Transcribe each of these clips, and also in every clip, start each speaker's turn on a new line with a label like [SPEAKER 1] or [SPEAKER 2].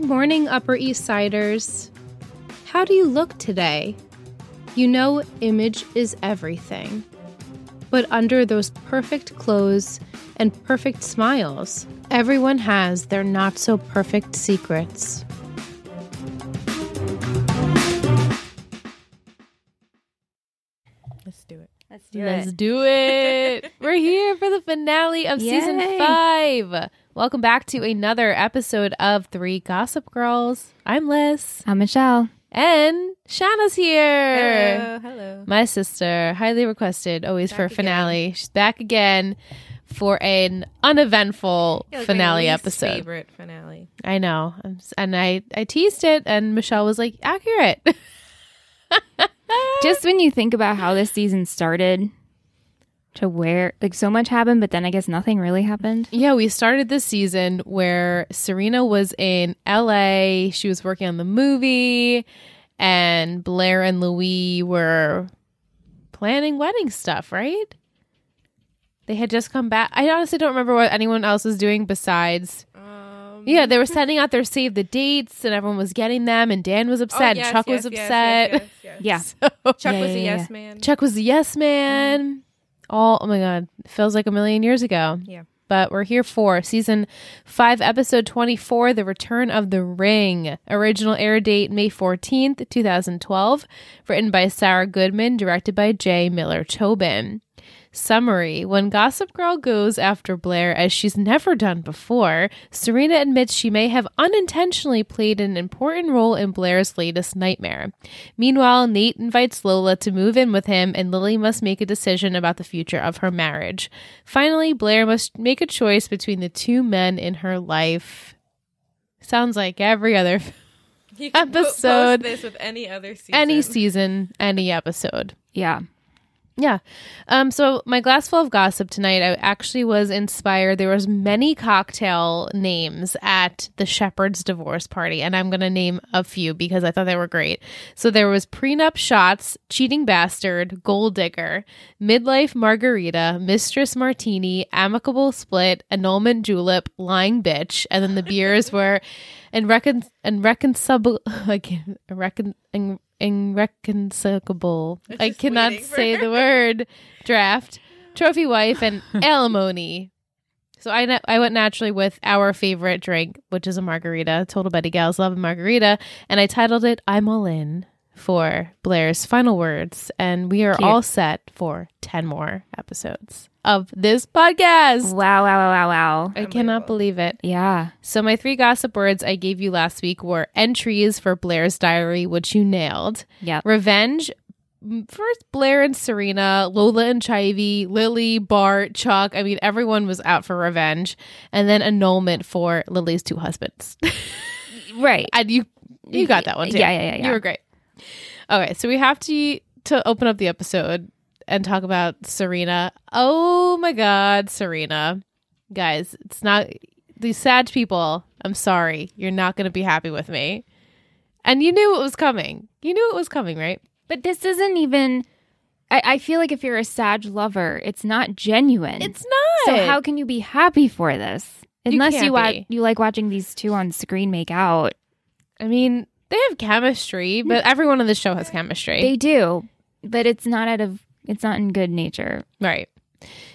[SPEAKER 1] morning, Upper East Siders. How do you look today? You know, image is everything. But under those perfect clothes and perfect smiles, everyone has their not so perfect secrets.
[SPEAKER 2] Let's do it.
[SPEAKER 3] Let's do
[SPEAKER 1] Let's
[SPEAKER 3] it.
[SPEAKER 1] do it. We're here for the finale of season
[SPEAKER 3] Yay.
[SPEAKER 1] five. Welcome back to another episode of Three Gossip Girls. I'm Liz,
[SPEAKER 3] I'm Michelle.
[SPEAKER 1] and Shanna's here.
[SPEAKER 2] Hello, hello.
[SPEAKER 1] My sister, highly requested, always for a
[SPEAKER 2] Back again.
[SPEAKER 1] finale. She's back again for an uneventful
[SPEAKER 2] Yeah, like my
[SPEAKER 1] finale
[SPEAKER 2] least
[SPEAKER 1] episode.
[SPEAKER 2] Favorite finale.
[SPEAKER 1] I know, I'm s- and I I teased it, and Michelle was like, "Accurate."
[SPEAKER 3] Just when you think about how this season started to where like so much happened, but then I guess nothing really happened.
[SPEAKER 1] Yeah, we started this season where Serena was in LA. She was working on the movie, and Blair and Louis were planning wedding stuff, right? They had just come back. I honestly don't remember what anyone else was doing besides.
[SPEAKER 2] Um,
[SPEAKER 1] Yeah, they were sending out their save the dates, and everyone was getting them. And Dan was
[SPEAKER 2] oh,
[SPEAKER 1] upset. and
[SPEAKER 2] yes,
[SPEAKER 1] Chuck
[SPEAKER 2] yes,
[SPEAKER 1] was
[SPEAKER 2] yes,
[SPEAKER 1] upset.
[SPEAKER 2] yes, yes, yes.
[SPEAKER 3] Yeah.
[SPEAKER 1] So-
[SPEAKER 2] Chuck
[SPEAKER 3] Yeah,
[SPEAKER 2] was
[SPEAKER 3] yeah,
[SPEAKER 2] a
[SPEAKER 3] yeah,
[SPEAKER 2] yes man.
[SPEAKER 1] Chuck was the yes man. All oh my god, feels like a million years ago.
[SPEAKER 2] Yeah.
[SPEAKER 1] But we're here for season five, episode twenty-four, The Return of the Ring. Original air date May fourteenth, two thousand twelve. Written by Sarah Goodman, directed by Jay Miller Tobin. Summary When Gossip Girl goes after Blair as she's never done before, Serena admits she may have unintentionally played an important role in Blair's latest nightmare. Meanwhile, Nate invites Lola to move in with him, and Lily must make a decision about the future of her marriage. Finally, Blair must make a choice between the two men in her life. Sounds like every other
[SPEAKER 2] You can po- post
[SPEAKER 1] Episode.
[SPEAKER 2] this with any other season.
[SPEAKER 1] any season, any episode.
[SPEAKER 3] Yeah.
[SPEAKER 1] Yeah. Um, so my glass full of gossip tonight, I actually was inspired. There was many cocktail names at the Shepherd's divorce party, and I'm gonna name a few because I thought they were great. So there was prenup shots, cheating bastard, gold digger, midlife margarita, mistress martini, amicable split, annulment julep, lying bitch, and then the beers were irrecon- irreconcilable. I can't irrecon- in- irreconcilable.
[SPEAKER 2] was
[SPEAKER 1] I
[SPEAKER 2] just
[SPEAKER 1] cannot
[SPEAKER 2] waiting for
[SPEAKER 1] say
[SPEAKER 2] her.
[SPEAKER 1] the word draft, trophy wife, and alimony. So I, na- I went naturally with our favorite drink, which is a margarita. Total Betty Gals love a margarita, and I titled it "I'm All In" for Blair's final words, and we are
[SPEAKER 3] Cute.
[SPEAKER 1] all set for ten more episodes of this podcast.
[SPEAKER 3] Wow, wow, wow, wow, wow.
[SPEAKER 1] I cannot
[SPEAKER 2] Unbelievable.
[SPEAKER 1] believe it.
[SPEAKER 3] Yeah.
[SPEAKER 1] So, my three gossip words I gave you last week were entries for Blair's diary, which you nailed.
[SPEAKER 3] Yep.
[SPEAKER 1] Revenge. m- First, Blair and Serena, Lola and Chivy, Lily, Bart, Chuck. I mean, everyone was out for revenge. And then annulment for Lily's two husbands.
[SPEAKER 3] Right.
[SPEAKER 1] and you you got that one too.
[SPEAKER 3] Yeah, yeah, yeah, yeah.
[SPEAKER 1] You were great. Okay, so we have to to open up the episode and talk about Serena. Oh my god, Serena. Guys, it's not these sad people. I'm sorry. You're not going to be happy with me. And you knew it was coming. You knew it was coming, right?
[SPEAKER 3] But this isn't even I, I feel like if you're a Sag lover, it's not genuine.
[SPEAKER 1] It's not.
[SPEAKER 3] so how can you be happy for this?
[SPEAKER 1] You
[SPEAKER 3] Unless
[SPEAKER 1] can't
[SPEAKER 3] you wa-
[SPEAKER 1] be.
[SPEAKER 3] you like watching these two on screen make out.
[SPEAKER 1] I mean, they have chemistry, but everyone on the show has chemistry.
[SPEAKER 3] They do, but it's not out of it's not in good nature.
[SPEAKER 1] Right.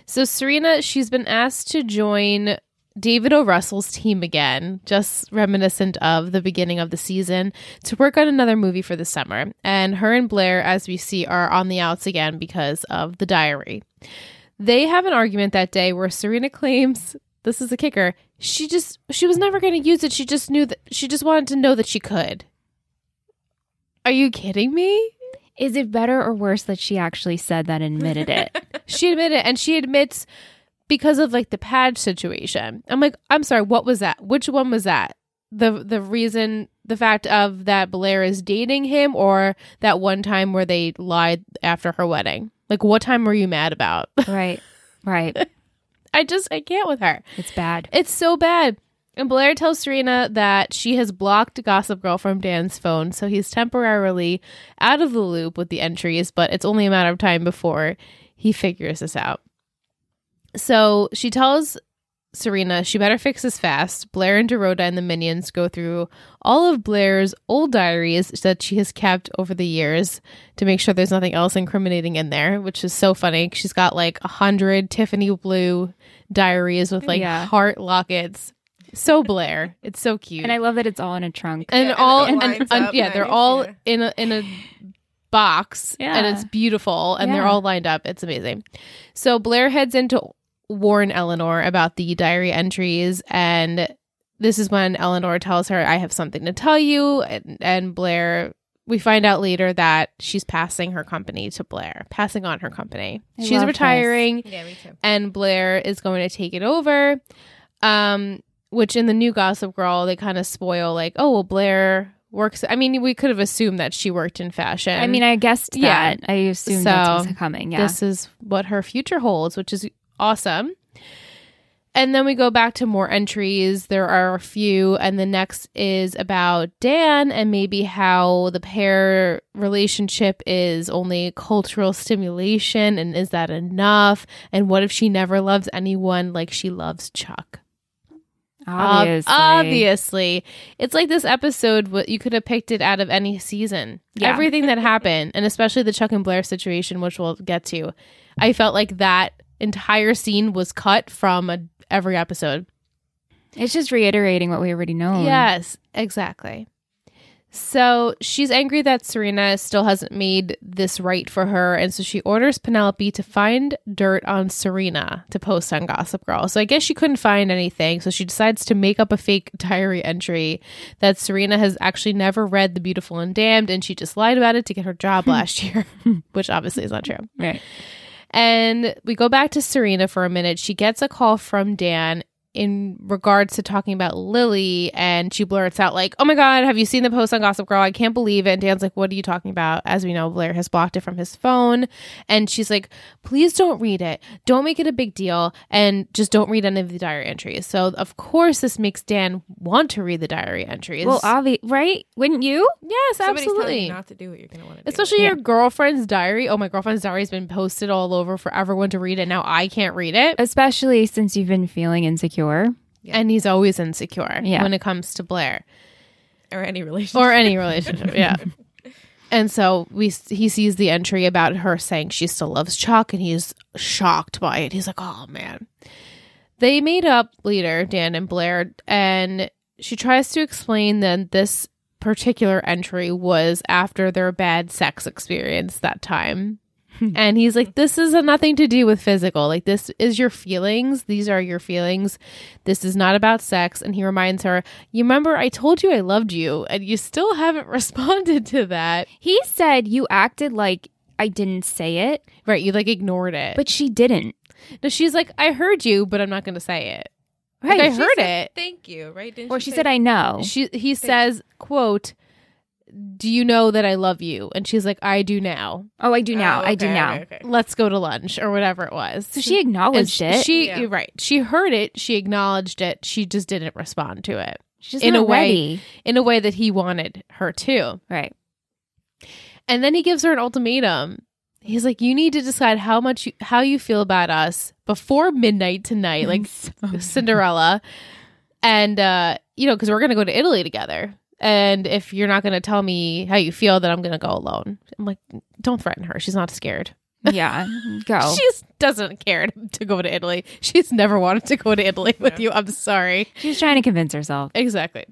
[SPEAKER 1] So Serena, she's been asked to join David O. Russell's team again, just reminiscent of the beginning of the season, to work on another movie for the summer. And her and Blair, as we see, are on the outs again because of the diary. They have an argument that day where Serena claims this is a kicker. She just she was never going to use it. She just knew that she just wanted to know that she could. Are you kidding me?
[SPEAKER 3] Is it better or worse that she actually said that and admitted it?
[SPEAKER 1] She admitted, and she admits because of like the pad situation. I'm like, I'm sorry, what was that? Which one was that? The the reason, the fact of that Blair is dating him, or that one time where they lied after her wedding. Like, what time were you mad about?
[SPEAKER 3] right. Right.
[SPEAKER 1] I just I can't with her.
[SPEAKER 3] It's bad.
[SPEAKER 1] It's so bad. And Blair tells Serena that she has blocked Gossip Girl from Dan's phone, so he's temporarily out of the loop with the entries, but it's only a matter of time before he figures this out. So she tells Serena, she better fix this fast. Blair and Dorota and the minions go through all of Blair's old diaries that she has kept over the years to make sure there's nothing else incriminating in there, which is so funny. She's got like a hundred Tiffany blue diaries with like
[SPEAKER 3] Yeah.
[SPEAKER 1] heart lockets. So Blair, it's so cute.
[SPEAKER 3] And I love that it's all in a trunk.
[SPEAKER 1] and
[SPEAKER 2] Yeah, and
[SPEAKER 1] all
[SPEAKER 2] it
[SPEAKER 1] and,
[SPEAKER 2] lines
[SPEAKER 1] and-
[SPEAKER 2] up
[SPEAKER 1] yeah, they're
[SPEAKER 2] nice,
[SPEAKER 1] all
[SPEAKER 2] yeah.
[SPEAKER 1] in a in a box and
[SPEAKER 3] Yeah.
[SPEAKER 1] it's beautiful and they're
[SPEAKER 3] Yeah.
[SPEAKER 1] all lined up. It's amazing. So Blair heads in to warn Eleanor about the diary entries and this is when Eleanor tells her I have something to tell you and, and Blair we find out later that she's passing her company to Blair, passing on her company.
[SPEAKER 3] I
[SPEAKER 1] she's
[SPEAKER 3] love this.
[SPEAKER 1] retiring
[SPEAKER 2] Yeah, me too.
[SPEAKER 1] and Blair is going to take it over. Um, which in the new Gossip Girl, they kind of spoil like, oh, well, Blair works. I mean, we could have assumed that she worked in fashion.
[SPEAKER 3] I mean, I guessed
[SPEAKER 1] Yeah.
[SPEAKER 3] that. I assumed that's
[SPEAKER 1] So,
[SPEAKER 3] what's coming. Yeah.
[SPEAKER 1] this is what her future holds, which is awesome. And then we go back to more entries. There are a few, and the next is about Dan and maybe how the pair relationship is only cultural stimulation and is that enough? And what if she never loves anyone like she loves Chuck? Ob-
[SPEAKER 3] obviously.
[SPEAKER 1] obviously. It's like this episode, what you could have picked it out of any season.
[SPEAKER 3] Yeah.
[SPEAKER 1] Everything that happened, and especially the Chuck and Blair situation, which we'll get to. I felt like that entire scene was cut from a, every episode.
[SPEAKER 3] It's just reiterating what we already know.
[SPEAKER 1] Yes, exactly. So she's angry that Serena still hasn't made this right for her. And so she orders Penelope to find dirt on Serena to post on Gossip Girl. So I guess she couldn't find anything. So she decides to make up a fake diary entry that Serena has actually never read The Beautiful and Damned. And she just lied about it to get her job last year, which obviously is not true.
[SPEAKER 3] Right.
[SPEAKER 1] And we go back to Serena for a minute. She gets a call from Dan in regards to talking about Lily, and she blurts out, like, Oh my God, have you seen the post on Gossip Girl? I can't believe it. And Dan's like, What are you talking about? As we know, Blair has blocked it from his phone. And she's like, Please don't read it. Don't make it a big deal. And just don't read any of the diary entries. So, of course, this makes Dan want to read the diary entries.
[SPEAKER 3] Well, obvi- right? Wouldn't you?
[SPEAKER 1] yes,
[SPEAKER 2] Somebody's telling
[SPEAKER 1] absolutely.
[SPEAKER 2] you not to do what you're going to want to do.
[SPEAKER 1] Especially your girlfriend's diary. Oh, my girlfriend's diary has been posted all over for everyone to read, and now I can't read it.
[SPEAKER 3] Especially since you've been feeling insecure.
[SPEAKER 2] Yeah.
[SPEAKER 1] And he's always insecure
[SPEAKER 3] Yeah.
[SPEAKER 1] when it comes to Blair
[SPEAKER 2] or any relationship.
[SPEAKER 1] or any relationship. yeah. And so we he sees the entry about her saying she still loves Chuck, and he's shocked by it. He's like, "Oh man." They made up later, Dan and Blair, and she tries to explain that this particular entry was after their bad sex experience that time. and he's like, This has nothing to do with physical. Like, this is your feelings. These are your feelings. This is not about sex. And he reminds her, You remember, I told you I loved you, and you still haven't responded to that.
[SPEAKER 3] He said you acted like I didn't say it,
[SPEAKER 1] Right. You like ignored it.
[SPEAKER 3] but she didn't.
[SPEAKER 1] no, she's like, I heard you, but I'm not going to say it.
[SPEAKER 3] Right.
[SPEAKER 1] I
[SPEAKER 2] She
[SPEAKER 1] heard
[SPEAKER 2] said
[SPEAKER 1] it.
[SPEAKER 2] Thank you, right? Didn't
[SPEAKER 3] or she
[SPEAKER 2] say
[SPEAKER 3] said, I know.
[SPEAKER 1] She, he says, quote, do you know that I love you? And she's like, I do now.
[SPEAKER 3] oh, I do now.
[SPEAKER 2] Oh,
[SPEAKER 3] I do
[SPEAKER 2] okay,
[SPEAKER 3] now.
[SPEAKER 2] okay, okay.
[SPEAKER 1] Let's go to lunch or whatever it was.
[SPEAKER 3] So she
[SPEAKER 1] And
[SPEAKER 3] acknowledged
[SPEAKER 1] she,
[SPEAKER 3] it.
[SPEAKER 1] she-
[SPEAKER 2] Yeah.
[SPEAKER 1] you're right. She heard it. She acknowledged it. She just didn't respond to it
[SPEAKER 3] She's just
[SPEAKER 1] in
[SPEAKER 3] not
[SPEAKER 1] a way-
[SPEAKER 3] ready.
[SPEAKER 1] in a way that he wanted her to.
[SPEAKER 3] Right.
[SPEAKER 1] And then he gives her an ultimatum. He's like, "You need to decide how much you, how you feel about us before midnight tonight, like
[SPEAKER 3] Mm.
[SPEAKER 1] Cinderella, and uh, you know, because we're gonna go to Italy together. And if you're not gonna tell me how you feel, then I'm gonna go alone." I'm like, "Don't threaten her. She's not scared."
[SPEAKER 3] yeah. Go.
[SPEAKER 1] She just doesn't care to go to Italy. She's never wanted to go to Italy with you. I'm sorry.
[SPEAKER 3] She's trying to convince herself.
[SPEAKER 1] Exactly.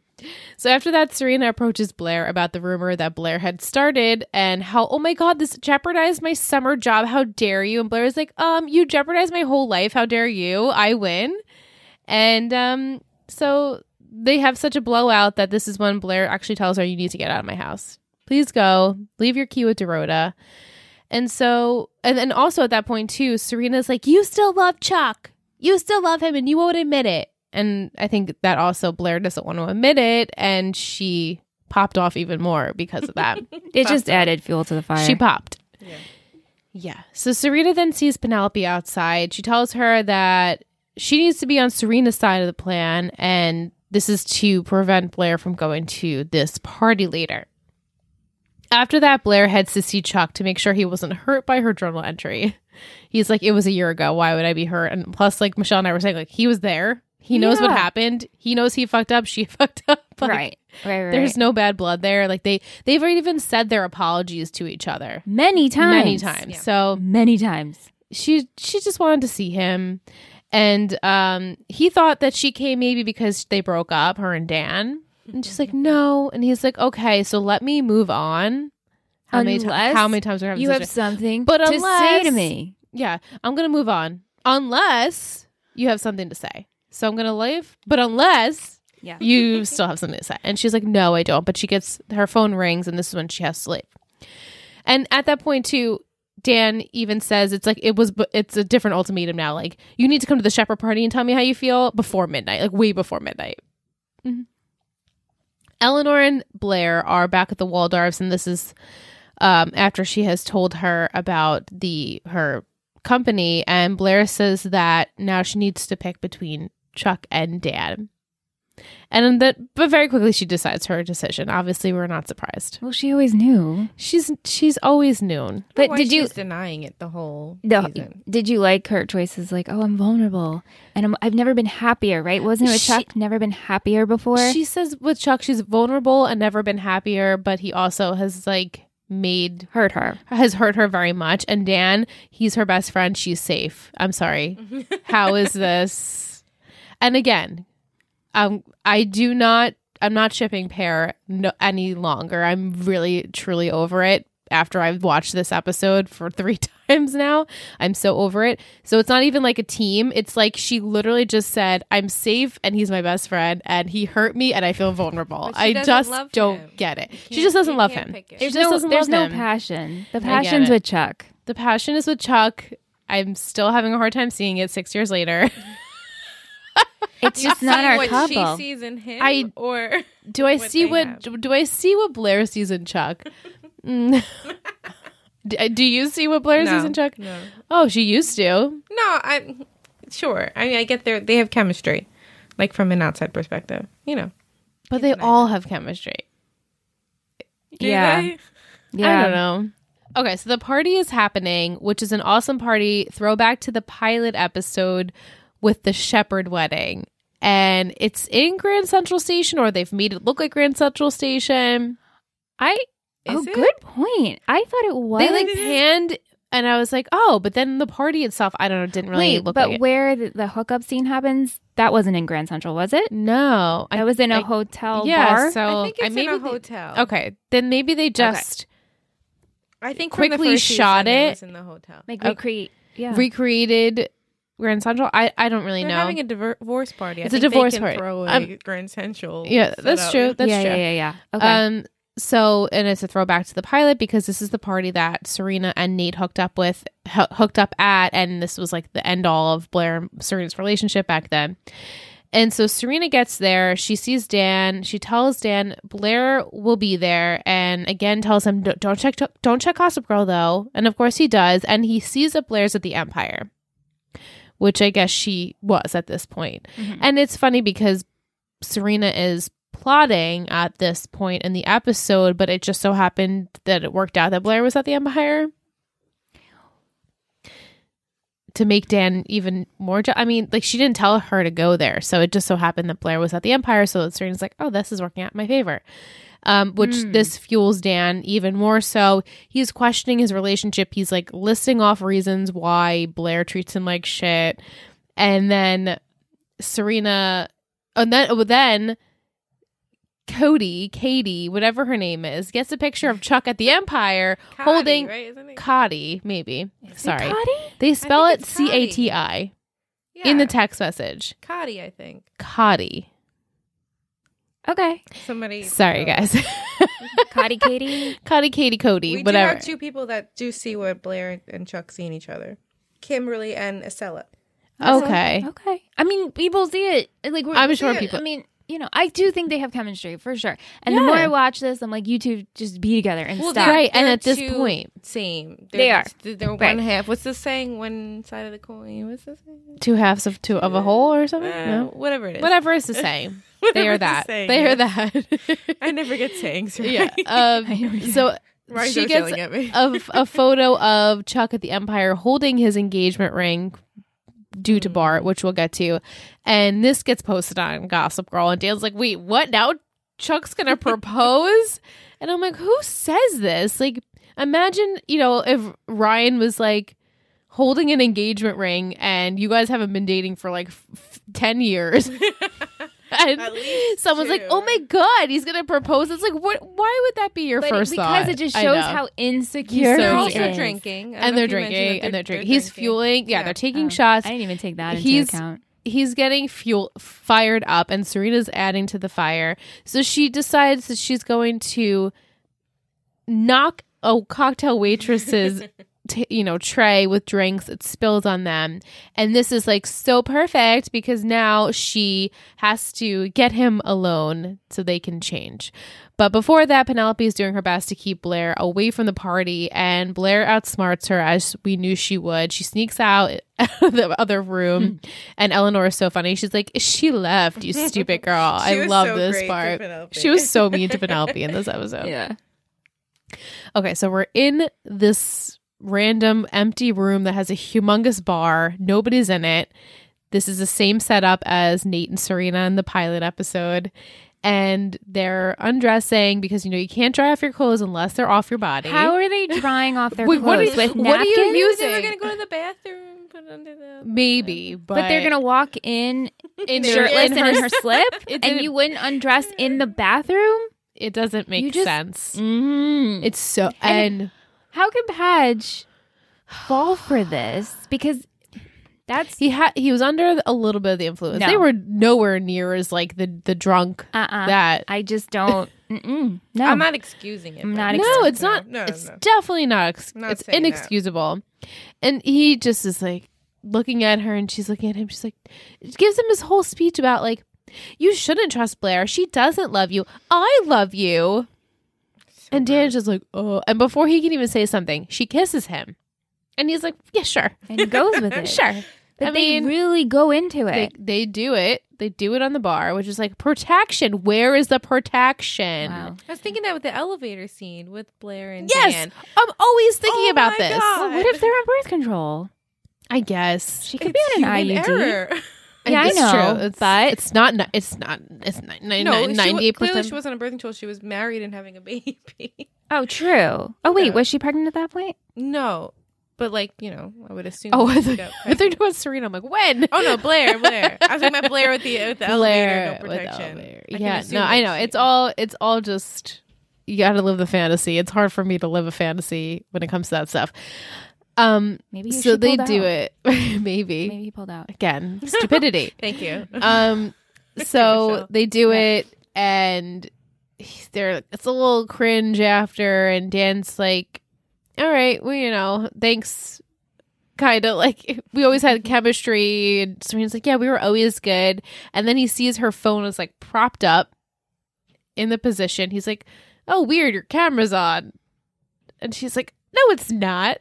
[SPEAKER 1] So after that, Serena approaches Blair about the rumor that Blair had started and how, oh my God, this jeopardized my summer job. How dare you? And Blair is like, um, you jeopardized my whole life. How dare you? I win. And um, so they have such a blowout that this is when Blair actually tells her, you need to get out of my house. Please go. Leave your key with Dorota. And so, and then also at that point, too, Serena's like, You still love Chuck. You still love him and you won't admit it. And I think that also Blair doesn't want to admit it. And she popped off even more because of that.
[SPEAKER 3] It just added fuel to the fire.
[SPEAKER 1] she popped.
[SPEAKER 2] Yeah.
[SPEAKER 1] Yeah. So Serena then sees Penelope outside. She tells her that she needs to be on Serena's side of the plan. And this is to prevent Blair from going to this party later. After that, Blair heads to see Chuck to make sure he wasn't hurt by her journal entry. He's like, it was a year ago. Why would I be hurt? And plus, like Michelle and I were saying, like, he was there. He knows what
[SPEAKER 3] Yeah.
[SPEAKER 1] happened. He knows he fucked up. She fucked up. Like,
[SPEAKER 3] right. Right. Right.
[SPEAKER 1] There's no bad blood there. Like they they've already even said their apologies to each other
[SPEAKER 3] many times.
[SPEAKER 1] many times.
[SPEAKER 2] Yeah.
[SPEAKER 1] So
[SPEAKER 3] Many times.
[SPEAKER 1] she she just wanted to see him, and um he thought that she came maybe because they broke up, her and Dan. And she's like, no. And he's like, okay, so let me move on. How many
[SPEAKER 3] Unless
[SPEAKER 1] ti- how many times are we having
[SPEAKER 3] You
[SPEAKER 1] this
[SPEAKER 3] have something
[SPEAKER 1] But
[SPEAKER 3] to say to
[SPEAKER 1] unless-
[SPEAKER 3] me.
[SPEAKER 1] yeah, I'm gonna move on unless you have something to say. So I'm gonna leave, but unless
[SPEAKER 3] Yeah.
[SPEAKER 1] you still have something to say, and she's like, "No, I don't." But she gets her phone rings, and this is when she has to leave. And at that point, too, Dan even says it's like it was, but it's a different ultimatum now. Like you need to come to the shepherd party and tell me how you feel before midnight, like way before midnight. Eleanor and Blair are back at the Waldorfs, and this is um, after she has told her about the her company. And Blair says that now she needs to pick between Chuck and Dan. And that, but very quickly she decides her decision. Obviously, we're not surprised.
[SPEAKER 3] Well, she always knew.
[SPEAKER 1] She's she's always noon.
[SPEAKER 3] But
[SPEAKER 2] why
[SPEAKER 3] did
[SPEAKER 2] she
[SPEAKER 3] you
[SPEAKER 2] was denying it the whole
[SPEAKER 3] No,
[SPEAKER 2] season?
[SPEAKER 3] did you like her choices? Like, oh, I'm vulnerable, and I'm, I've never been happier, right? Wasn't it with
[SPEAKER 1] She-
[SPEAKER 3] Chuck? Never been happier before.
[SPEAKER 1] She says with Chuck, she's vulnerable and never been happier, but he also has like made
[SPEAKER 3] Hurt her.
[SPEAKER 1] has hurt her very much. And Dan, he's her best friend. She's safe. I'm sorry. How is this? And again, um, I do not. I'm not shipping pair no, any longer. I'm really truly over it. After I've watched this episode for three times now, I'm so over it. So it's not even like a team. It's like she literally just said, "I'm safe and he's my best friend, and he hurt me and I feel vulnerable."
[SPEAKER 2] But she
[SPEAKER 1] I
[SPEAKER 2] doesn't
[SPEAKER 1] just
[SPEAKER 2] love
[SPEAKER 1] don't
[SPEAKER 2] him.
[SPEAKER 1] get it. She
[SPEAKER 2] can't-
[SPEAKER 1] just doesn't
[SPEAKER 2] you
[SPEAKER 1] love
[SPEAKER 2] can't
[SPEAKER 1] him.
[SPEAKER 2] pick it.
[SPEAKER 1] She
[SPEAKER 2] There's
[SPEAKER 1] just doesn't
[SPEAKER 3] there's
[SPEAKER 1] love
[SPEAKER 3] no
[SPEAKER 1] him.
[SPEAKER 3] passion. The
[SPEAKER 1] get
[SPEAKER 3] passion's
[SPEAKER 1] it.
[SPEAKER 3] with Chuck.
[SPEAKER 1] The passion is with Chuck. I'm still having a hard time seeing it six years later.
[SPEAKER 3] It's
[SPEAKER 2] You
[SPEAKER 3] just not
[SPEAKER 2] see
[SPEAKER 3] our
[SPEAKER 2] what
[SPEAKER 3] couple.
[SPEAKER 2] She sees in him,
[SPEAKER 1] I-
[SPEAKER 2] or
[SPEAKER 1] Do I
[SPEAKER 2] What
[SPEAKER 1] see
[SPEAKER 2] they
[SPEAKER 1] what
[SPEAKER 2] have.
[SPEAKER 1] do I see what Blair sees in Chuck? Mm. D- do you see what Blair sees in Chuck?
[SPEAKER 2] No,
[SPEAKER 1] Oh, she used to.
[SPEAKER 2] no, I'm sure. I mean, I get there. They have chemistry, like from an outside perspective, you know.
[SPEAKER 1] But they all have chemistry.
[SPEAKER 2] Do
[SPEAKER 3] Yeah.
[SPEAKER 2] they?
[SPEAKER 1] I
[SPEAKER 3] Yeah,
[SPEAKER 1] don't know. Okay, so the party is happening, which is an awesome party throwback to the pilot episode with the shepherd wedding. And it's in Grand Central Station, or they've made it look like Grand Central Station.
[SPEAKER 3] I.
[SPEAKER 2] Is
[SPEAKER 3] oh,
[SPEAKER 2] it?
[SPEAKER 3] good point. I thought it was.
[SPEAKER 1] They like panned, and I was like, oh, but then the party itself, I don't know, didn't really
[SPEAKER 3] Wait,
[SPEAKER 1] look
[SPEAKER 3] but
[SPEAKER 1] like it.
[SPEAKER 3] where the, the hookup scene happens, that wasn't in Grand Central, was it?
[SPEAKER 1] No,
[SPEAKER 3] I, was in a
[SPEAKER 1] I-
[SPEAKER 3] hotel
[SPEAKER 1] yeah,
[SPEAKER 3] bar.
[SPEAKER 1] so
[SPEAKER 2] I think it's
[SPEAKER 1] maybe
[SPEAKER 2] in a
[SPEAKER 1] they-
[SPEAKER 2] hotel.
[SPEAKER 1] okay, then maybe they just
[SPEAKER 2] I think
[SPEAKER 1] Quickly shot it.
[SPEAKER 2] in the hotel.
[SPEAKER 3] like
[SPEAKER 1] okay.
[SPEAKER 3] recreate. Yeah.
[SPEAKER 1] recreated Grand Central. I I don't really
[SPEAKER 2] They're
[SPEAKER 1] know.
[SPEAKER 2] having a diver- divorce party. I
[SPEAKER 1] It's a
[SPEAKER 2] think they
[SPEAKER 1] divorce
[SPEAKER 2] can
[SPEAKER 1] party.
[SPEAKER 2] Throw a
[SPEAKER 1] I'm-
[SPEAKER 2] Grand Central.
[SPEAKER 1] yeah, that's
[SPEAKER 2] setup.
[SPEAKER 1] true. That's
[SPEAKER 3] yeah,
[SPEAKER 1] true.
[SPEAKER 3] yeah, yeah, yeah. Okay.
[SPEAKER 1] Um. So, and it's a throwback to the pilot because this is the party that Serena and Nate hooked up with, ho- hooked up at, and this was like the end all of Blair and Serena's relationship back then. And so Serena gets there. She sees Dan. She tells Dan Blair will be there, and again tells him "Don't- don't check don't check Gossip Girl though. And of course he does, and he sees that Blair's at the Empire, which I guess she was at this point.
[SPEAKER 3] Mhm.
[SPEAKER 1] Mm-hmm. And it's funny because Serena is plotting at this point in the episode, but it just so happened that it worked out that Blair was at the Empire to make Dan even more. Je- I mean, like she didn't tell her to go there, so it just so happened that Blair was at the Empire. So Serena's like, "Oh, this is working out in my favor," um, which
[SPEAKER 3] Hmm.
[SPEAKER 1] this fuels Dan even more. So he's questioning his relationship. He's like listing off reasons why Blair treats him like shit, and then Serena, and then oh, then. Cody, Katie, whatever her name is, gets a picture of Chuck at the Empire
[SPEAKER 2] Cotty,
[SPEAKER 1] holding
[SPEAKER 2] right? Isn't it?
[SPEAKER 1] Cotty, maybe.
[SPEAKER 3] Is it
[SPEAKER 1] Sorry.
[SPEAKER 3] Cotty?
[SPEAKER 1] They spell it
[SPEAKER 2] it's
[SPEAKER 1] C A T I
[SPEAKER 2] Yeah.
[SPEAKER 1] in the text message.
[SPEAKER 2] Cotty, I think.
[SPEAKER 1] Cotty.
[SPEAKER 3] Okay.
[SPEAKER 2] Somebody.
[SPEAKER 1] Sorry,
[SPEAKER 2] Oh.
[SPEAKER 1] guys.
[SPEAKER 3] Cotty Katie.
[SPEAKER 1] Cotty, Katie, Cody,
[SPEAKER 2] We do
[SPEAKER 1] whatever.
[SPEAKER 2] have two people that do see what Blair and Chuck see in each other. Kimberly and Estella.
[SPEAKER 1] okay.
[SPEAKER 3] Okay. I mean, people see it. Like we're,
[SPEAKER 1] I'm
[SPEAKER 3] we
[SPEAKER 1] sure
[SPEAKER 3] see it.
[SPEAKER 1] people-
[SPEAKER 3] I mean, you know, I do think they have chemistry for sure. And the
[SPEAKER 1] Yeah.
[SPEAKER 3] more I watch this, I'm like, you two just be together and stop.
[SPEAKER 1] Right. And
[SPEAKER 2] they're
[SPEAKER 1] at this
[SPEAKER 2] two-
[SPEAKER 1] point,
[SPEAKER 2] Same.
[SPEAKER 3] They are.
[SPEAKER 2] They're, they're
[SPEAKER 3] Right.
[SPEAKER 2] one half. What's the saying? One side of the coin. What's the saying?
[SPEAKER 1] two halves of two of a whole or something?
[SPEAKER 2] Uh,
[SPEAKER 1] No.
[SPEAKER 2] Whatever it is.
[SPEAKER 1] Whatever is the same. they
[SPEAKER 2] Whatever
[SPEAKER 1] are
[SPEAKER 2] the
[SPEAKER 1] that.
[SPEAKER 2] saying
[SPEAKER 1] They are
[SPEAKER 2] is.
[SPEAKER 1] that.
[SPEAKER 2] I never get sayings right.
[SPEAKER 1] yeah. Um, so
[SPEAKER 2] Why is
[SPEAKER 1] she
[SPEAKER 2] she
[SPEAKER 1] gets
[SPEAKER 2] yelling at me?
[SPEAKER 1] of a photo of Chuck at the Empire holding his engagement ring due to Bart, which we'll get to. And this gets posted on Gossip Girl, and Dan's like, wait, what? Now Chuck's gonna propose? and I'm like, who says this? Like, imagine, you know, if Ryan was like holding an engagement ring and you guys haven't been dating for like f- f- 10 years. and
[SPEAKER 2] At least
[SPEAKER 1] someone's like,
[SPEAKER 2] two.
[SPEAKER 1] oh my God, he's gonna propose. It's like, what? why would that be your
[SPEAKER 3] But
[SPEAKER 1] first
[SPEAKER 3] it,
[SPEAKER 1] thought?
[SPEAKER 3] because it just
[SPEAKER 1] I
[SPEAKER 3] shows
[SPEAKER 1] know
[SPEAKER 3] how insecure
[SPEAKER 1] So
[SPEAKER 2] They're
[SPEAKER 1] he
[SPEAKER 2] also
[SPEAKER 1] is.
[SPEAKER 2] drinking, I don't
[SPEAKER 1] and
[SPEAKER 2] know
[SPEAKER 1] they're
[SPEAKER 2] if you mentioned
[SPEAKER 1] drinking
[SPEAKER 2] that
[SPEAKER 1] and they're drinking.
[SPEAKER 2] they're
[SPEAKER 1] He's
[SPEAKER 2] drinking.
[SPEAKER 1] fueling. Yeah,
[SPEAKER 2] Yeah.
[SPEAKER 1] they're taking
[SPEAKER 3] Oh,
[SPEAKER 1] shows.
[SPEAKER 3] I didn't even take that into
[SPEAKER 1] He's-
[SPEAKER 3] account.
[SPEAKER 1] He's getting fuel fired up, and Serena's adding to the fire. So she decides that she's going to knock a cocktail waitress's. T- you know, tray with drinks, it spills on them. And this is like so perfect because now she has to get him alone so they can change. But before that, Penelope is doing her best to keep Blair away from the party, and Blair outsmarts her as we knew she would. She sneaks out of the other room, and Eleanor is so funny. She's like, "She left, you stupid girl."
[SPEAKER 2] She
[SPEAKER 1] I
[SPEAKER 2] was
[SPEAKER 1] love
[SPEAKER 2] so
[SPEAKER 1] this
[SPEAKER 2] great to
[SPEAKER 1] part.
[SPEAKER 2] Penelope.
[SPEAKER 1] She was so mean to Penelope in this episode.
[SPEAKER 3] Yeah.
[SPEAKER 1] Okay, so we're in this random empty room that has a humongous bar. Nobody's in it. This is the same setup as Nate and Serena in the pilot episode. And they're undressing because you know you can't dry off your clothes unless they're off your body.
[SPEAKER 3] How are they drying off their
[SPEAKER 1] Wait, what
[SPEAKER 3] clothes
[SPEAKER 1] are-
[SPEAKER 3] with
[SPEAKER 1] what are you
[SPEAKER 3] napkins?
[SPEAKER 1] using?
[SPEAKER 2] They were gonna go to the bathroom, put it under the.
[SPEAKER 1] Maybe, but,
[SPEAKER 3] But, they're gonna walk in
[SPEAKER 1] in her-
[SPEAKER 3] shirtless
[SPEAKER 1] in
[SPEAKER 3] and
[SPEAKER 1] her-
[SPEAKER 3] in her slip,
[SPEAKER 1] It
[SPEAKER 3] and
[SPEAKER 1] didn't-
[SPEAKER 3] you wouldn't undress in the bathroom.
[SPEAKER 1] It doesn't make
[SPEAKER 3] You just-
[SPEAKER 1] sense.
[SPEAKER 3] Mm.
[SPEAKER 1] It's so
[SPEAKER 3] And-
[SPEAKER 1] and
[SPEAKER 3] How could Padge fall for this? Because that's
[SPEAKER 1] he had he was under a little bit of the influence.
[SPEAKER 3] No.
[SPEAKER 1] They were nowhere near as like the the drunk
[SPEAKER 3] uh uh
[SPEAKER 1] that
[SPEAKER 3] I just don't. Mm-mm. No,
[SPEAKER 2] I'm not excusing it.
[SPEAKER 3] I'm
[SPEAKER 2] but-
[SPEAKER 3] not
[SPEAKER 1] no, it's not.
[SPEAKER 2] No, no,
[SPEAKER 1] it's
[SPEAKER 2] no.
[SPEAKER 1] definitely not. Ex-
[SPEAKER 2] I'm not
[SPEAKER 1] it's
[SPEAKER 2] saying that.
[SPEAKER 1] inexcusable. And he just is like looking at her, and she's looking at him. She's like, gives him his whole speech about like, you shouldn't trust Blair. She doesn't love you. I love you. and Dan's just like, oh. And before he can even say something, she kisses him, and he's like, yeah, sure,
[SPEAKER 3] and goes with it.
[SPEAKER 1] sure.
[SPEAKER 3] but
[SPEAKER 1] I
[SPEAKER 3] they
[SPEAKER 1] mean,
[SPEAKER 3] really go into
[SPEAKER 1] They,
[SPEAKER 3] it.
[SPEAKER 1] they do it. They do it on the bar, which is like protection. Where is the protection?
[SPEAKER 3] wow.
[SPEAKER 2] I was thinking that with the elevator scene with Blair and
[SPEAKER 1] Yes,
[SPEAKER 2] Dan.
[SPEAKER 1] I'm always thinking
[SPEAKER 2] Oh
[SPEAKER 1] about
[SPEAKER 2] my
[SPEAKER 1] this.
[SPEAKER 2] God.
[SPEAKER 3] What if they're on birth control?
[SPEAKER 1] I guess
[SPEAKER 3] She could
[SPEAKER 2] It's
[SPEAKER 3] be on an E
[SPEAKER 2] human
[SPEAKER 1] E
[SPEAKER 3] IUD.
[SPEAKER 2] error.
[SPEAKER 3] Yeah, I
[SPEAKER 1] It's
[SPEAKER 3] know,
[SPEAKER 1] It's,
[SPEAKER 3] but-
[SPEAKER 1] it's not. ni- It's not. It's not.
[SPEAKER 2] No,
[SPEAKER 1] Ninety-eight
[SPEAKER 2] She, wa- clearly she
[SPEAKER 1] percent.
[SPEAKER 2] wasn't on birth control. She was married and having a baby.
[SPEAKER 3] Oh, true. Oh, wait,
[SPEAKER 2] Yeah.
[SPEAKER 3] was she pregnant at that point?
[SPEAKER 2] no, but like you know, I would assume.
[SPEAKER 1] Oh, I
[SPEAKER 2] she
[SPEAKER 1] thought
[SPEAKER 2] got
[SPEAKER 1] I thought
[SPEAKER 2] pregnant.
[SPEAKER 1] it was Serena. I'm like, when?
[SPEAKER 2] oh no, Blair, Blair. I was talking about Blair with the with the
[SPEAKER 1] Blair
[SPEAKER 2] elevator, no
[SPEAKER 1] with
[SPEAKER 2] protection.
[SPEAKER 1] elevator.
[SPEAKER 2] I can
[SPEAKER 1] Yeah.
[SPEAKER 2] assume
[SPEAKER 1] No, I
[SPEAKER 2] that
[SPEAKER 1] know.
[SPEAKER 2] she-
[SPEAKER 1] It's all. It's all just. You got to live the fantasy. It's hard for me to live a fantasy when it comes to that stuff. Um.
[SPEAKER 3] Maybe he-
[SPEAKER 1] So
[SPEAKER 3] she
[SPEAKER 1] they
[SPEAKER 3] pulled
[SPEAKER 1] do
[SPEAKER 3] out.
[SPEAKER 1] it. Maybe.
[SPEAKER 3] Maybe he pulled out.
[SPEAKER 1] again stupidity.
[SPEAKER 2] Thank you.
[SPEAKER 1] um. So
[SPEAKER 2] Michelle.
[SPEAKER 1] they do it, and he's- they're it's a little cringe after, and Dan's like, all right, well, you know, thanks. Kind of like we always had chemistry. And Serena's like, yeah, we were always good. And then he sees her phone is like propped up in the position. He's like, oh, weird, your camera's on. And she's like, no, it's not.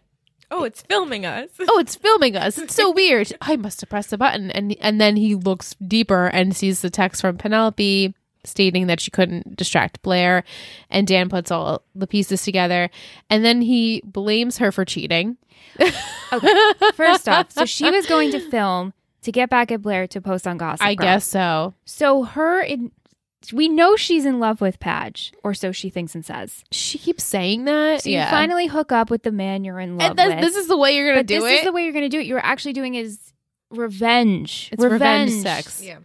[SPEAKER 2] oh, it's filming us.
[SPEAKER 1] Oh, it's filming us. It's so weird. I must have pressed the button. And and then he looks deeper and sees the text from Penelope stating that she couldn't distract Blair. And Dan puts all the pieces together. And then he blames her for cheating.
[SPEAKER 3] First off, so she was going to film to get back at Blair to post on Gossip
[SPEAKER 1] I
[SPEAKER 3] Girl.
[SPEAKER 1] guess so.
[SPEAKER 3] So her in, we know she's in love with Padge, or so she thinks and says.
[SPEAKER 1] She keeps saying that.
[SPEAKER 3] So
[SPEAKER 1] yeah.
[SPEAKER 3] you finally hook up with the man you're in love
[SPEAKER 1] and that's,
[SPEAKER 3] with.
[SPEAKER 1] this is the way you're gonna
[SPEAKER 3] but
[SPEAKER 1] do
[SPEAKER 3] this
[SPEAKER 1] it.
[SPEAKER 3] is the way you're going to do it. You're actually doing is revenge.
[SPEAKER 1] It's revenge sex.
[SPEAKER 2] yeah.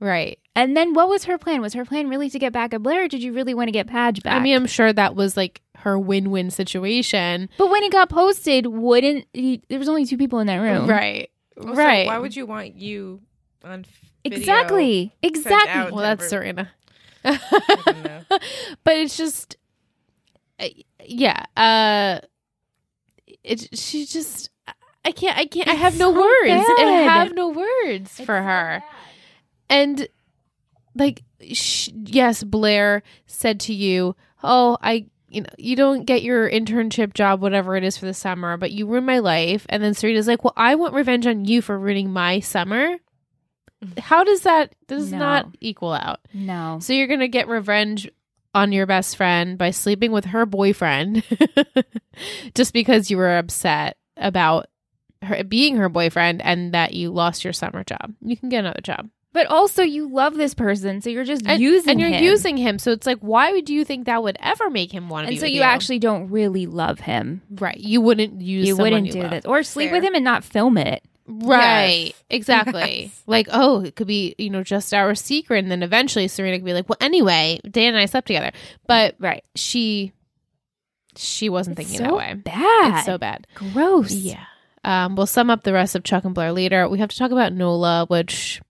[SPEAKER 1] right.
[SPEAKER 3] And then what was her plan? Was her plan really to get back at Blair? Or did you really want to get Padge back?
[SPEAKER 1] I mean, I'm sure that was like her win-win situation.
[SPEAKER 3] but when it got posted, wouldn't he, there was only two people in that room?
[SPEAKER 1] Right.
[SPEAKER 2] Also,
[SPEAKER 1] right.
[SPEAKER 2] Why would you want you on video?
[SPEAKER 3] Exactly.
[SPEAKER 2] out.
[SPEAKER 3] Exactly.
[SPEAKER 1] Well, that's Serena.
[SPEAKER 2] I don't know.
[SPEAKER 1] but it's just uh, yeah uh it she just I- i can't i can't i have no words i
[SPEAKER 3] bad.
[SPEAKER 1] have no words for her and like sh- yes blair said to you oh i you know you don't get your internship job whatever it is for the summer but you ruined my life and then serena's like well i want revenge on you for ruining my summer how does that does
[SPEAKER 3] Mm-hmm. No.
[SPEAKER 1] not equal out
[SPEAKER 3] No.
[SPEAKER 1] so you're gonna get revenge on your best friend by sleeping with her boyfriend just because you were upset about her being her boyfriend and that you lost your summer job. You can get another job.
[SPEAKER 3] But also, you love this person, so you're just
[SPEAKER 1] And,
[SPEAKER 3] using
[SPEAKER 1] and you're
[SPEAKER 3] him.
[SPEAKER 1] using him, so it's like, why would you think that would ever make him want to be?
[SPEAKER 3] and so
[SPEAKER 1] with
[SPEAKER 3] you, actually don't really love him.
[SPEAKER 1] right. You wouldn't use.
[SPEAKER 3] You
[SPEAKER 1] someone
[SPEAKER 3] wouldn't do
[SPEAKER 1] love.
[SPEAKER 3] this, or sleep
[SPEAKER 2] Fair.
[SPEAKER 3] with him and not film it.
[SPEAKER 1] Right.
[SPEAKER 2] Yes.
[SPEAKER 1] Exactly.
[SPEAKER 2] Yes.
[SPEAKER 1] Like, oh, it could be, you know, just our secret. And then eventually Serena could be like, well, anyway, Dan and I slept together. But
[SPEAKER 3] Right?
[SPEAKER 1] she, she wasn't
[SPEAKER 3] It's
[SPEAKER 1] thinking
[SPEAKER 3] so
[SPEAKER 1] that way.
[SPEAKER 3] Bad.
[SPEAKER 1] It's so bad.
[SPEAKER 3] gross.
[SPEAKER 1] Yeah. Um, we'll sum up the rest of Chuck and Blair later. We have to talk about Nola, which.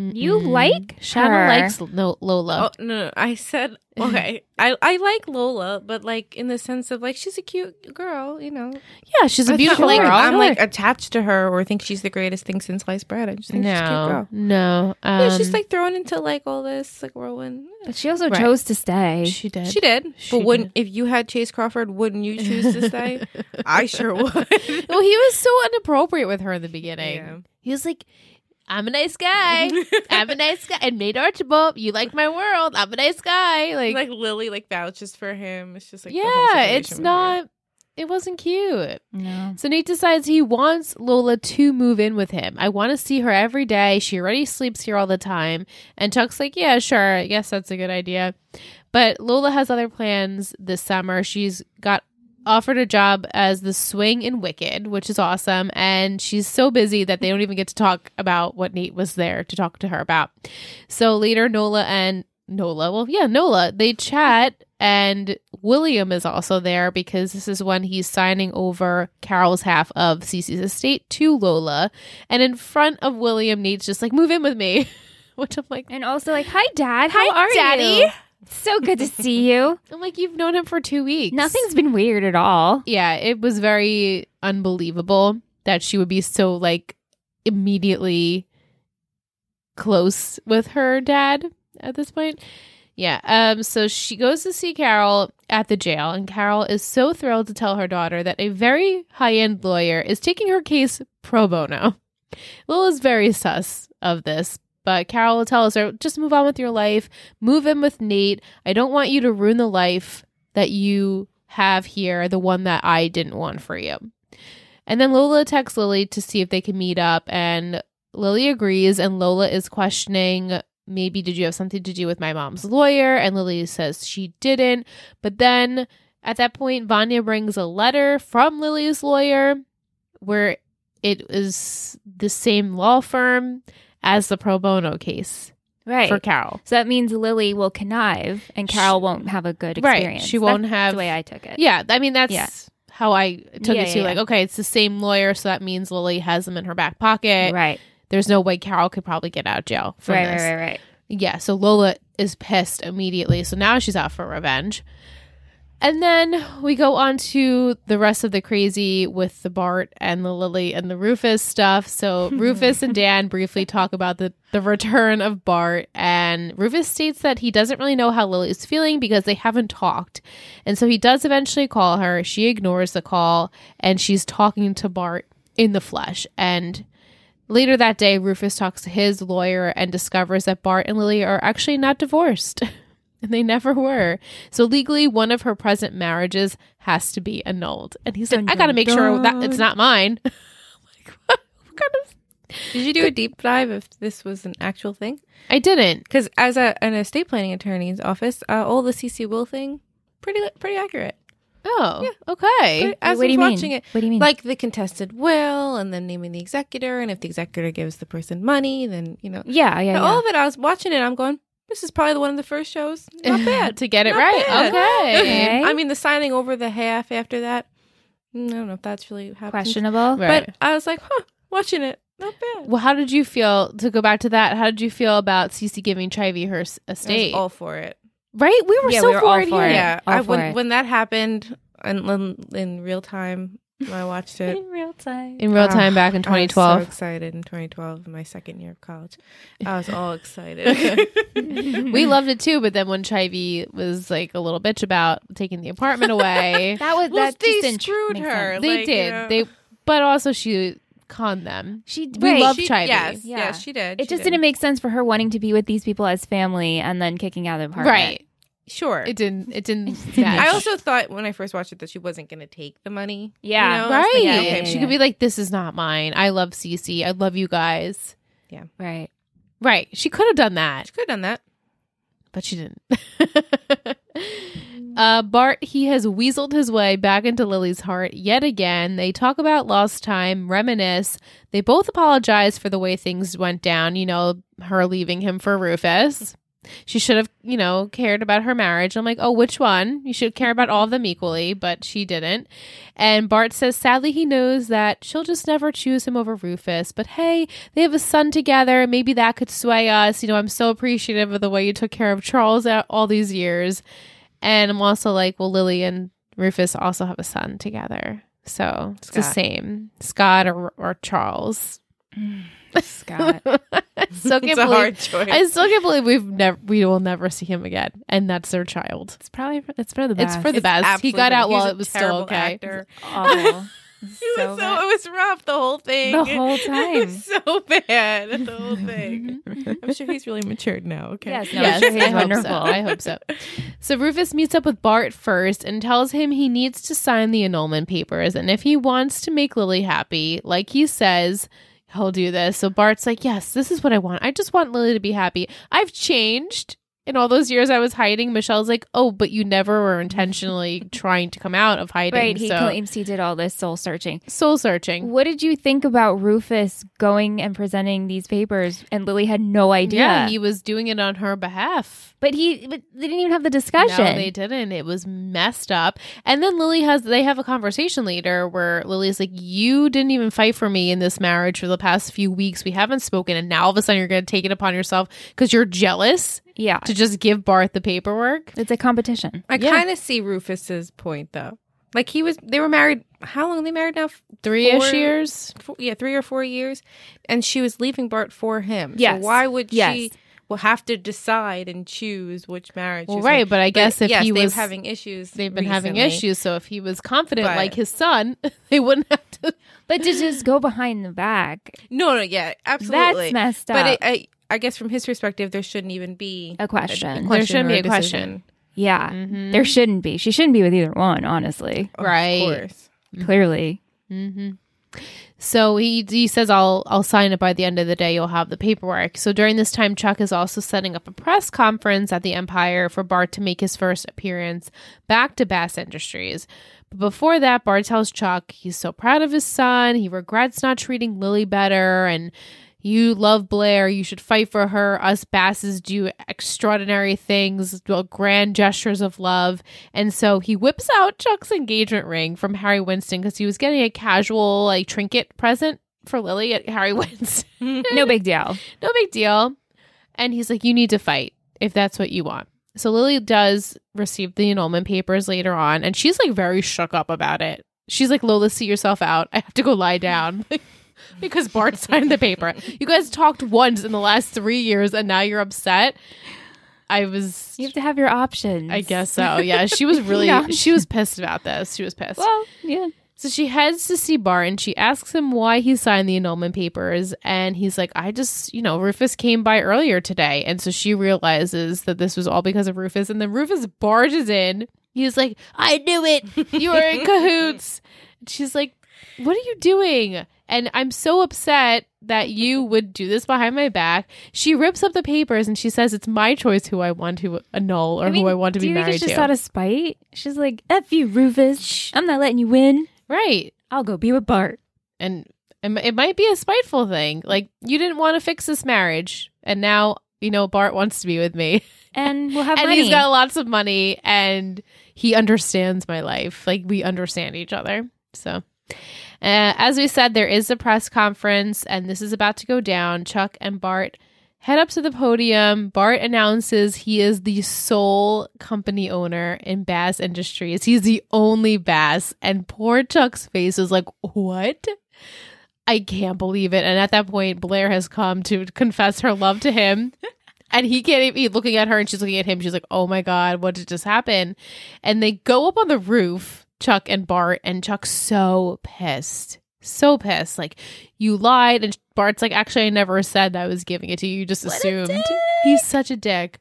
[SPEAKER 3] You
[SPEAKER 1] Mm-hmm.
[SPEAKER 3] like
[SPEAKER 1] Shanna
[SPEAKER 3] her.
[SPEAKER 1] likes no- Lola.
[SPEAKER 2] Oh no, no, I said okay. I I like Lola, but like in the sense of like she's a cute girl, you know.
[SPEAKER 1] yeah, she's a
[SPEAKER 2] I
[SPEAKER 1] beautiful
[SPEAKER 2] thought, like,
[SPEAKER 1] girl.
[SPEAKER 2] I'm like attached to her or think she's the greatest thing since sliced bread. I just think she's a cute
[SPEAKER 1] no,
[SPEAKER 2] girl.
[SPEAKER 1] no. Um,
[SPEAKER 2] yeah, she's like thrown into like all this like whirlwind.
[SPEAKER 3] But she also
[SPEAKER 1] Right.
[SPEAKER 3] chose to stay.
[SPEAKER 1] she did.
[SPEAKER 2] She did,
[SPEAKER 1] She
[SPEAKER 2] but wouldn't if you had Chase Crawford? Wouldn't you choose to stay? I sure would.
[SPEAKER 1] well, he was so inappropriate with her in the beginning.
[SPEAKER 2] Yeah.
[SPEAKER 1] He was like, I'm a nice guy. I'm a nice guy. And Nate Archibald, you like my world. I'm a nice guy. Like,
[SPEAKER 2] like Lily like vouches for him. It's just like the whole
[SPEAKER 1] yeah,
[SPEAKER 2] situation
[SPEAKER 1] it's
[SPEAKER 2] was
[SPEAKER 1] not, it wasn't cute.
[SPEAKER 3] No.
[SPEAKER 1] So Nate decides he wants Lola to move in with him. I want to see her every day. She already sleeps here all the time. And Chuck's like, yeah, sure. I guess that's a good idea. But Lola has other plans this summer. She's got offered a job as the swing in Wicked, which is awesome. And she's so busy that they don't even get to talk about what Nate was there to talk to her about. So later, Nola and Nola, well, yeah, Nola, they chat, and William is also there because this is when he's signing over Carol's half of Cece's estate to Lola. And in front of William, Nate's just like, move in with me, which I'm like,
[SPEAKER 3] And also, like, hi, Dad. How
[SPEAKER 1] Hi,
[SPEAKER 3] are
[SPEAKER 1] Daddy."
[SPEAKER 3] you? So good to see you.
[SPEAKER 1] I'm like, you've known him for two weeks.
[SPEAKER 3] Nothing's been weird at all.
[SPEAKER 1] yeah, it was very unbelievable that she would be so like immediately close with her dad at this point. Yeah. Um so she goes to see Carol at the jail and Carol is so thrilled to tell her daughter that a very high-end lawyer is taking her case pro bono. Lola's very sus of this, but Carol tells her just move on with your life, move in with Nate. I don't want you to ruin the life that you have here, the one that I didn't want for you. And then Lola texts Lily to see if they can meet up, and Lily agrees, and Lola is questioning. Maybe did you have something to do with my mom's lawyer? And Lily says she didn't. But then at that point, Vanya brings a letter from Lily's lawyer where it is the same law firm as the pro bono case
[SPEAKER 3] Right.
[SPEAKER 1] for Carol.
[SPEAKER 3] so that means Lily will connive and Carol
[SPEAKER 1] She-
[SPEAKER 3] won't have a good
[SPEAKER 1] Right.
[SPEAKER 3] experience.
[SPEAKER 1] She won't
[SPEAKER 3] That's
[SPEAKER 1] have
[SPEAKER 3] the way I took it.
[SPEAKER 1] Yeah, I mean that's
[SPEAKER 3] Yeah.
[SPEAKER 1] how I took
[SPEAKER 3] Yeah,
[SPEAKER 1] it too.
[SPEAKER 3] yeah,
[SPEAKER 1] like,
[SPEAKER 3] yeah.
[SPEAKER 1] okay, it's the same lawyer, so that means Lily has them in her back pocket.
[SPEAKER 3] Right.
[SPEAKER 1] There's no way Carol could probably get out of jail from
[SPEAKER 3] Right,
[SPEAKER 1] this.
[SPEAKER 3] right, right, right.
[SPEAKER 1] Yeah, so Lola is pissed immediately. So now she's out for revenge. And then we go on to the rest of the crazy with the Bart and the Lily and the Rufus stuff. So Rufus and Dan briefly talk about the, the return of Bart. And Rufus states that he doesn't really know how Lily is feeling because they haven't talked. And so he does eventually call her. She ignores the call and she's talking to Bart in the flesh. And Later that day, Rufus talks to his lawyer and discovers that Bart and Lily are actually not divorced. and they never were. So legally, one of her present marriages has to be annulled. And he's like,
[SPEAKER 3] Dun,
[SPEAKER 1] I got to
[SPEAKER 3] dun,
[SPEAKER 1] make sure that
[SPEAKER 3] dun.
[SPEAKER 1] it's not mine. like, what, what kind of.
[SPEAKER 2] Did you do a deep dive if this was an actual thing?
[SPEAKER 1] I didn't.
[SPEAKER 2] Because as a, an estate planning attorney's office, uh, all the CC will thing pretty pretty accurate.
[SPEAKER 1] Oh, okay.
[SPEAKER 2] But
[SPEAKER 3] what do
[SPEAKER 2] as I was
[SPEAKER 3] you mean?
[SPEAKER 2] watching it,
[SPEAKER 3] What do you mean?
[SPEAKER 2] like the contested will, and then naming the executor, and if the executor gives the person money, then you know
[SPEAKER 3] yeah, yeah, yeah.
[SPEAKER 2] all of it. I was watching it. I'm going. This is probably one of the first shows. Not bad.
[SPEAKER 1] to get it
[SPEAKER 2] Not
[SPEAKER 1] right.
[SPEAKER 2] bad.
[SPEAKER 1] Okay.
[SPEAKER 3] Okay.
[SPEAKER 2] I mean, the signing over the half after that. mm, I don't know if that's really happened.
[SPEAKER 3] Questionable.
[SPEAKER 1] Right.
[SPEAKER 2] But I was like, huh, watching it. Not bad.
[SPEAKER 1] Well, how did you feel to go back to that? How did you feel about Cece giving Chivy her s-
[SPEAKER 2] I was
[SPEAKER 1] estate?
[SPEAKER 2] all for it.
[SPEAKER 1] right, we were
[SPEAKER 3] Yeah,
[SPEAKER 1] so
[SPEAKER 3] we were all
[SPEAKER 1] for it
[SPEAKER 3] for
[SPEAKER 1] here.
[SPEAKER 3] it.
[SPEAKER 2] Yeah,
[SPEAKER 3] all
[SPEAKER 2] I
[SPEAKER 3] for
[SPEAKER 2] when
[SPEAKER 3] it.
[SPEAKER 2] when that happened in, in, in real time, when I watched it.
[SPEAKER 3] real time.
[SPEAKER 1] in real time
[SPEAKER 2] Ah,
[SPEAKER 1] back in
[SPEAKER 2] I
[SPEAKER 1] 2012.
[SPEAKER 2] was so excited in 2012, my second year of college. I was all excited.
[SPEAKER 1] we loved it too, but then when Chivy was like a little bitch about taking the apartment away,
[SPEAKER 3] That was
[SPEAKER 2] Well,
[SPEAKER 3] that
[SPEAKER 2] they
[SPEAKER 3] just didn't tr-
[SPEAKER 2] screwed
[SPEAKER 3] make
[SPEAKER 2] her.
[SPEAKER 3] sense.
[SPEAKER 1] they
[SPEAKER 2] Like, you
[SPEAKER 1] did.
[SPEAKER 2] know.
[SPEAKER 1] They, but also she conned them.
[SPEAKER 3] She
[SPEAKER 1] We
[SPEAKER 3] right.
[SPEAKER 1] love
[SPEAKER 2] She-
[SPEAKER 1] Chivy.
[SPEAKER 2] Yes,
[SPEAKER 3] Yeah.
[SPEAKER 2] yes, she did.
[SPEAKER 3] It just didn't make sense for her wanting to be with these people as family and then kicking out of the apartment.
[SPEAKER 1] Right.
[SPEAKER 2] sure.
[SPEAKER 1] It didn't. It didn't. match.
[SPEAKER 2] I also thought when I first watched it that she wasn't going to take the money.
[SPEAKER 3] Yeah.
[SPEAKER 2] You know? I was
[SPEAKER 1] right.
[SPEAKER 2] thinking,
[SPEAKER 3] Yeah,
[SPEAKER 2] okay,
[SPEAKER 3] yeah,
[SPEAKER 1] she
[SPEAKER 3] yeah.
[SPEAKER 1] could be like, "This is not mine. I love Cece. I love you guys."
[SPEAKER 3] Right.
[SPEAKER 1] Right. She could have done that,
[SPEAKER 2] She could have done that.
[SPEAKER 1] but she didn't. uh, Bart, he has weaseled his way back into Lily's heart yet again. They talk about lost time, reminisce. They both apologize for the way things went down, you know, her leaving him for Rufus. She should have, you know, cared about her marriage. I'm like, oh, which one? You should care about all of them equally, but she didn't. And Bart says sadly he knows that she'll just never choose him over Rufus. But hey, they have a son together. Maybe that could sway us. You know, I'm so appreciative of the way you took care of Charles out all these years. And I'm also like, well, Lily and Rufus also have a son together. So it's the
[SPEAKER 2] Scott.
[SPEAKER 1] same Scott or, or Charles.
[SPEAKER 3] Scott.
[SPEAKER 1] Still can't
[SPEAKER 2] It's a
[SPEAKER 1] believe,
[SPEAKER 2] hard choice.
[SPEAKER 1] I still can't believe we've never we will never see him again. And that's their child.
[SPEAKER 3] It's probably it's for the
[SPEAKER 1] It's for the
[SPEAKER 2] It's
[SPEAKER 1] best. He
[SPEAKER 2] absolutely-
[SPEAKER 1] got out
[SPEAKER 2] he was
[SPEAKER 1] while
[SPEAKER 2] a
[SPEAKER 1] it was still
[SPEAKER 2] terrible
[SPEAKER 1] okay.
[SPEAKER 2] actor.
[SPEAKER 3] awful.
[SPEAKER 2] It
[SPEAKER 3] So
[SPEAKER 2] was so
[SPEAKER 3] bad.
[SPEAKER 2] it was rough the whole thing.
[SPEAKER 3] The whole
[SPEAKER 2] It was so bad the whole thing. I'm sure he's really matured now. Okay.
[SPEAKER 3] Yes, no,
[SPEAKER 1] Mm-hmm. yes,
[SPEAKER 3] sure he's
[SPEAKER 1] I hope so.
[SPEAKER 3] wonderful.
[SPEAKER 1] I hope so. So Rufus meets up with Bart first and tells him he needs to sign the annulment papers, and if he wants to make Lily happy, like he says, he'll do this. So Bart's like, "Yes, this is what I want. I just want Lily to be happy. I've changed." In all those years I was hiding, Michelle's like, "Oh, but you never were intentionally trying to come out of hiding."
[SPEAKER 3] Right. He
[SPEAKER 1] so
[SPEAKER 3] claims he did all this soul searching.
[SPEAKER 1] soul searching.
[SPEAKER 3] What did you think about Rufus going and presenting these papers? And Lily had no idea.
[SPEAKER 1] Yeah, he was doing it on her behalf.
[SPEAKER 3] but he, but they didn't even have the discussion.
[SPEAKER 1] No, they didn't. It was messed up. And then Lily has they have a conversation later where Lily's like, "You didn't even fight for me in this marriage for the past few weeks. We haven't spoken, and now all of a sudden you're going to take it upon yourself because you're jealous
[SPEAKER 3] yeah.
[SPEAKER 1] to just give Barth the paperwork."
[SPEAKER 3] It's a competition.
[SPEAKER 2] I
[SPEAKER 1] Yeah.
[SPEAKER 2] kind of see Rufus's point though. Like he was, they were married. How long are they married now? F-
[SPEAKER 1] Three ish
[SPEAKER 2] Four-
[SPEAKER 1] years.
[SPEAKER 2] Four, yeah, three or four years, and she was leaving Bart for him.
[SPEAKER 3] Yes.
[SPEAKER 2] So why would
[SPEAKER 3] Yes.
[SPEAKER 2] she? Will have to decide and choose which marriage.
[SPEAKER 1] Well,
[SPEAKER 2] she's
[SPEAKER 1] right,
[SPEAKER 2] in.
[SPEAKER 1] but I guess if
[SPEAKER 2] yes,
[SPEAKER 1] he
[SPEAKER 2] they were
[SPEAKER 1] was
[SPEAKER 2] having issues,
[SPEAKER 1] They've been having
[SPEAKER 2] recently.
[SPEAKER 1] issues, so if he was confident
[SPEAKER 2] But-
[SPEAKER 1] like his son, they wouldn't have to.
[SPEAKER 3] But to just go behind the back,
[SPEAKER 2] No, no, yeah, absolutely.
[SPEAKER 3] that's messed up.
[SPEAKER 2] but it, I, I guess from his perspective, there shouldn't even be
[SPEAKER 3] a question.
[SPEAKER 1] There shouldn't
[SPEAKER 2] or
[SPEAKER 1] be a question.
[SPEAKER 2] decision.
[SPEAKER 3] yeah.
[SPEAKER 1] Mhm.
[SPEAKER 3] There shouldn't be. She shouldn't be with either one, honestly.
[SPEAKER 1] Right.
[SPEAKER 2] Of course.
[SPEAKER 3] Clearly.
[SPEAKER 1] Mm-hmm. So he he says I'll I'll sign it by the end of the day. You'll have the paperwork. So during this time, Chuck is also setting up a press conference at the Empire for Bart to make his first appearance back to Bass Industries. But before that, Bart tells Chuck he's so proud of his son. He regrets not treating Lily better and. You love Blair. You should fight for her. Us Basses do extraordinary things, do grand gestures of love. And so he whips out Chuck's engagement ring from Harry Winston because he was getting a casual like trinket present for Lily at Harry Winston.
[SPEAKER 3] No big deal.
[SPEAKER 1] no big deal. And he's like, "You need to fight if that's what you want." So Lily does receive the annulment papers later on, and she's like very shook up about it. She's like, "Lola, see yourself out. I have to go lie down." Because Bart signed the paper. You guys talked once in the last three years and now you're upset. I was
[SPEAKER 3] You have to have your options.
[SPEAKER 1] I guess so. Yeah, she was really
[SPEAKER 3] Yeah.
[SPEAKER 1] she was pissed about this. She was pissed.
[SPEAKER 3] Well, yeah.
[SPEAKER 1] so she heads to see Bart and she asks him why he signed the annulment papers and he's like, "I just, you know, Rufus came by earlier today." And so she realizes that this was all because of Rufus and then Rufus barges in. He's like, "I knew it. You were in cahoots." And she's like, "What are you doing?" And I'm so upset that you would do this behind my back. She rips up the papers and she says, "It's my choice who I want to annul or who I want to
[SPEAKER 3] do
[SPEAKER 1] be
[SPEAKER 3] you think
[SPEAKER 1] married
[SPEAKER 3] it's just
[SPEAKER 1] to."
[SPEAKER 3] out of spite? She's like, F you, Rufus. I'm not letting you win.
[SPEAKER 1] Right.
[SPEAKER 3] I'll go be with Bart.
[SPEAKER 1] And it mi- it might be a spiteful thing. Like, you didn't want to fix this marriage. And now, you know, Bart wants to be with me.
[SPEAKER 3] And we'll have
[SPEAKER 1] and
[SPEAKER 3] money.
[SPEAKER 1] he's got lots of money and he understands my life. Like, we understand each other. So. Uh, as we said, there is a press conference, and this is about to go down. Chuck and Bart head up to the podium. Bart announces he is the sole company owner in Bass Industries. He's the only Bass, and poor Chuck's face is like, "What? I can't believe it!" And at that point, Blair has come to confess her love to him. And he can't even he's looking at her and she's looking at him. She's like, Oh my God, what did just happen? And they go up on the roof, Chuck and Bart, and Chuck's so pissed. So pissed. Like, you lied. And Bart's like, Actually, I never said I was giving it to you. You just assumed. He's such a dick.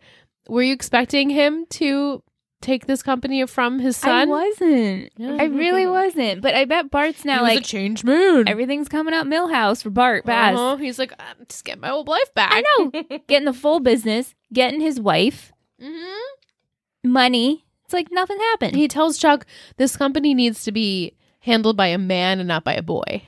[SPEAKER 1] Were you expecting him to take this company from his
[SPEAKER 3] I
[SPEAKER 1] son?
[SPEAKER 3] wasn't.
[SPEAKER 1] Yeah.
[SPEAKER 3] I really wasn't. But I bet Bart's now like
[SPEAKER 1] change moon.
[SPEAKER 3] everything's coming up Millhouse for Bart Bass.
[SPEAKER 1] Uh-huh. He's like, "Uh, just get my old life back.
[SPEAKER 3] I know. getting the full business, getting his wife, Mm-hmm.
[SPEAKER 1] hmm
[SPEAKER 3] money. It's like nothing happened.
[SPEAKER 1] He tells Chuck, this company needs to be handled by a man and not by a boy.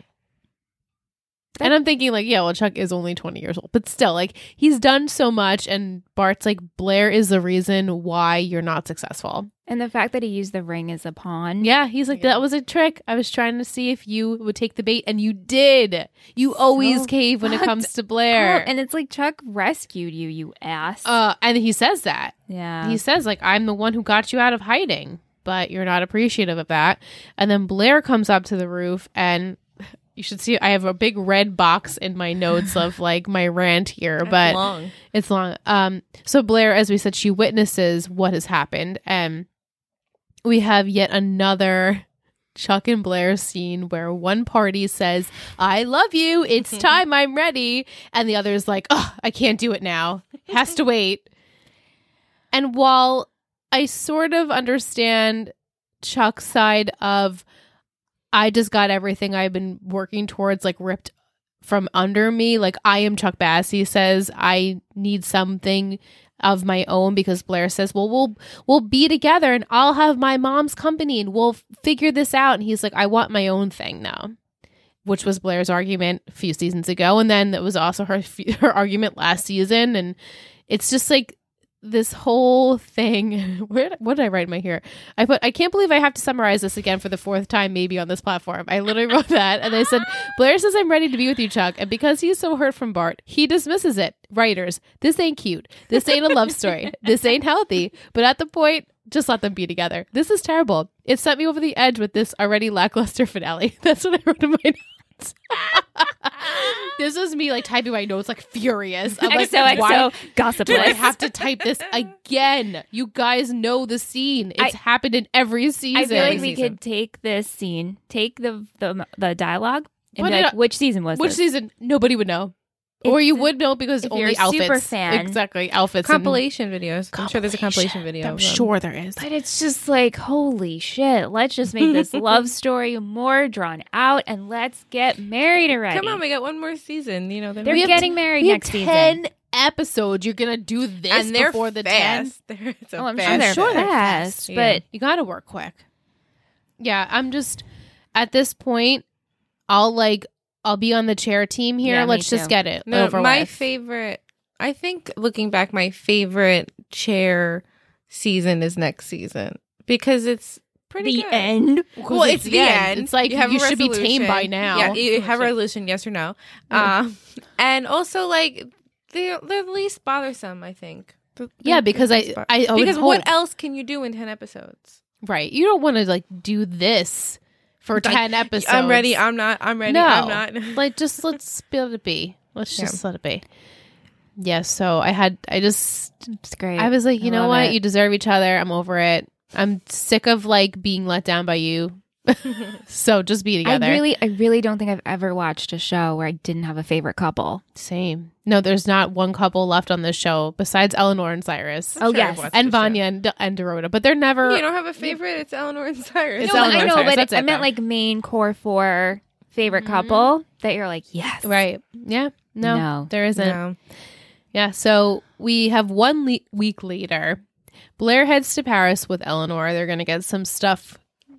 [SPEAKER 1] and I'm thinking, like, yeah, well, Chuck is only 20 years old, but still, like, he's done so much. And Bart's like, Blair is the reason why you're not successful.
[SPEAKER 3] and the fact that he used the ring as a pawn.
[SPEAKER 1] Yeah, he's like,
[SPEAKER 2] Yeah.
[SPEAKER 1] that was a trick. I was trying to see if you would take the bait, and you did. You always
[SPEAKER 3] So
[SPEAKER 1] cave when it
[SPEAKER 3] fucked
[SPEAKER 1] comes to
[SPEAKER 3] Oh,
[SPEAKER 1] Blair.
[SPEAKER 3] and it's like Chuck rescued you, you ass.
[SPEAKER 1] uh, and he says that.
[SPEAKER 3] yeah.
[SPEAKER 1] He says, like, I'm the one who got you out of hiding, but you're not appreciative of that. And then Blair comes up to the roof and you should see I have a big red box in my notes of like my rant here, but
[SPEAKER 2] long.
[SPEAKER 1] it's long. Um so Blair, as we said, she witnesses what has happened and we have yet another Chuck and Blair scene where one party says, I love you, it's time, I'm ready. And the other is like, oh, I can't do it now, has to wait. And while I sort of understand Chuck's side of, I just got everything I've been working towards, like ripped from under me, like I am Chuck Bass, he says, I need something of my own because Blair says, well, we'll we'll be together and I'll have my mom's company and we'll f- figure this out. And he's like, I want my own thing now, which was Blair's argument a few seasons ago. And then that was also her, f- her argument last season. And it's just like this whole thing. Where, what did I write in my here? I put, I can't believe I have to summarize this again for the fourth time, maybe on this platform. I literally wrote that. And I said, Blair says, I'm ready to be with you, Chuck. And because he's so hurt from Bart, he dismisses it. Writers, this ain't cute. This ain't a love story. This ain't healthy. But at the point, just let them be together. This is terrible. It sent me over the edge with this already lackluster finale. That's what I wrote in my notes. this was me like typing my notes like furious. I'm like, why
[SPEAKER 3] XOXO gossip
[SPEAKER 1] do I
[SPEAKER 3] list.
[SPEAKER 1] have to type this again? You guys know the scene. It's
[SPEAKER 3] I-
[SPEAKER 1] happened in every season.
[SPEAKER 3] I feel like we
[SPEAKER 2] Season.
[SPEAKER 3] could take this scene, take the the, the dialogue, and
[SPEAKER 1] Put
[SPEAKER 3] be
[SPEAKER 1] it
[SPEAKER 3] like,
[SPEAKER 1] up-
[SPEAKER 3] which season was
[SPEAKER 1] Which
[SPEAKER 3] this?
[SPEAKER 1] season? Nobody would know. or
[SPEAKER 3] It's-
[SPEAKER 1] you would know because
[SPEAKER 3] if
[SPEAKER 1] only
[SPEAKER 3] you're a
[SPEAKER 1] outfits.
[SPEAKER 3] super fan.
[SPEAKER 1] Exactly. Outfits. and-
[SPEAKER 2] Compilation videos. I'm sure there's a compilation video.
[SPEAKER 1] I'm
[SPEAKER 2] of them.
[SPEAKER 1] sure there is.
[SPEAKER 3] But it's just like, holy shit, let's just make this love story more drawn out and let's get married already.
[SPEAKER 2] Come on, we got one more season. You know, then
[SPEAKER 3] They're
[SPEAKER 2] we-
[SPEAKER 1] have
[SPEAKER 3] getting married
[SPEAKER 1] We have
[SPEAKER 3] next season.
[SPEAKER 1] ten episodes. You're gonna do this
[SPEAKER 2] and they're
[SPEAKER 1] before the ten.
[SPEAKER 2] fast. They're, it's a
[SPEAKER 3] Oh, I'm sure
[SPEAKER 2] fast
[SPEAKER 3] they're
[SPEAKER 1] sure they're
[SPEAKER 3] fast,
[SPEAKER 2] fast, yeah.
[SPEAKER 3] but
[SPEAKER 1] You gotta work quick. Yeah, I'm just at this point. I'll like I'll be on the chair team here.
[SPEAKER 3] Yeah, me
[SPEAKER 1] Let's just
[SPEAKER 3] too.
[SPEAKER 1] get it
[SPEAKER 2] No,
[SPEAKER 1] over
[SPEAKER 2] my
[SPEAKER 1] with.
[SPEAKER 2] favorite. I think looking back, my favorite chair season is next season because it's pretty
[SPEAKER 3] the
[SPEAKER 2] good.
[SPEAKER 3] end.
[SPEAKER 2] Well, it's, the end.
[SPEAKER 1] It's like you,
[SPEAKER 2] have a
[SPEAKER 1] should be tamed by
[SPEAKER 2] resolution.
[SPEAKER 1] now. Mm.
[SPEAKER 2] Yeah, you have a resolution, yes or no. Um, and also like they're they're the least bothersome, I think. The-
[SPEAKER 1] Yeah,
[SPEAKER 2] the-
[SPEAKER 1] because
[SPEAKER 2] the
[SPEAKER 1] I-
[SPEAKER 2] least bo-
[SPEAKER 1] I- I would
[SPEAKER 2] because what
[SPEAKER 1] hope-
[SPEAKER 2] else can you do in ten episodes?
[SPEAKER 1] right. You don't want to like do this for ten episodes.
[SPEAKER 2] I'm ready. I'm not. I'm ready.
[SPEAKER 1] No.
[SPEAKER 2] I'm not.
[SPEAKER 1] like just let's let it be. Let's
[SPEAKER 2] Yeah.
[SPEAKER 1] just let it be. Yeah. So I had I just
[SPEAKER 3] It's great.
[SPEAKER 1] I was like, you
[SPEAKER 3] I
[SPEAKER 1] know
[SPEAKER 3] love
[SPEAKER 1] what?
[SPEAKER 3] it.
[SPEAKER 1] You deserve each other. I'm over it. I'm sick of like being let down by you. so just be
[SPEAKER 3] I
[SPEAKER 1] together.
[SPEAKER 3] really, I really don't think I've ever watched a show where I didn't have a favorite couple.
[SPEAKER 1] Same. No, there's not one couple left on this show besides Eleanor and Cyrus
[SPEAKER 3] Oh,
[SPEAKER 2] Sure, I've
[SPEAKER 3] yes.
[SPEAKER 2] watched
[SPEAKER 1] and
[SPEAKER 2] the show.
[SPEAKER 1] Vanya and, and Dorota, but they're never.
[SPEAKER 2] You don't have a favorite. It's Eleanor and Cyrus.
[SPEAKER 1] It's
[SPEAKER 3] no,
[SPEAKER 1] Eleanor
[SPEAKER 3] I
[SPEAKER 1] and
[SPEAKER 3] know,
[SPEAKER 1] Cyrus,
[SPEAKER 3] but
[SPEAKER 1] that's
[SPEAKER 3] it,
[SPEAKER 1] it,
[SPEAKER 3] I meant
[SPEAKER 1] though.
[SPEAKER 3] like main core four favorite couple that you're like, yes,
[SPEAKER 1] right. Yeah. No,
[SPEAKER 3] No.
[SPEAKER 1] there isn't.
[SPEAKER 2] No.
[SPEAKER 1] Yeah, so we have one le- week later. Blair heads to Paris with Eleanor. They're going to get some stuff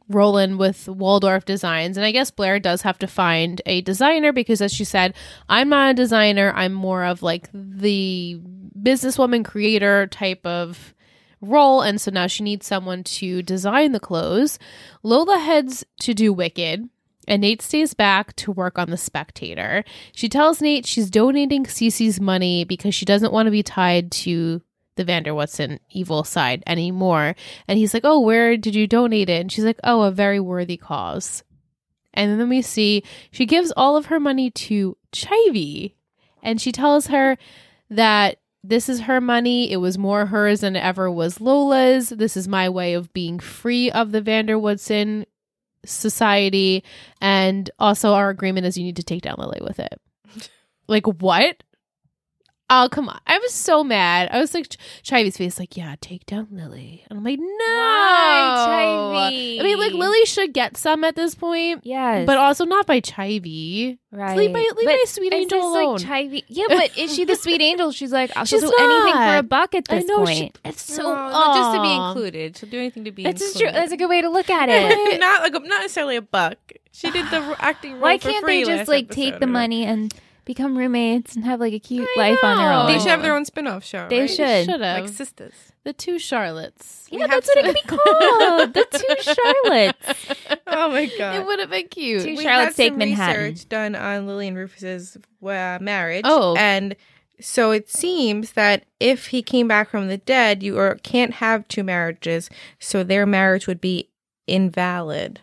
[SPEAKER 1] rolling with Waldorf Designs. And I guess Blair does have to find a designer because, as she said, I'm not a designer. I'm more of like the businesswoman creator type of role. And so now she needs someone to design the clothes. Lola heads to do Wicked. And Nate stays back to work on The Spectator. She tells Nate she's donating Cece's money because she doesn't want to be tied to the Vanderwatson evil side anymore. And he's like, Oh, where did you donate it? And she's like, Oh, a very worthy cause. And then we see she gives all of her money to Chivy. And she tells her that this is her money. It was more hers than it ever was Lola's. This is my way of being free of the Vanderwoodson society. And also, our agreement is you need to take down Lily with it. Like, what? Oh, come on. I was so mad. I was like, Ch- Chivy's face, like, yeah, take down Lily. And I'm like, no.
[SPEAKER 2] Why, Chivy?
[SPEAKER 1] I mean, like, Lily should get some at this point,
[SPEAKER 3] Yes,
[SPEAKER 1] but also not by Chivy.
[SPEAKER 3] right.
[SPEAKER 1] Leave my, leave
[SPEAKER 3] But
[SPEAKER 1] my sweet
[SPEAKER 3] is
[SPEAKER 1] angel
[SPEAKER 3] this,
[SPEAKER 1] alone.
[SPEAKER 3] Like Chivy? Yeah, but is she the sweet angel? She's like, I'll
[SPEAKER 1] She's
[SPEAKER 3] she'll do anything for
[SPEAKER 1] not.
[SPEAKER 3] a buck at
[SPEAKER 1] I
[SPEAKER 3] this
[SPEAKER 1] know. She,
[SPEAKER 3] point.
[SPEAKER 1] it's so.
[SPEAKER 2] So no, just to be
[SPEAKER 1] aw.
[SPEAKER 2] included. She'll do anything to be
[SPEAKER 3] That's just
[SPEAKER 2] included.
[SPEAKER 3] true. That's a good way to look at it.
[SPEAKER 2] not like a- not necessarily a buck. She did the acting role
[SPEAKER 3] Why
[SPEAKER 2] for
[SPEAKER 3] can't they
[SPEAKER 2] free last
[SPEAKER 3] just like take
[SPEAKER 2] episode,
[SPEAKER 3] the
[SPEAKER 2] right?
[SPEAKER 3] money and become roommates and have like a cute
[SPEAKER 1] I
[SPEAKER 3] life on their
[SPEAKER 1] know.
[SPEAKER 3] own?
[SPEAKER 2] They should have their own spin-off show.
[SPEAKER 3] They
[SPEAKER 2] right?
[SPEAKER 3] should.
[SPEAKER 1] They should have.
[SPEAKER 2] like sisters.
[SPEAKER 1] the two Charlottes.
[SPEAKER 3] Yeah,
[SPEAKER 2] have
[SPEAKER 3] that's what it could be called. the two Charlottes.
[SPEAKER 2] Oh my
[SPEAKER 1] It
[SPEAKER 2] god.
[SPEAKER 1] would have been cute.
[SPEAKER 3] Two
[SPEAKER 1] We-
[SPEAKER 3] Sh- Charlottees
[SPEAKER 2] had
[SPEAKER 3] Take
[SPEAKER 2] some
[SPEAKER 3] Manhattan.
[SPEAKER 2] research done on Lily and Rufus's uh, marriage.
[SPEAKER 1] Oh.
[SPEAKER 2] and so it seems that if he came back from the dead, you are, can't have two marriages, so their marriage would be invalid.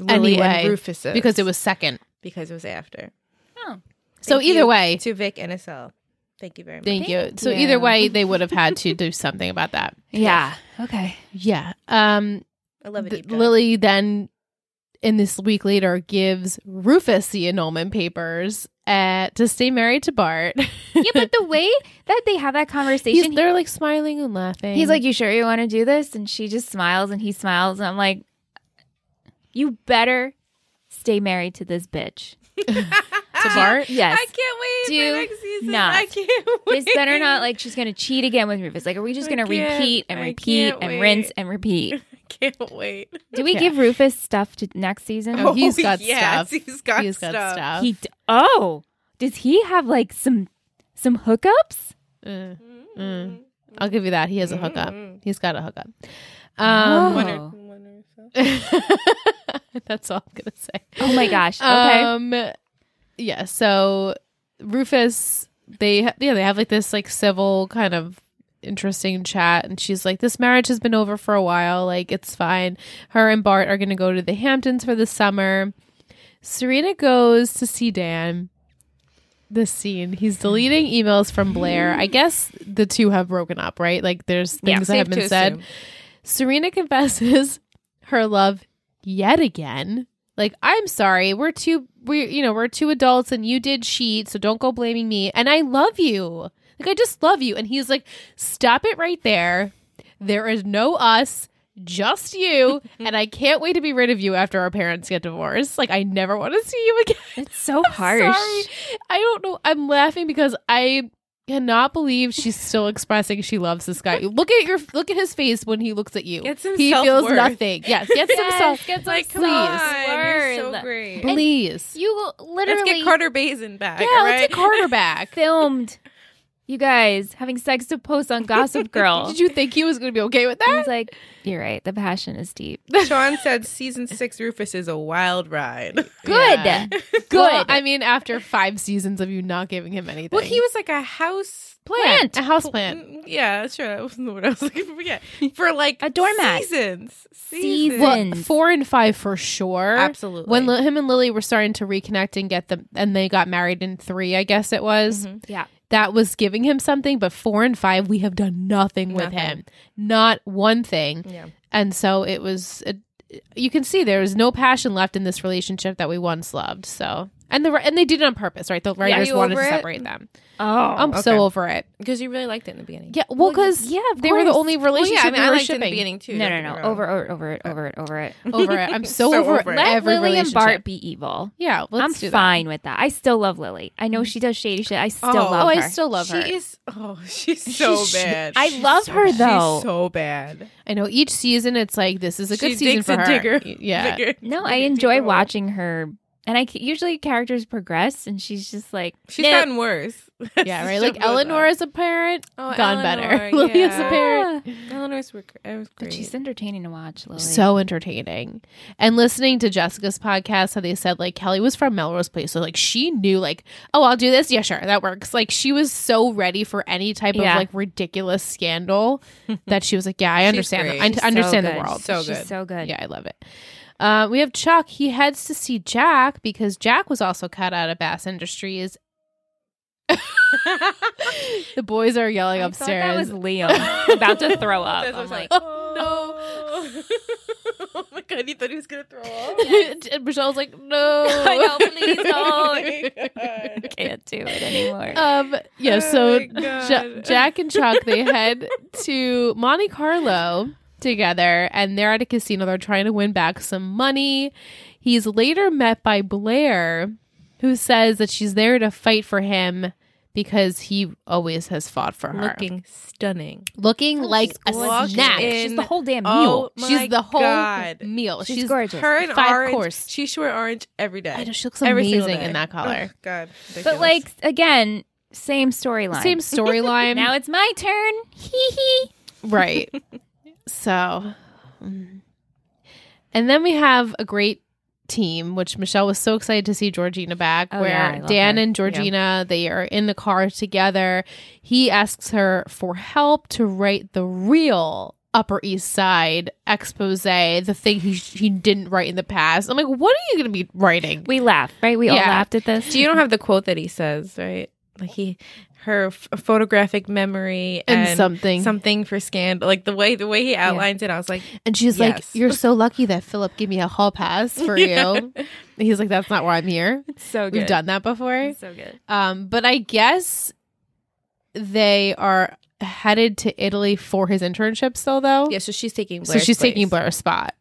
[SPEAKER 2] Lily
[SPEAKER 1] Anyway,
[SPEAKER 2] and Rufus's
[SPEAKER 1] because it was second.
[SPEAKER 2] because it was after.
[SPEAKER 1] So
[SPEAKER 2] Thank
[SPEAKER 1] either
[SPEAKER 2] you
[SPEAKER 1] way,
[SPEAKER 2] to Vic and Estelle. Thank you very much.
[SPEAKER 1] thank, you.
[SPEAKER 3] Thank
[SPEAKER 1] So either
[SPEAKER 3] you.
[SPEAKER 1] way, they would have had to do something about that.
[SPEAKER 3] Yeah. Okay.
[SPEAKER 1] Yeah. Um.
[SPEAKER 2] I love it.
[SPEAKER 1] th- Lily then, in this week later, gives Rufus the annulment papers uh, to stay married to Bart.
[SPEAKER 3] Yeah, but the way that they have that
[SPEAKER 1] He's,
[SPEAKER 3] conversation,
[SPEAKER 1] they're like smiling and laughing.
[SPEAKER 3] He's like, "You sure you want to do this?" And she just smiles, and he smiles, and I'm like, "You better stay married to this bitch."
[SPEAKER 1] to Bart.
[SPEAKER 3] Yes,
[SPEAKER 2] I can't wait
[SPEAKER 3] Do
[SPEAKER 2] for next season.
[SPEAKER 3] not.
[SPEAKER 2] I can't wait.
[SPEAKER 3] this better not like she's gonna cheat again with Rufus. Like, are we just
[SPEAKER 2] I
[SPEAKER 3] gonna
[SPEAKER 2] can't-
[SPEAKER 3] repeat and
[SPEAKER 2] I
[SPEAKER 3] repeat
[SPEAKER 2] can't
[SPEAKER 3] and
[SPEAKER 2] wait.
[SPEAKER 3] rinse and repeat?
[SPEAKER 2] I can't wait.
[SPEAKER 3] Do we
[SPEAKER 1] Yeah.
[SPEAKER 3] give Rufus stuff to next season?
[SPEAKER 1] Oh, he's got
[SPEAKER 2] yes,
[SPEAKER 1] stuff.
[SPEAKER 2] He's got
[SPEAKER 1] He's got
[SPEAKER 2] stuff.
[SPEAKER 1] stuff.
[SPEAKER 3] he d- oh, does he have like some some hookups?
[SPEAKER 1] Uh,
[SPEAKER 3] Mm-hmm.
[SPEAKER 1] Mm. I'll give you that. He has a hookup.
[SPEAKER 2] Mm.
[SPEAKER 1] He's got a hookup.
[SPEAKER 3] Oh.
[SPEAKER 1] Um,
[SPEAKER 2] One or-
[SPEAKER 3] Oh.
[SPEAKER 2] one or so.
[SPEAKER 1] that's all I'm gonna say.
[SPEAKER 3] Oh my gosh. Okay.
[SPEAKER 1] Um, yeah. So Rufus, they ha- yeah they have like this like civil kind of interesting chat, and she's like, "This marriage has been over for a while. Like it's fine." Her and Bart are gonna go to the Hamptons for the summer. Serena goes to see Dan. This scene, he's deleting emails from Blair. I guess the two have broken up, right? Like there's
[SPEAKER 3] Yeah,
[SPEAKER 1] things that have
[SPEAKER 2] Safe
[SPEAKER 1] been
[SPEAKER 2] to
[SPEAKER 1] said.
[SPEAKER 2] assume.
[SPEAKER 1] Serena confesses her love yet again. Like, I'm sorry, we're two, we, you know, we're two adults, and you did cheat, so don't go blaming me. And I love you, like I just love you. And he's like, stop it right there. There is no us, just you, and I can't wait to be rid of you after our parents get divorced. Like, I never want to see you again.
[SPEAKER 3] it's so
[SPEAKER 1] Sorry.
[SPEAKER 3] harsh.
[SPEAKER 1] I don't know. I'm laughing because I cannot believe she's still expressing she loves this guy. Look at your look at his face when he looks at you.
[SPEAKER 2] Get some
[SPEAKER 1] he feels
[SPEAKER 2] self-worth.
[SPEAKER 1] nothing. Yes, get some self.
[SPEAKER 3] gets
[SPEAKER 2] Like, come on, you're so great.
[SPEAKER 1] Please.
[SPEAKER 3] You
[SPEAKER 2] Let's
[SPEAKER 3] literally
[SPEAKER 2] get Carter Bazin back.
[SPEAKER 1] yeah,
[SPEAKER 2] all
[SPEAKER 1] let's
[SPEAKER 2] right?
[SPEAKER 1] get Carter back.
[SPEAKER 3] filmed you guys having sex to post on Gossip Girl.
[SPEAKER 1] Did you think he was going to be okay with
[SPEAKER 3] I
[SPEAKER 1] that?
[SPEAKER 3] was like, you're right. The passion is deep.
[SPEAKER 2] Sean said season six Rufus is a wild ride.
[SPEAKER 3] Good.
[SPEAKER 1] Yeah.
[SPEAKER 3] Good.
[SPEAKER 1] Well, I mean, after five seasons of you not giving him anything,
[SPEAKER 2] Well, he was like a house
[SPEAKER 1] plant,
[SPEAKER 3] Plant.
[SPEAKER 1] a houseplant.
[SPEAKER 2] Mm, Yeah, sure. That wasn't the word I was looking for. Yeah. For like
[SPEAKER 3] A doormat.
[SPEAKER 2] Seasons.
[SPEAKER 3] Season.
[SPEAKER 2] Seasons.
[SPEAKER 1] Well, four and five for sure.
[SPEAKER 2] Absolutely.
[SPEAKER 1] When li- him and Lily were starting to reconnect and get them, and they got married in three, I guess it was.
[SPEAKER 2] Mhm.
[SPEAKER 3] Yeah.
[SPEAKER 1] that was giving him something, but four and five, we have done nothing with
[SPEAKER 2] Nothing.
[SPEAKER 1] him, not one thing.
[SPEAKER 2] Yeah.
[SPEAKER 1] And so it was, it, you can see there was no passion left in this relationship that we once loved. So, and the and they did it on purpose, right? The writers
[SPEAKER 2] you
[SPEAKER 1] wanted to
[SPEAKER 2] over it?
[SPEAKER 1] separate them.
[SPEAKER 3] Oh.
[SPEAKER 1] I'm
[SPEAKER 2] okay.
[SPEAKER 1] so over it.
[SPEAKER 2] Because you really liked it in the beginning.
[SPEAKER 1] Yeah, well,
[SPEAKER 3] Well,
[SPEAKER 1] because
[SPEAKER 3] yeah, of
[SPEAKER 1] they were the
[SPEAKER 3] course.
[SPEAKER 1] only
[SPEAKER 2] Well, yeah,
[SPEAKER 1] relationship
[SPEAKER 2] I mean, I
[SPEAKER 1] we were
[SPEAKER 2] liked it in the
[SPEAKER 1] shipping.
[SPEAKER 2] beginning too.
[SPEAKER 3] No, no,
[SPEAKER 2] don't get
[SPEAKER 3] no.
[SPEAKER 2] me wrong.
[SPEAKER 3] Over, over, over it, over it, over it.
[SPEAKER 1] over it. I'm so,
[SPEAKER 2] So
[SPEAKER 1] over,
[SPEAKER 2] over
[SPEAKER 1] it.
[SPEAKER 2] it.
[SPEAKER 3] Let
[SPEAKER 1] every
[SPEAKER 3] Lily and
[SPEAKER 1] relationship.
[SPEAKER 3] Bart be evil.
[SPEAKER 1] Yeah, let's do
[SPEAKER 3] I'm
[SPEAKER 1] that.
[SPEAKER 3] fine with that. I still love Lily. I know she does shady shit. I still
[SPEAKER 2] Oh.
[SPEAKER 3] love
[SPEAKER 1] Oh,
[SPEAKER 3] her.
[SPEAKER 1] I still love her.
[SPEAKER 2] She is. Oh, she's so
[SPEAKER 3] She's-
[SPEAKER 2] bad.
[SPEAKER 3] I
[SPEAKER 2] She's
[SPEAKER 3] love
[SPEAKER 2] so
[SPEAKER 3] her,
[SPEAKER 2] bad.
[SPEAKER 3] though.
[SPEAKER 2] She's so bad.
[SPEAKER 1] I know each season it's like this is a good
[SPEAKER 2] she
[SPEAKER 1] season
[SPEAKER 2] digs
[SPEAKER 1] for
[SPEAKER 2] a
[SPEAKER 1] her.
[SPEAKER 2] digger.
[SPEAKER 1] Yeah,
[SPEAKER 2] Digger-
[SPEAKER 3] no, I
[SPEAKER 2] digger
[SPEAKER 3] enjoy
[SPEAKER 2] deeper hole.
[SPEAKER 3] watching her. And I c- usually characters progress, and she's just like,
[SPEAKER 2] She's
[SPEAKER 3] "Nah."
[SPEAKER 2] gotten worse.
[SPEAKER 1] yeah,
[SPEAKER 2] She's
[SPEAKER 1] right.
[SPEAKER 2] so
[SPEAKER 1] Like
[SPEAKER 2] good, though.
[SPEAKER 1] Eleanor is a parent,
[SPEAKER 2] Oh,
[SPEAKER 1] gone better.
[SPEAKER 2] Eleanor,
[SPEAKER 1] Lily is a
[SPEAKER 2] yeah.
[SPEAKER 1] parent.
[SPEAKER 3] Yeah.
[SPEAKER 2] Eleanor's were, it was great.
[SPEAKER 3] "Ah." But she's entertaining to watch, Lily.
[SPEAKER 1] So entertaining. And listening to Jessica's podcast, how they said like Kelly was from Melrose Place. So like she knew like, oh, I'll do this. Yeah, sure. That works. Like she was so ready for any type
[SPEAKER 3] Yeah.
[SPEAKER 1] of like ridiculous scandal that she was like, yeah, I understand.
[SPEAKER 2] great.
[SPEAKER 1] I
[SPEAKER 3] She's so
[SPEAKER 1] understand the
[SPEAKER 3] good.
[SPEAKER 1] world.
[SPEAKER 2] So
[SPEAKER 3] She's
[SPEAKER 2] good.
[SPEAKER 3] so good.
[SPEAKER 1] Yeah, I love it. Uh, we have Chuck. He heads to see Jack because Jack was also cut out of Bass Industries. the boys are yelling
[SPEAKER 3] I thought
[SPEAKER 1] upstairs.
[SPEAKER 3] that was Liam about to throw up.
[SPEAKER 2] That's what I
[SPEAKER 3] I'm
[SPEAKER 2] was
[SPEAKER 3] like,
[SPEAKER 2] like, oh, no. oh my god, he thought he was gonna throw up.
[SPEAKER 1] And Michelle's like, no.
[SPEAKER 3] I know, please don't.
[SPEAKER 2] Oh my God.
[SPEAKER 3] Can't do it anymore.
[SPEAKER 1] Um, yeah,
[SPEAKER 2] Oh
[SPEAKER 1] so
[SPEAKER 2] my God.
[SPEAKER 1] Ja- Jack and Chuck they head to Monte Carlo together and they're at a casino. They're trying to win back some money. He's later met by Blair, who says that she's there to fight for him because he always has fought for her.
[SPEAKER 2] Looking stunning.
[SPEAKER 3] Oh,
[SPEAKER 1] Looking like a
[SPEAKER 2] gorgeous.
[SPEAKER 1] snack.
[SPEAKER 2] Walking
[SPEAKER 3] She's the whole damn meal.
[SPEAKER 2] Oh my
[SPEAKER 1] She's the whole
[SPEAKER 2] God.
[SPEAKER 1] meal.
[SPEAKER 3] She's,
[SPEAKER 1] She's,
[SPEAKER 3] gorgeous.
[SPEAKER 2] Her and
[SPEAKER 1] Five
[SPEAKER 2] orange.
[SPEAKER 1] course.
[SPEAKER 2] She should wear orange every day.
[SPEAKER 1] I know she looks
[SPEAKER 2] Every single
[SPEAKER 1] amazing
[SPEAKER 2] day. Oh
[SPEAKER 1] in that color.
[SPEAKER 2] Ugh, God,
[SPEAKER 3] but
[SPEAKER 2] ridiculous.
[SPEAKER 3] like again, same storyline.
[SPEAKER 1] Same storyline.
[SPEAKER 3] Now it's my turn. Hee hee.
[SPEAKER 1] Right. so, mm. and then we have a great team, which Michelle was so excited to see Georgina back,
[SPEAKER 3] Oh,
[SPEAKER 1] where
[SPEAKER 3] yeah, I love
[SPEAKER 1] Dan
[SPEAKER 3] her.
[SPEAKER 1] and Georgina, they are in the car together. He asks her for help to write the real Upper East Side expose, the thing he, he didn't write in the past. I'm like, what are you going to be writing?
[SPEAKER 3] We laugh, right? We all
[SPEAKER 1] Yeah.
[SPEAKER 3] laughed at this.
[SPEAKER 2] Do you don't have the quote that he says, right? Like he, her f- photographic memory
[SPEAKER 1] and,
[SPEAKER 2] and,
[SPEAKER 1] something.
[SPEAKER 2] something for scandal. Like the way the way he outlines it, I was like,
[SPEAKER 1] and she's like,
[SPEAKER 2] Yes.
[SPEAKER 1] You're so lucky that Philip gave me a hall pass for
[SPEAKER 2] Yeah.
[SPEAKER 1] you. And He's like, That's not why I'm here.
[SPEAKER 3] so
[SPEAKER 1] We've done that before.
[SPEAKER 3] So good.
[SPEAKER 1] Um, but I guess they are headed to Italy for his internship still though.
[SPEAKER 2] yeah. So she's taking.
[SPEAKER 1] Oh. so
[SPEAKER 2] Blair's
[SPEAKER 1] she's taking
[SPEAKER 2] place.
[SPEAKER 1] Blair's spot.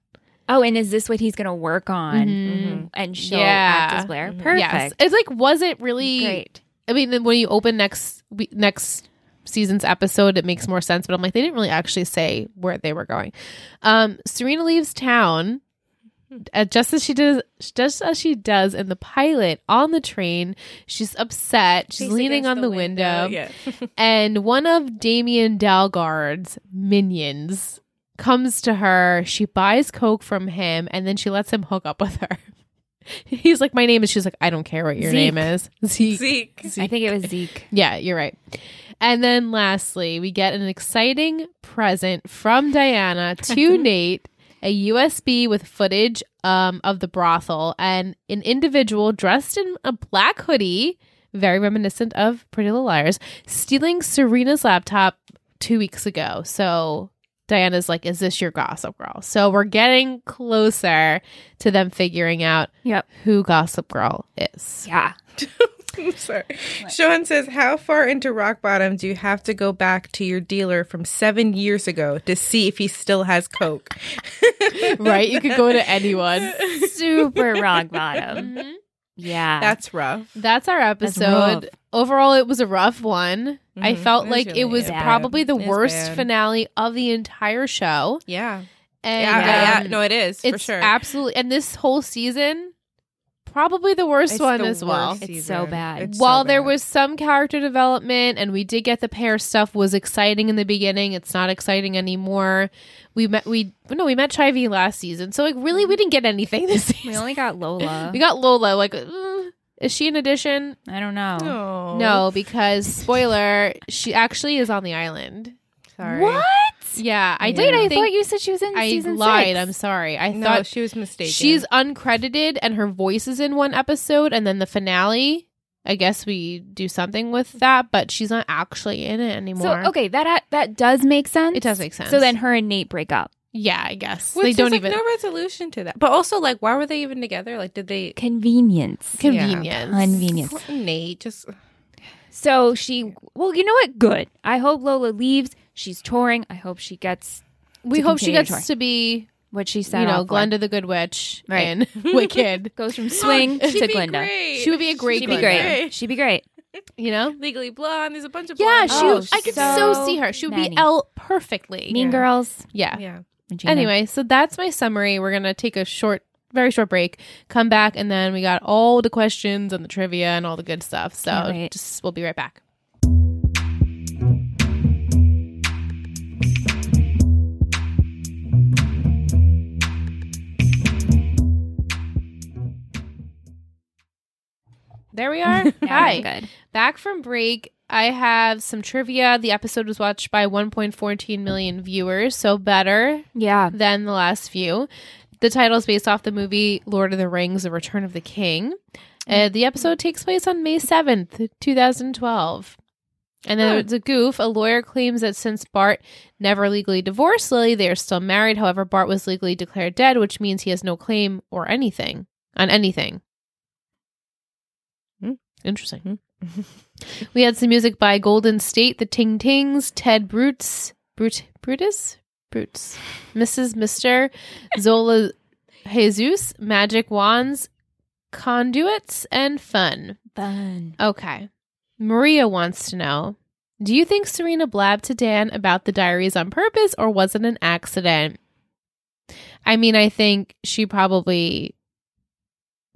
[SPEAKER 3] Oh, and is this what he's gonna work on? Mm-hmm.
[SPEAKER 1] Mhm.
[SPEAKER 3] And she'll act
[SPEAKER 1] Yeah.
[SPEAKER 3] as Blair.
[SPEAKER 2] Mhm.
[SPEAKER 3] Perfect.
[SPEAKER 1] Yes. It's like was it really
[SPEAKER 3] Great.
[SPEAKER 1] I mean then when you open next we- next season's episode it makes more sense, but I'm like they didn't really actually say where they were going. Um Serena leaves town uh, just as she does just as she does in the pilot on the train. She's upset. She's
[SPEAKER 2] Face
[SPEAKER 1] leaning
[SPEAKER 2] against
[SPEAKER 1] on the, window.
[SPEAKER 2] Yeah.
[SPEAKER 1] and one of Damien Dalgard's minions comes to her. She buys coke from him, and then she lets him hook up with her. He's like, "My name is." She's like, "I don't care what your
[SPEAKER 3] Zeke.
[SPEAKER 1] name is." Zeke.
[SPEAKER 2] Zeke.
[SPEAKER 3] I think it was Zeke.
[SPEAKER 1] Yeah, you're right. And then lastly, we get an exciting present from Diana to Nate, a USB with footage um, of the brothel and an individual dressed in a black hoodie, very reminiscent of Pretty Little Liars, stealing Serena's laptop two weeks ago. So Diana's like, Is this your gossip girl? So we're getting closer to them figuring out
[SPEAKER 3] Yep.
[SPEAKER 1] who Gossip Girl is.
[SPEAKER 3] Yeah.
[SPEAKER 2] I'm sorry. Sean says, How far into rock bottom do you have to go back to your dealer from seven years ago to see if he still has Coke?
[SPEAKER 1] right? You could go to anyone.
[SPEAKER 3] Super rock bottom.
[SPEAKER 1] Mhm.
[SPEAKER 3] Yeah.
[SPEAKER 2] That's rough.
[SPEAKER 1] That's our
[SPEAKER 3] That's
[SPEAKER 1] episode.
[SPEAKER 3] rough.
[SPEAKER 1] Overall, it was a rough one. I
[SPEAKER 2] Mhm.
[SPEAKER 1] felt
[SPEAKER 2] It was
[SPEAKER 1] like
[SPEAKER 2] really
[SPEAKER 1] it was
[SPEAKER 3] bad.
[SPEAKER 1] probably the
[SPEAKER 2] It was
[SPEAKER 1] worst
[SPEAKER 2] bad.
[SPEAKER 1] finale of the entire show.
[SPEAKER 2] Yeah.
[SPEAKER 1] And
[SPEAKER 2] Yeah, yeah,
[SPEAKER 1] um,
[SPEAKER 2] yeah. No, it is
[SPEAKER 1] it's
[SPEAKER 2] for sure.
[SPEAKER 1] absolutely and this whole season, probably the worst
[SPEAKER 2] It's
[SPEAKER 1] one
[SPEAKER 2] the
[SPEAKER 1] as well.
[SPEAKER 2] worst
[SPEAKER 3] It's
[SPEAKER 2] season.
[SPEAKER 3] so bad.
[SPEAKER 2] It's so
[SPEAKER 1] While there
[SPEAKER 2] bad.
[SPEAKER 1] was some character development and we did get the pair stuff was exciting in the beginning, it's not exciting anymore. We met we no, we met Chivy last season. So like really
[SPEAKER 2] Mm-hmm.
[SPEAKER 1] we didn't get anything this season.
[SPEAKER 3] we only got Lola.
[SPEAKER 1] We got Lola like mm, is she an addition?
[SPEAKER 3] I don't know.
[SPEAKER 2] no,
[SPEAKER 1] No, because spoiler, she actually is on the island.
[SPEAKER 2] Sorry.
[SPEAKER 3] What?
[SPEAKER 1] Yeah, I
[SPEAKER 3] Wait,
[SPEAKER 1] did.
[SPEAKER 3] I
[SPEAKER 1] I think
[SPEAKER 3] thought you said she was in
[SPEAKER 1] I
[SPEAKER 3] season
[SPEAKER 1] lied.
[SPEAKER 3] six.
[SPEAKER 1] I'm sorry. I
[SPEAKER 2] No,
[SPEAKER 1] thought
[SPEAKER 2] she was mistaken.
[SPEAKER 1] she's uncredited and her voice is in one episode, and then the finale. I guess we do something with that, but she's not actually in it anymore.
[SPEAKER 3] So okay, that uh, that does make sense.
[SPEAKER 1] it does make sense.
[SPEAKER 3] So then her and Nate break up.
[SPEAKER 1] yeah, I guess
[SPEAKER 2] Which
[SPEAKER 1] they don't
[SPEAKER 2] there's, like,
[SPEAKER 1] even
[SPEAKER 2] no resolution to that. But also, like, why were they even together? Like, did they?
[SPEAKER 3] Convenience.
[SPEAKER 2] Con-
[SPEAKER 1] convenience.
[SPEAKER 3] Convenience.
[SPEAKER 2] Poor Nate just
[SPEAKER 3] So she, well, you know what? Good. I hope Lola leaves. She's touring. I hope she gets
[SPEAKER 1] We
[SPEAKER 3] To
[SPEAKER 1] hope she
[SPEAKER 3] continue
[SPEAKER 1] gets
[SPEAKER 3] touring.
[SPEAKER 1] to be,
[SPEAKER 3] what she said.
[SPEAKER 1] you know, Glenda the Good Witch
[SPEAKER 3] Right.
[SPEAKER 1] and Wicked.
[SPEAKER 3] goes from swing
[SPEAKER 2] She'd
[SPEAKER 3] to
[SPEAKER 2] be
[SPEAKER 3] Glinda.
[SPEAKER 2] Great.
[SPEAKER 1] She would be a great
[SPEAKER 3] She'd be
[SPEAKER 1] Glinda.
[SPEAKER 3] great. She'd be great.
[SPEAKER 1] You know,
[SPEAKER 2] Legally blonde. There's a bunch of
[SPEAKER 1] yeah,
[SPEAKER 2] blonde
[SPEAKER 1] she.
[SPEAKER 3] Oh,
[SPEAKER 1] I could so,
[SPEAKER 3] so
[SPEAKER 1] see her. She would
[SPEAKER 3] many.
[SPEAKER 1] be L perfectly.
[SPEAKER 3] Mean
[SPEAKER 2] Yeah.
[SPEAKER 3] Girls.
[SPEAKER 1] yeah.
[SPEAKER 2] yeah.
[SPEAKER 3] Regina.
[SPEAKER 1] Anyway, so that's my summary. We're going to take a short, very short break, come back, and then we got all the questions and the trivia and all the good stuff.
[SPEAKER 3] Can't
[SPEAKER 1] So
[SPEAKER 3] wait.
[SPEAKER 1] just, we'll be right back. There we are.
[SPEAKER 3] Now
[SPEAKER 1] Hi
[SPEAKER 3] I'm Good.
[SPEAKER 1] back from break i have some trivia the episode was watched by 1.14 million viewers so better
[SPEAKER 3] Yeah.
[SPEAKER 1] than the last few the title is based off the movie lord of the rings the return of the king uh, the episode takes place on may 7th 2012 And
[SPEAKER 2] Hmm.
[SPEAKER 1] then it's a goof. A lawyer claims that since Bart never legally divorced Lily, they are still married. However, Bart was legally declared dead, which means he has no claim or anything on anything.
[SPEAKER 2] Hmm.
[SPEAKER 1] Interesting.
[SPEAKER 2] Hmm.
[SPEAKER 1] we had some music by Golden State, the Ting Tings, Ted Brutes, Brut, Brutus, Brutes, Mrs. Mister, Zola, Jesus, Magic Wands, Conduits, and Fun.
[SPEAKER 3] Fun.
[SPEAKER 1] Okay. Maria wants to know Do you think Serena blabbed to Dan about the diaries on purpose or was it an accident? I mean, I think she probably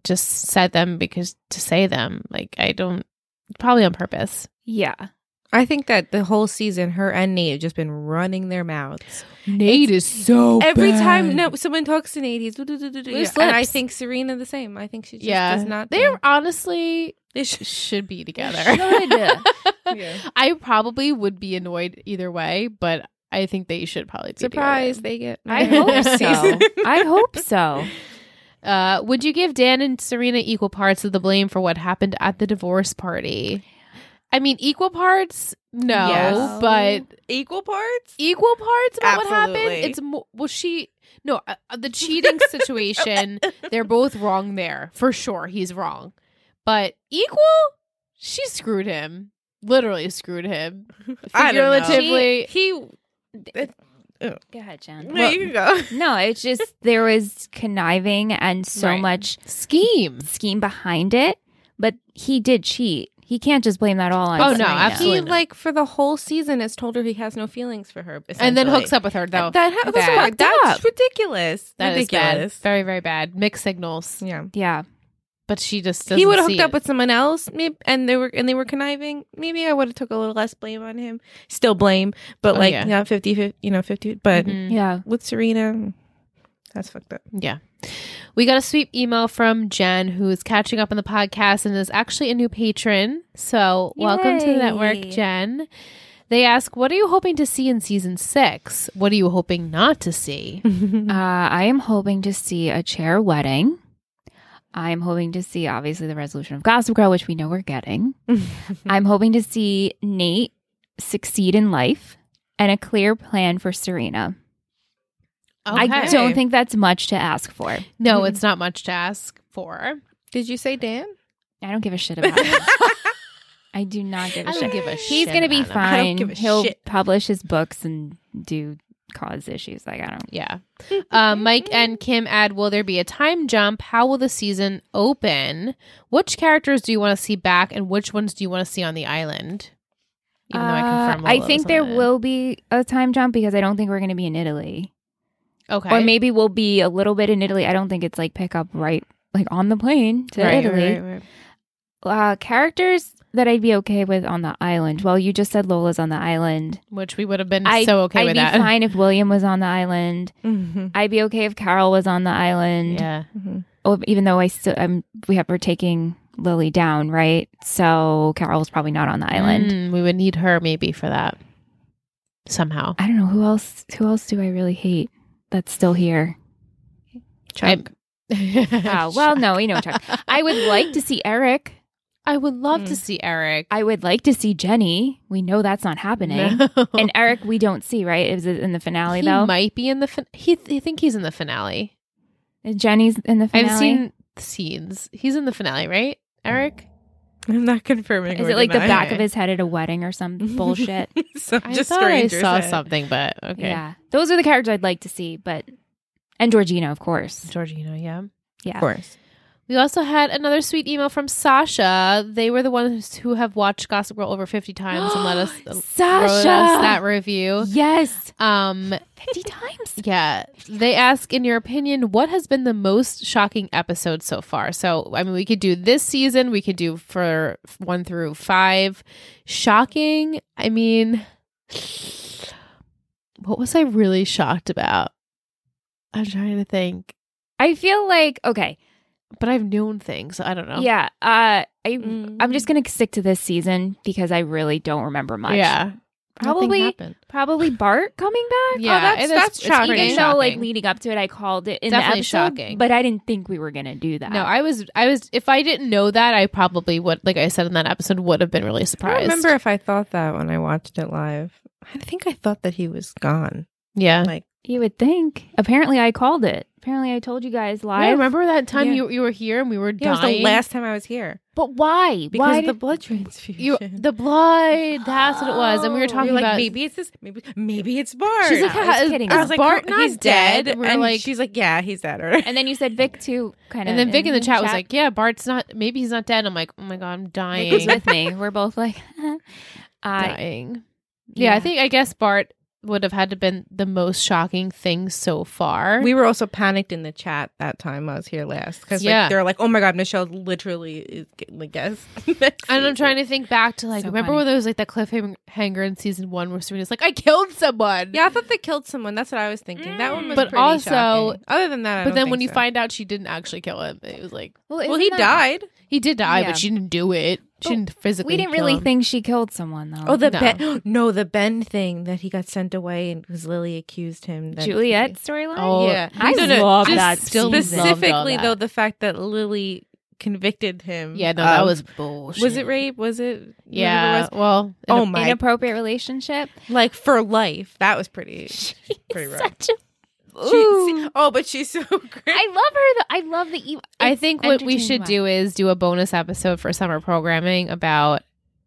[SPEAKER 1] just said them because to say them. Like, I don't, probably on purpose.
[SPEAKER 3] Yeah.
[SPEAKER 2] I think that the whole season, her and Nate have just been running their mouths.
[SPEAKER 1] Nate is so
[SPEAKER 2] Every time no, someone talks to Nate, he's. "Do, do, do, do, do,"
[SPEAKER 1] Loose
[SPEAKER 2] yeah. And I
[SPEAKER 1] lips.
[SPEAKER 2] think Serena the same. I think she just
[SPEAKER 1] yeah.
[SPEAKER 2] does not.
[SPEAKER 1] They're honestly
[SPEAKER 2] They should-
[SPEAKER 1] should be together.
[SPEAKER 3] should.
[SPEAKER 2] Yeah.
[SPEAKER 1] I probably would be annoyed either way, but I think they should probably be together.
[SPEAKER 2] surprised they get.
[SPEAKER 3] I
[SPEAKER 1] hope so.
[SPEAKER 3] I hope so.
[SPEAKER 1] Uh, would you give Dan and Serena equal parts of the blame for what happened at the divorce party? I mean, equal parts? No,
[SPEAKER 2] Yes.
[SPEAKER 1] but
[SPEAKER 2] Equal parts.
[SPEAKER 1] equal parts about what
[SPEAKER 2] Absolutely.
[SPEAKER 1] happened. It's mo- well, she no uh, uh, the cheating situation. they're both wrong there for sure. He's wrong, but equal? She screwed him. Literally screwed him.
[SPEAKER 2] I don't know.
[SPEAKER 1] Figuratively,
[SPEAKER 2] He.
[SPEAKER 3] Go ahead, Jen.
[SPEAKER 2] No, you go.
[SPEAKER 3] No, it's just there was conniving and so
[SPEAKER 1] Right.
[SPEAKER 3] much
[SPEAKER 1] scheme.
[SPEAKER 3] scheme behind it, but he did cheat. He can't just blame that all on
[SPEAKER 1] Oh, no,
[SPEAKER 3] Serena.
[SPEAKER 1] absolutely.
[SPEAKER 2] He like for the whole season has told her he has no feelings for her,
[SPEAKER 1] And then
[SPEAKER 2] essentially.
[SPEAKER 1] hooks up with her though.
[SPEAKER 2] That ha- that's,
[SPEAKER 3] Bad.
[SPEAKER 2] fucked
[SPEAKER 3] That's
[SPEAKER 2] up. ridiculous.
[SPEAKER 1] That is bad.
[SPEAKER 2] ridiculous.
[SPEAKER 1] Very, very bad. Mixed signals.
[SPEAKER 2] Yeah.
[SPEAKER 3] Yeah.
[SPEAKER 1] But she just doesn't
[SPEAKER 2] He would have
[SPEAKER 1] see
[SPEAKER 2] hooked up
[SPEAKER 1] it.
[SPEAKER 2] with someone else, maybe, and they were and they were conniving. Maybe I would have took a little less blame on him. Still blame, but
[SPEAKER 1] Oh,
[SPEAKER 2] like
[SPEAKER 1] yeah.
[SPEAKER 2] not 50, 50 you know, fifty. But
[SPEAKER 1] Mhm.
[SPEAKER 3] Yeah.
[SPEAKER 2] with Serena, that's fucked up.
[SPEAKER 1] Yeah. We got a sweet email from Jen, who is catching up on the podcast and is actually a new patron. So, welcome to the network,
[SPEAKER 3] Yay.
[SPEAKER 1] Jen. They ask, What are you hoping to see in season six? What are you hoping not to see?
[SPEAKER 3] Uh, I am hoping to see a chair wedding. I'm hoping to see, obviously, the resolution of Gossip Girl, which we know we're getting. I'm hoping to see Nate succeed in life and a clear plan for Serena. I
[SPEAKER 1] Okay.
[SPEAKER 3] don't think that's much to ask for.
[SPEAKER 1] No, it's not much to ask for.
[SPEAKER 2] Did you say Dan?
[SPEAKER 3] I don't give a shit about him. I do not give a
[SPEAKER 1] I don't
[SPEAKER 3] shit.
[SPEAKER 1] give a shit.
[SPEAKER 3] He's going to be
[SPEAKER 1] about him.
[SPEAKER 2] I don't
[SPEAKER 3] fine.
[SPEAKER 2] give a
[SPEAKER 3] He'll
[SPEAKER 2] shit.
[SPEAKER 3] publish his books and do cause issues. Like, I don't.
[SPEAKER 1] Yeah. Uh, Mike and Kim add Will there be a time jump? How will the season open? Which characters do you want to see back and which ones do you want to see on the island? Even though I confirm
[SPEAKER 3] Uh,
[SPEAKER 1] Lolo's
[SPEAKER 3] think
[SPEAKER 1] on
[SPEAKER 3] there
[SPEAKER 1] it.
[SPEAKER 3] will be a time jump because I don't think we're going to be in Italy.
[SPEAKER 1] Okay.
[SPEAKER 3] or maybe we'll be a little bit in Italy. I don't think it's like pick up right like on the plane to Italy. Uh, characters that I'd be okay with on the island. Well, you just said Lola's on the island.
[SPEAKER 1] which we would have been
[SPEAKER 3] I-
[SPEAKER 1] so okay
[SPEAKER 3] I'd
[SPEAKER 1] with
[SPEAKER 3] be
[SPEAKER 1] that.
[SPEAKER 3] fine if William was on the island.
[SPEAKER 2] Mm-hmm,
[SPEAKER 3] I'd be okay if Carol was on the island.
[SPEAKER 1] Yeah.
[SPEAKER 3] Oh, even though I still um, we have we're taking Lily down, right? So Carol's probably not on the island.
[SPEAKER 1] Mm, we would need her maybe for that somehow.
[SPEAKER 3] I don't know who else. Who else do I really hate that's still here?
[SPEAKER 1] I-
[SPEAKER 3] Oh, well, no, you know Chuck. I would like to see Eric.
[SPEAKER 1] I would love to
[SPEAKER 2] Mm.
[SPEAKER 1] see Eric.
[SPEAKER 3] I would like to see Jenny. We know that's not happening.
[SPEAKER 1] No.
[SPEAKER 3] And Eric, we don't see, right? Is it in the finale
[SPEAKER 1] he
[SPEAKER 3] though?
[SPEAKER 1] might be in the fin- he. I think he's in the finale.
[SPEAKER 3] Jenny's in the finale.
[SPEAKER 1] I've seen the scenes. He's in the finale, right? Eric.
[SPEAKER 2] I'm not confirming.
[SPEAKER 3] Is
[SPEAKER 2] or
[SPEAKER 3] it like the
[SPEAKER 2] denying.
[SPEAKER 3] back of his head at a wedding or some bullshit?
[SPEAKER 2] Some
[SPEAKER 1] I
[SPEAKER 2] just
[SPEAKER 1] thought I
[SPEAKER 2] strangers
[SPEAKER 1] saw
[SPEAKER 2] said.
[SPEAKER 1] something, but okay.
[SPEAKER 3] Yeah, those are the characters I'd like to see, but and Georgina, of course.
[SPEAKER 1] Georgina, yeah.
[SPEAKER 3] Yeah,
[SPEAKER 2] Of course.
[SPEAKER 1] We also had another sweet email from Sasha. They were the ones who have watched Gossip Girl over 50 times and let us wrote us
[SPEAKER 3] Sasha.
[SPEAKER 1] that review.
[SPEAKER 3] yes,
[SPEAKER 1] Um
[SPEAKER 3] fifty times.
[SPEAKER 1] Yeah. They ask, in your opinion, what has been the most shocking episode so far? So, I mean, we could do this season, we could do for one through five. Shocking, I mean, what was I really shocked about? I'm trying to think,
[SPEAKER 3] I feel like okay.
[SPEAKER 1] but I've known things. So I don't know.
[SPEAKER 3] Yeah, uh, I
[SPEAKER 2] Mm.
[SPEAKER 1] Mm-hmm.
[SPEAKER 3] I'm just gonna stick to this season because I really don't remember much.
[SPEAKER 1] Yeah.
[SPEAKER 3] Probably-
[SPEAKER 1] happened.
[SPEAKER 3] Probably Bart coming back. Oh,
[SPEAKER 1] Yeah,
[SPEAKER 2] that's-
[SPEAKER 1] it is-
[SPEAKER 2] that's
[SPEAKER 1] it's
[SPEAKER 2] shocking.
[SPEAKER 1] pretty
[SPEAKER 3] Even though, like
[SPEAKER 1] shocking.
[SPEAKER 3] leading up to it, I called it in
[SPEAKER 1] Definitely
[SPEAKER 3] the episode,
[SPEAKER 1] shocking.
[SPEAKER 3] but I didn't think we were gonna do that.
[SPEAKER 1] No, I was, I was. If I didn't know that, I probably would, like I said in that episode, would have been really
[SPEAKER 2] I
[SPEAKER 1] surprised.
[SPEAKER 2] don't remember if I thought that when I watched it live. I think I thought that he was gone.
[SPEAKER 1] Yeah,
[SPEAKER 2] Like,
[SPEAKER 3] you would think. Apparently, I called it. Apparently, I told you guys live.
[SPEAKER 1] I remember that time
[SPEAKER 2] Yeah.
[SPEAKER 1] you you were here and we were
[SPEAKER 2] yeah, it was
[SPEAKER 1] dying.
[SPEAKER 2] the last time I was here
[SPEAKER 3] but why?
[SPEAKER 2] because
[SPEAKER 3] why
[SPEAKER 2] of the
[SPEAKER 3] did-
[SPEAKER 2] blood transfusion.
[SPEAKER 1] you, the blood. That's what it was, and we were
[SPEAKER 3] Oh.
[SPEAKER 1] talking
[SPEAKER 2] You're like,
[SPEAKER 1] about
[SPEAKER 2] maybe it's this, maybe maybe it's Bart.
[SPEAKER 1] She's like,
[SPEAKER 3] I was
[SPEAKER 1] "Ha- is,
[SPEAKER 3] kidding.
[SPEAKER 1] is
[SPEAKER 3] I was
[SPEAKER 2] like,
[SPEAKER 1] Bart
[SPEAKER 2] "Her-
[SPEAKER 1] not
[SPEAKER 2] he's
[SPEAKER 1] dead?
[SPEAKER 2] And,
[SPEAKER 1] We're like,
[SPEAKER 2] she's like, yeah, he's dead. Or
[SPEAKER 3] and then you said Vic too, kind of.
[SPEAKER 1] and then Vic in the chat was like, "Yeah, Bart's not. Maybe he's not dead." I'm like, "Oh my god, I'm dying,
[SPEAKER 3] Vic was with me. We're both like, "Uh, I
[SPEAKER 1] dying." Yeah, I think I guess Bart would have had to been the most shocking thing so far.
[SPEAKER 2] we were also panicked in the chat that time I was here last because
[SPEAKER 1] Yeah.
[SPEAKER 2] like, they're like, oh my god, Michelle literally is getting the guest. next
[SPEAKER 1] and I'm
[SPEAKER 2] season."
[SPEAKER 1] trying to think back to like
[SPEAKER 3] So
[SPEAKER 1] remember
[SPEAKER 3] funny.
[SPEAKER 1] when there was like that cliffhanger in season one where Serena's like, "I killed someone."
[SPEAKER 2] Yeah, I thought they killed someone. That's what I was thinking. That one was
[SPEAKER 1] Mm. But
[SPEAKER 2] pretty
[SPEAKER 1] also-
[SPEAKER 2] shocking. other than that,
[SPEAKER 1] But
[SPEAKER 2] I don't
[SPEAKER 1] then
[SPEAKER 2] think
[SPEAKER 1] when you
[SPEAKER 2] so.
[SPEAKER 1] find out she didn't actually kill him, it was like
[SPEAKER 2] well, he died.
[SPEAKER 1] he did die,
[SPEAKER 3] Yeah.
[SPEAKER 1] but she didn't do it. She
[SPEAKER 3] But
[SPEAKER 1] didn't physically.
[SPEAKER 3] We didn't
[SPEAKER 1] kill
[SPEAKER 3] really
[SPEAKER 1] him.
[SPEAKER 3] think she killed someone though.
[SPEAKER 2] Oh, the
[SPEAKER 1] No.
[SPEAKER 2] Ben. No, the Ben thing that he got sent away and because Lily accused him. That
[SPEAKER 3] Juliet storyline.
[SPEAKER 1] Oh,
[SPEAKER 2] Yeah.
[SPEAKER 3] I
[SPEAKER 2] No, no,
[SPEAKER 3] love
[SPEAKER 2] just
[SPEAKER 3] that.
[SPEAKER 1] still
[SPEAKER 3] season.
[SPEAKER 1] loved all
[SPEAKER 2] Specifically,
[SPEAKER 1] that.
[SPEAKER 2] though, the fact that Lily convicted him.
[SPEAKER 1] Yeah, no, that
[SPEAKER 2] of-
[SPEAKER 1] was bullshit.
[SPEAKER 2] Was it rape? Was it? whatever it
[SPEAKER 1] Yeah.
[SPEAKER 2] was?
[SPEAKER 1] Well, in
[SPEAKER 2] Oh
[SPEAKER 1] a-
[SPEAKER 2] my!
[SPEAKER 3] inappropriate relationship.
[SPEAKER 2] like for life. That was pretty. pretty rough.
[SPEAKER 3] Such a.
[SPEAKER 2] She-
[SPEAKER 3] Ooh.
[SPEAKER 2] oh, but she's so great. Oh
[SPEAKER 3] I love her. Though. I love the. Evil.
[SPEAKER 1] I think what we should do is do a bonus episode for summer programming about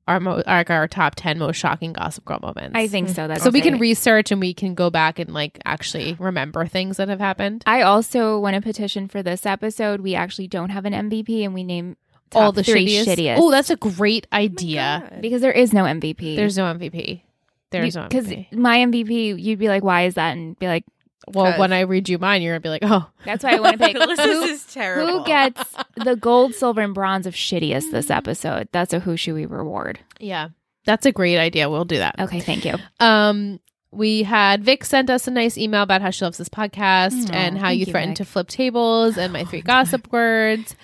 [SPEAKER 1] our mo- like our top ten most shocking Gossip Girl moments.
[SPEAKER 3] I think so. That's
[SPEAKER 1] so. We can
[SPEAKER 3] great.
[SPEAKER 1] research and we can go back and like actually remember things that have happened.
[SPEAKER 3] I also want to petition for this episode. We actually don't have an MVP, and we name top
[SPEAKER 1] All the
[SPEAKER 3] three
[SPEAKER 1] shittiest.
[SPEAKER 3] shittiest.
[SPEAKER 1] Oh, that's a great idea.
[SPEAKER 2] yeah.
[SPEAKER 3] because there is no MVP.
[SPEAKER 1] There's no MVP. There's no
[SPEAKER 3] because
[SPEAKER 1] MVP.
[SPEAKER 3] my MVP, you'd be like, "Why is that?" and be like,
[SPEAKER 1] Well, when I read you mine, you're gonna be like, oh,
[SPEAKER 3] "That's why I want to pick."
[SPEAKER 2] this
[SPEAKER 3] who,
[SPEAKER 2] is terrible.
[SPEAKER 3] who gets the gold, silver, and bronze of shittiest this episode? That's a who should we reward?
[SPEAKER 1] yeah, that's a great idea. We'll do that.
[SPEAKER 3] Okay, thank you.
[SPEAKER 1] Um, we had Vic sent us a nice email about how she loves this podcast
[SPEAKER 3] Aw,
[SPEAKER 1] and how
[SPEAKER 3] thank
[SPEAKER 1] you
[SPEAKER 3] you,
[SPEAKER 1] threatened
[SPEAKER 3] Vic. Oh,
[SPEAKER 1] to flip tables and my three gossip words.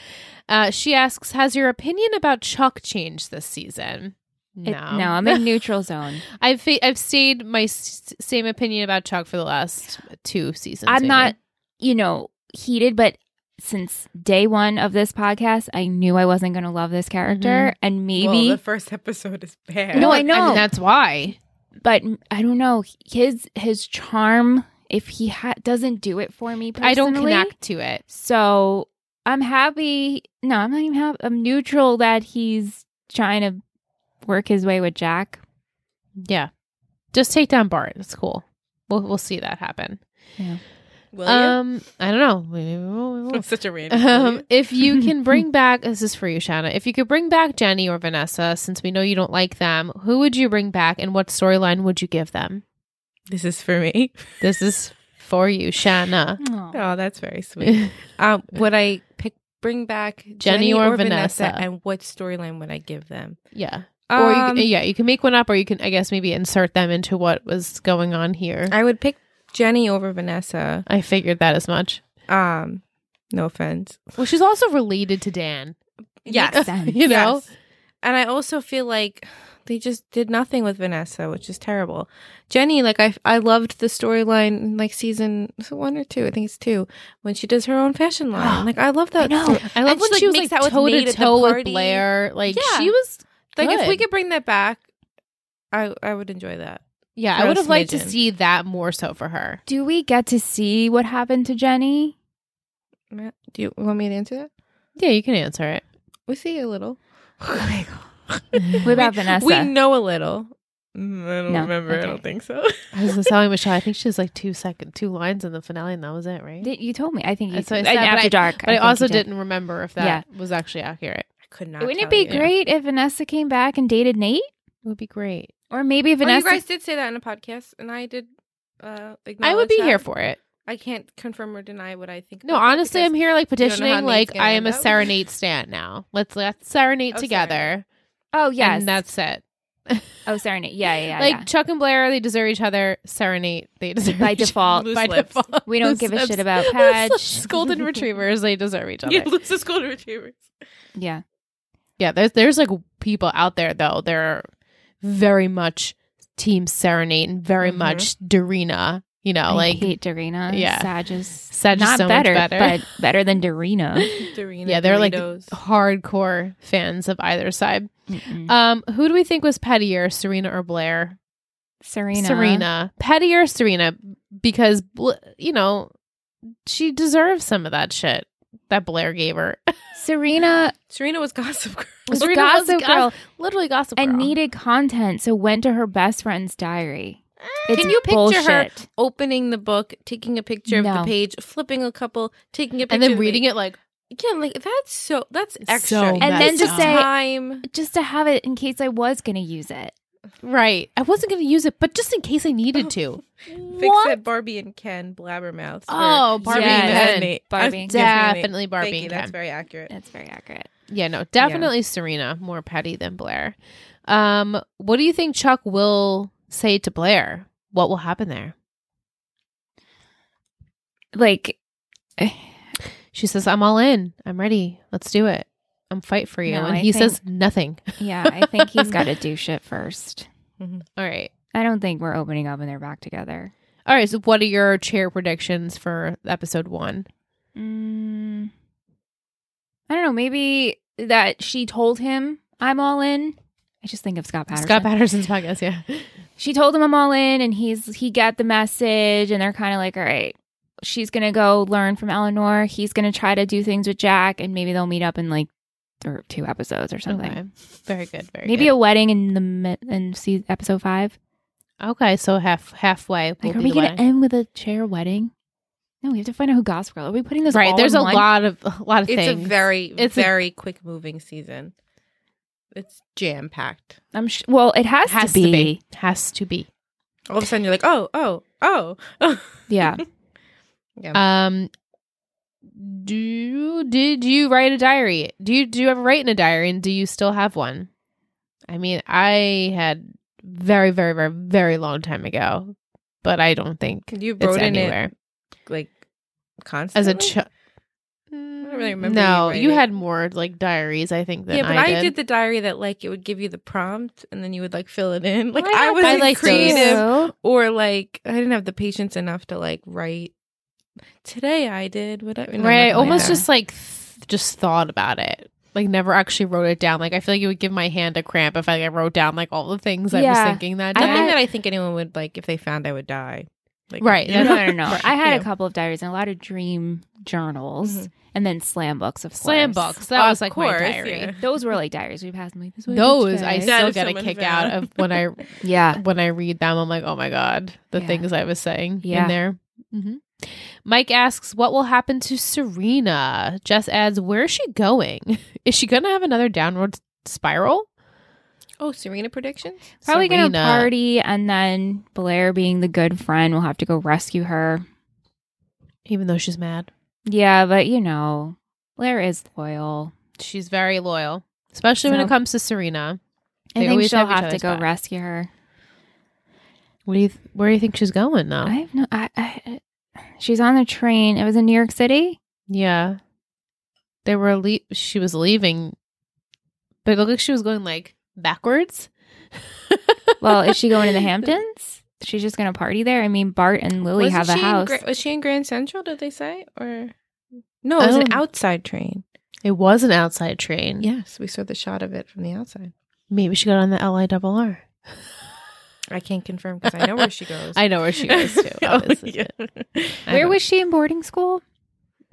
[SPEAKER 1] Uh, she asks, "Has your opinion about Chuck changed this season?" No,
[SPEAKER 3] It- no, I'm in neutral zone.
[SPEAKER 1] I've fa- I've stayed my s- same opinion about Chuck for the last two seasons.
[SPEAKER 3] I'm
[SPEAKER 1] maybe.
[SPEAKER 3] not, you know, heated, but since day one of this podcast, I knew I wasn't going to love this character, and
[SPEAKER 2] Well,
[SPEAKER 3] maybe,
[SPEAKER 2] the first episode is bad.
[SPEAKER 3] No, I
[SPEAKER 1] mean,
[SPEAKER 3] know.
[SPEAKER 1] that's why.
[SPEAKER 3] but I don't know his his charm. If he ha- doesn't do it for me, personally,
[SPEAKER 1] I don't connect to it.
[SPEAKER 3] So I'm happy. No, I'm not even happy. I'm neutral that he's trying to work his way with Jack.
[SPEAKER 1] Yeah, just take down Bart. It's cool. We'll we'll see that happen.
[SPEAKER 2] Will you?
[SPEAKER 1] Um, I don't know. Maybe we will, we will.
[SPEAKER 2] That's such a random.
[SPEAKER 1] Um, if you can bring back, this is for you, Shanna. If you could bring back Jenny or Vanessa, since we know you don't like them, who would you bring back and what storyline would you give them?
[SPEAKER 2] this is for me.
[SPEAKER 1] This is for you, Shanna.
[SPEAKER 3] Aw.
[SPEAKER 2] Oh, that's very sweet. um, would I pick bring back Jenny,
[SPEAKER 1] or
[SPEAKER 2] or,
[SPEAKER 1] Vanessa?
[SPEAKER 2] Vanessa? and what storyline would I give them?
[SPEAKER 1] yeah. or you,
[SPEAKER 2] Um,
[SPEAKER 1] can- yeah, you can make one up, or you can, I guess, maybe insert them into what was going on here.
[SPEAKER 2] I would pick Jenny over Vanessa.
[SPEAKER 1] I figured that as much.
[SPEAKER 2] Um, no offense.
[SPEAKER 1] Well, she's also related to Dan.
[SPEAKER 3] Makes sense.
[SPEAKER 1] You know?
[SPEAKER 2] Yes. And I also feel like they just did nothing with Vanessa, which is terrible. Jenny, like I, I loved the storyline, in, like season was it one or two, I think it's two, when she does her own fashion line. Like I love
[SPEAKER 3] I
[SPEAKER 2] that.
[SPEAKER 3] know.
[SPEAKER 2] story.
[SPEAKER 1] I love
[SPEAKER 2] And
[SPEAKER 1] when
[SPEAKER 2] she,
[SPEAKER 1] she
[SPEAKER 2] like,
[SPEAKER 1] was
[SPEAKER 2] makes
[SPEAKER 1] like
[SPEAKER 2] out with
[SPEAKER 1] toe
[SPEAKER 2] Nate
[SPEAKER 1] to
[SPEAKER 2] at the
[SPEAKER 1] toe with
[SPEAKER 2] party.
[SPEAKER 1] Blair. Like
[SPEAKER 2] Yeah.
[SPEAKER 1] she was
[SPEAKER 2] Like if we
[SPEAKER 1] Good.
[SPEAKER 2] could bring that back, I, I would enjoy that.
[SPEAKER 1] Yeah, I
[SPEAKER 2] Throw a
[SPEAKER 1] would have liked to
[SPEAKER 2] smidgen.
[SPEAKER 1] see that more so for her.
[SPEAKER 3] Do we get to see what happened to Jenny?
[SPEAKER 2] Matt, do you want me to answer that?
[SPEAKER 1] Yeah, you can answer it.
[SPEAKER 2] We see a little.
[SPEAKER 3] What about Vanessa?
[SPEAKER 2] We know a little. Mm, I don't
[SPEAKER 3] No.
[SPEAKER 2] remember.
[SPEAKER 3] Okay.
[SPEAKER 2] I don't think so.
[SPEAKER 1] I was just telling Michelle, I think she was like two second, two lines in the finale, and that was it, right?
[SPEAKER 3] Did- you told me. I think you
[SPEAKER 1] That's what I
[SPEAKER 3] told-
[SPEAKER 1] said, but
[SPEAKER 3] after
[SPEAKER 1] I-
[SPEAKER 3] dark.
[SPEAKER 1] But I,
[SPEAKER 3] think
[SPEAKER 1] also
[SPEAKER 3] you did.
[SPEAKER 1] didn't remember if that was actually accurate.
[SPEAKER 2] I could not.
[SPEAKER 3] Wouldn't it
[SPEAKER 2] tell
[SPEAKER 3] be
[SPEAKER 2] you.
[SPEAKER 3] great if Vanessa came back and dated Nate?
[SPEAKER 1] It would be great.
[SPEAKER 3] Or maybe
[SPEAKER 2] Oh, you
[SPEAKER 3] Vanessa.
[SPEAKER 2] guys did say that in a podcast, and I did. Uh,
[SPEAKER 1] I would be
[SPEAKER 2] acknowledge
[SPEAKER 1] here
[SPEAKER 2] that.
[SPEAKER 1] for it.
[SPEAKER 2] I can't confirm or deny what I think.
[SPEAKER 1] No,
[SPEAKER 2] about it
[SPEAKER 1] honestly, I'm
[SPEAKER 2] because
[SPEAKER 1] here like
[SPEAKER 2] don't know how
[SPEAKER 1] petitioning.
[SPEAKER 2] Nate's
[SPEAKER 1] Like
[SPEAKER 2] gonna
[SPEAKER 1] I am
[SPEAKER 2] end
[SPEAKER 1] a
[SPEAKER 2] up.
[SPEAKER 1] serenade stand now. Let's let's serenade
[SPEAKER 2] Oh,
[SPEAKER 1] together.
[SPEAKER 3] oh yes.
[SPEAKER 1] and that's it.
[SPEAKER 3] oh, sorry. Nate. Yeah, yeah, yeah.
[SPEAKER 1] like Chuck and Blair, they deserve each other. Serenade, they deserve
[SPEAKER 3] By
[SPEAKER 1] each-
[SPEAKER 3] default.
[SPEAKER 1] By
[SPEAKER 2] Loose lips.
[SPEAKER 1] default,
[SPEAKER 3] We don't
[SPEAKER 1] Loose
[SPEAKER 3] give a shit
[SPEAKER 1] lips.
[SPEAKER 3] about
[SPEAKER 1] Loose
[SPEAKER 3] Patch.
[SPEAKER 1] lips. Golden retrievers, they deserve each other.
[SPEAKER 2] You lose the golden retrievers.
[SPEAKER 3] yeah.
[SPEAKER 1] Yeah, there's there's like people out there though. They're very much Team Serenade and very
[SPEAKER 2] Mhm.
[SPEAKER 1] much Darina. You know,
[SPEAKER 3] I
[SPEAKER 1] like
[SPEAKER 3] hate Dorina.
[SPEAKER 1] yeah.
[SPEAKER 3] Sag is
[SPEAKER 1] Sag is
[SPEAKER 3] not
[SPEAKER 1] so much
[SPEAKER 3] better,
[SPEAKER 1] better.
[SPEAKER 3] but better than Dorina.
[SPEAKER 2] Dorina
[SPEAKER 1] Yeah, they're like- oh.
[SPEAKER 2] Doritos.
[SPEAKER 1] hardcore fans of either side.
[SPEAKER 3] Mm-mm.
[SPEAKER 1] Um, who do we think was pettier, Serena or Blair?
[SPEAKER 3] Serena.
[SPEAKER 1] Serena. Petty or Serena because, Bl- you know, she deserves some of that shit that Blair gave her.
[SPEAKER 3] Serena
[SPEAKER 2] Serena was Gossip Girl.
[SPEAKER 3] was
[SPEAKER 1] Serena was
[SPEAKER 3] gossip
[SPEAKER 1] Gossip-
[SPEAKER 3] girl
[SPEAKER 1] Literally gossip
[SPEAKER 3] and
[SPEAKER 1] girl.
[SPEAKER 3] needed content, so went to her best friend's diary. It's
[SPEAKER 2] Can you picture
[SPEAKER 3] bullshit.
[SPEAKER 2] her Opening the book, taking a picture of
[SPEAKER 3] No.
[SPEAKER 2] the page, flipping a couple, taking a picture,
[SPEAKER 1] and then reading it like,
[SPEAKER 2] it. Yeah, like that's so that's
[SPEAKER 1] So
[SPEAKER 2] extra.
[SPEAKER 1] And
[SPEAKER 3] then messed to up. say-
[SPEAKER 2] time.
[SPEAKER 3] just to have it in case I was going to use it?
[SPEAKER 1] right. I wasn't going to use it, but just in case I needed to.
[SPEAKER 2] Fix
[SPEAKER 1] What?
[SPEAKER 2] said Barbie and Ken blabbermouths.
[SPEAKER 1] Oh,
[SPEAKER 2] were
[SPEAKER 1] Barbie
[SPEAKER 3] and
[SPEAKER 2] Serena
[SPEAKER 1] Ken.
[SPEAKER 2] Nate.
[SPEAKER 3] Barbie
[SPEAKER 2] Uh,
[SPEAKER 3] and Ken.
[SPEAKER 1] Definitely Barbie
[SPEAKER 2] Thank you.
[SPEAKER 1] and
[SPEAKER 2] That's
[SPEAKER 1] Ken.
[SPEAKER 2] very accurate.
[SPEAKER 3] That's very accurate.
[SPEAKER 1] Yeah, no, definitely Serena, more petty than Blair. Um, what do you think Chuck will say to Blair? What will happen there?
[SPEAKER 3] Like,
[SPEAKER 1] She says, I'm all in. I'm ready. Let's do it. I'm fight for you.
[SPEAKER 3] No,
[SPEAKER 1] and
[SPEAKER 3] I
[SPEAKER 1] he says nothing.
[SPEAKER 3] yeah, I think he's got to do shit first.
[SPEAKER 1] All right.
[SPEAKER 3] I don't think we're opening up and they're back together.
[SPEAKER 1] All right. So, what are your chair predictions for episode one?
[SPEAKER 3] Mm, I don't know. Maybe that she told him I'm all in. I just think of Scott Patterson.
[SPEAKER 1] Scott Patterson's podcast. Yeah.
[SPEAKER 3] she told him I'm all in, and he's he got the message, and they're kind of like, all right, she's gonna go learn from Eleanor. He's gonna try to do things with Jack, and maybe they'll meet up in like th- two episodes or something.
[SPEAKER 1] Okay. Very good. Very
[SPEAKER 3] Maybe
[SPEAKER 1] good.
[SPEAKER 3] a wedding in the mi- in see episode five.
[SPEAKER 1] okay. So, half halfway. Will
[SPEAKER 3] Like, are
[SPEAKER 1] be
[SPEAKER 3] we
[SPEAKER 1] the
[SPEAKER 3] gonna
[SPEAKER 1] wedding.
[SPEAKER 3] end with a chair wedding? No, we have to find out who Gossip Girl. Are we putting this
[SPEAKER 1] right.
[SPEAKER 3] all
[SPEAKER 1] There's
[SPEAKER 3] in
[SPEAKER 1] a
[SPEAKER 3] one?
[SPEAKER 1] lot of a lot of
[SPEAKER 2] It's
[SPEAKER 1] things.
[SPEAKER 2] a very,
[SPEAKER 1] It's a-
[SPEAKER 2] very quick moving season. It's jam packed.
[SPEAKER 3] I'm sh- well, it has,
[SPEAKER 1] has
[SPEAKER 3] to, be.
[SPEAKER 1] Has to be.
[SPEAKER 2] All of a sudden, you're like, oh, oh, oh, oh.
[SPEAKER 3] Yeah,
[SPEAKER 2] Yeah.
[SPEAKER 1] Um. Do you- did you write a diary? Do you do you ever write in a diary, and do you still have one? I mean, I had very, very, very, very long time ago, but I don't think
[SPEAKER 2] you
[SPEAKER 1] it's
[SPEAKER 2] wrote in
[SPEAKER 1] anywhere
[SPEAKER 2] it like
[SPEAKER 1] as
[SPEAKER 2] constantly
[SPEAKER 1] a child. mm,
[SPEAKER 2] don't really remember you
[SPEAKER 1] No,
[SPEAKER 2] writing.
[SPEAKER 1] you, had more like diaries, I think, than
[SPEAKER 2] yeah, but
[SPEAKER 1] I, did.
[SPEAKER 2] the diary that like it would give you the prompt and then you would like fill it in. Like
[SPEAKER 3] Why
[SPEAKER 2] I
[SPEAKER 3] not
[SPEAKER 2] was
[SPEAKER 1] I
[SPEAKER 2] like
[SPEAKER 1] like those.
[SPEAKER 2] creative,
[SPEAKER 3] So,
[SPEAKER 2] or like I didn't have the patience enough to like write. Today I did what I you know,
[SPEAKER 1] right, I
[SPEAKER 2] nothing like
[SPEAKER 1] almost
[SPEAKER 2] that.
[SPEAKER 1] just like th- just thought about it. Like never actually wrote it down. Like I feel like it would give my hand a cramp if I like, wrote down like all the things I was
[SPEAKER 3] Yeah.
[SPEAKER 1] thinking that
[SPEAKER 3] I
[SPEAKER 1] day.
[SPEAKER 2] nothing
[SPEAKER 3] had-
[SPEAKER 2] that I think anyone would like if they found I would die. Like,
[SPEAKER 1] Right,
[SPEAKER 2] you
[SPEAKER 3] no,
[SPEAKER 2] know?
[SPEAKER 3] no, no, no. I had
[SPEAKER 2] Yeah.
[SPEAKER 3] a couple of diaries and a lot of dream journals,
[SPEAKER 2] Mhm.
[SPEAKER 3] and then slam books of
[SPEAKER 1] Mm-hmm. Slam
[SPEAKER 3] course.
[SPEAKER 1] books. That
[SPEAKER 2] Of
[SPEAKER 1] was like my
[SPEAKER 2] course,
[SPEAKER 1] diary.
[SPEAKER 2] yeah.
[SPEAKER 3] Those were like diaries we passed. Like, this is what did
[SPEAKER 1] Those I
[SPEAKER 3] today.
[SPEAKER 2] That
[SPEAKER 1] still
[SPEAKER 2] is
[SPEAKER 1] get
[SPEAKER 2] so
[SPEAKER 1] a
[SPEAKER 2] much
[SPEAKER 1] kick
[SPEAKER 2] fun.
[SPEAKER 1] out of when I
[SPEAKER 3] yeah.
[SPEAKER 1] when I read them. I'm like, oh my god, the
[SPEAKER 3] Yeah.
[SPEAKER 1] things I was saying in
[SPEAKER 3] Yeah.
[SPEAKER 1] there. hmm Mike asks, "What will happen to Serena?" Jess adds, "Where is she going? Is she going to have another downward spiral?"
[SPEAKER 2] Oh, Serena predictions.
[SPEAKER 3] Probably gonna
[SPEAKER 1] Serena.
[SPEAKER 3] party, and then Blair, being the good friend, will have to go rescue her.
[SPEAKER 1] Even though she's mad,
[SPEAKER 3] Yeah, but you know, Blair is loyal.
[SPEAKER 1] she's very loyal, especially when
[SPEAKER 3] So-
[SPEAKER 1] it comes to Serena. They
[SPEAKER 3] I think
[SPEAKER 1] always
[SPEAKER 3] she'll
[SPEAKER 1] have each
[SPEAKER 3] have to
[SPEAKER 1] other's
[SPEAKER 3] go
[SPEAKER 1] back.
[SPEAKER 3] rescue her.
[SPEAKER 1] What do you? Th- where do you think she's going though?
[SPEAKER 3] I have no. I, I, she's on the train. It was in New York City.
[SPEAKER 1] yeah, they were. Le- she was leaving, but it looked like she was going like backwards.
[SPEAKER 3] Well, is she going to the Hamptons? She's just gonna party there. I mean, Bart and Lily
[SPEAKER 2] Wasn't
[SPEAKER 3] have a
[SPEAKER 2] she in
[SPEAKER 3] house.
[SPEAKER 2] Gra- was she in Grand Central? Did they say or no?
[SPEAKER 1] I
[SPEAKER 2] It was an
[SPEAKER 1] don't-
[SPEAKER 2] outside train.
[SPEAKER 1] It was an outside train.
[SPEAKER 2] Yes, we saw the shot of it from the outside.
[SPEAKER 1] Maybe she got on the LIRR.
[SPEAKER 2] I can't confirm because I know where she goes.
[SPEAKER 1] I know where she goes to.
[SPEAKER 2] Oh,
[SPEAKER 1] Obviously.
[SPEAKER 2] yeah.
[SPEAKER 1] I
[SPEAKER 3] Where
[SPEAKER 1] don't-
[SPEAKER 3] was she in boarding school?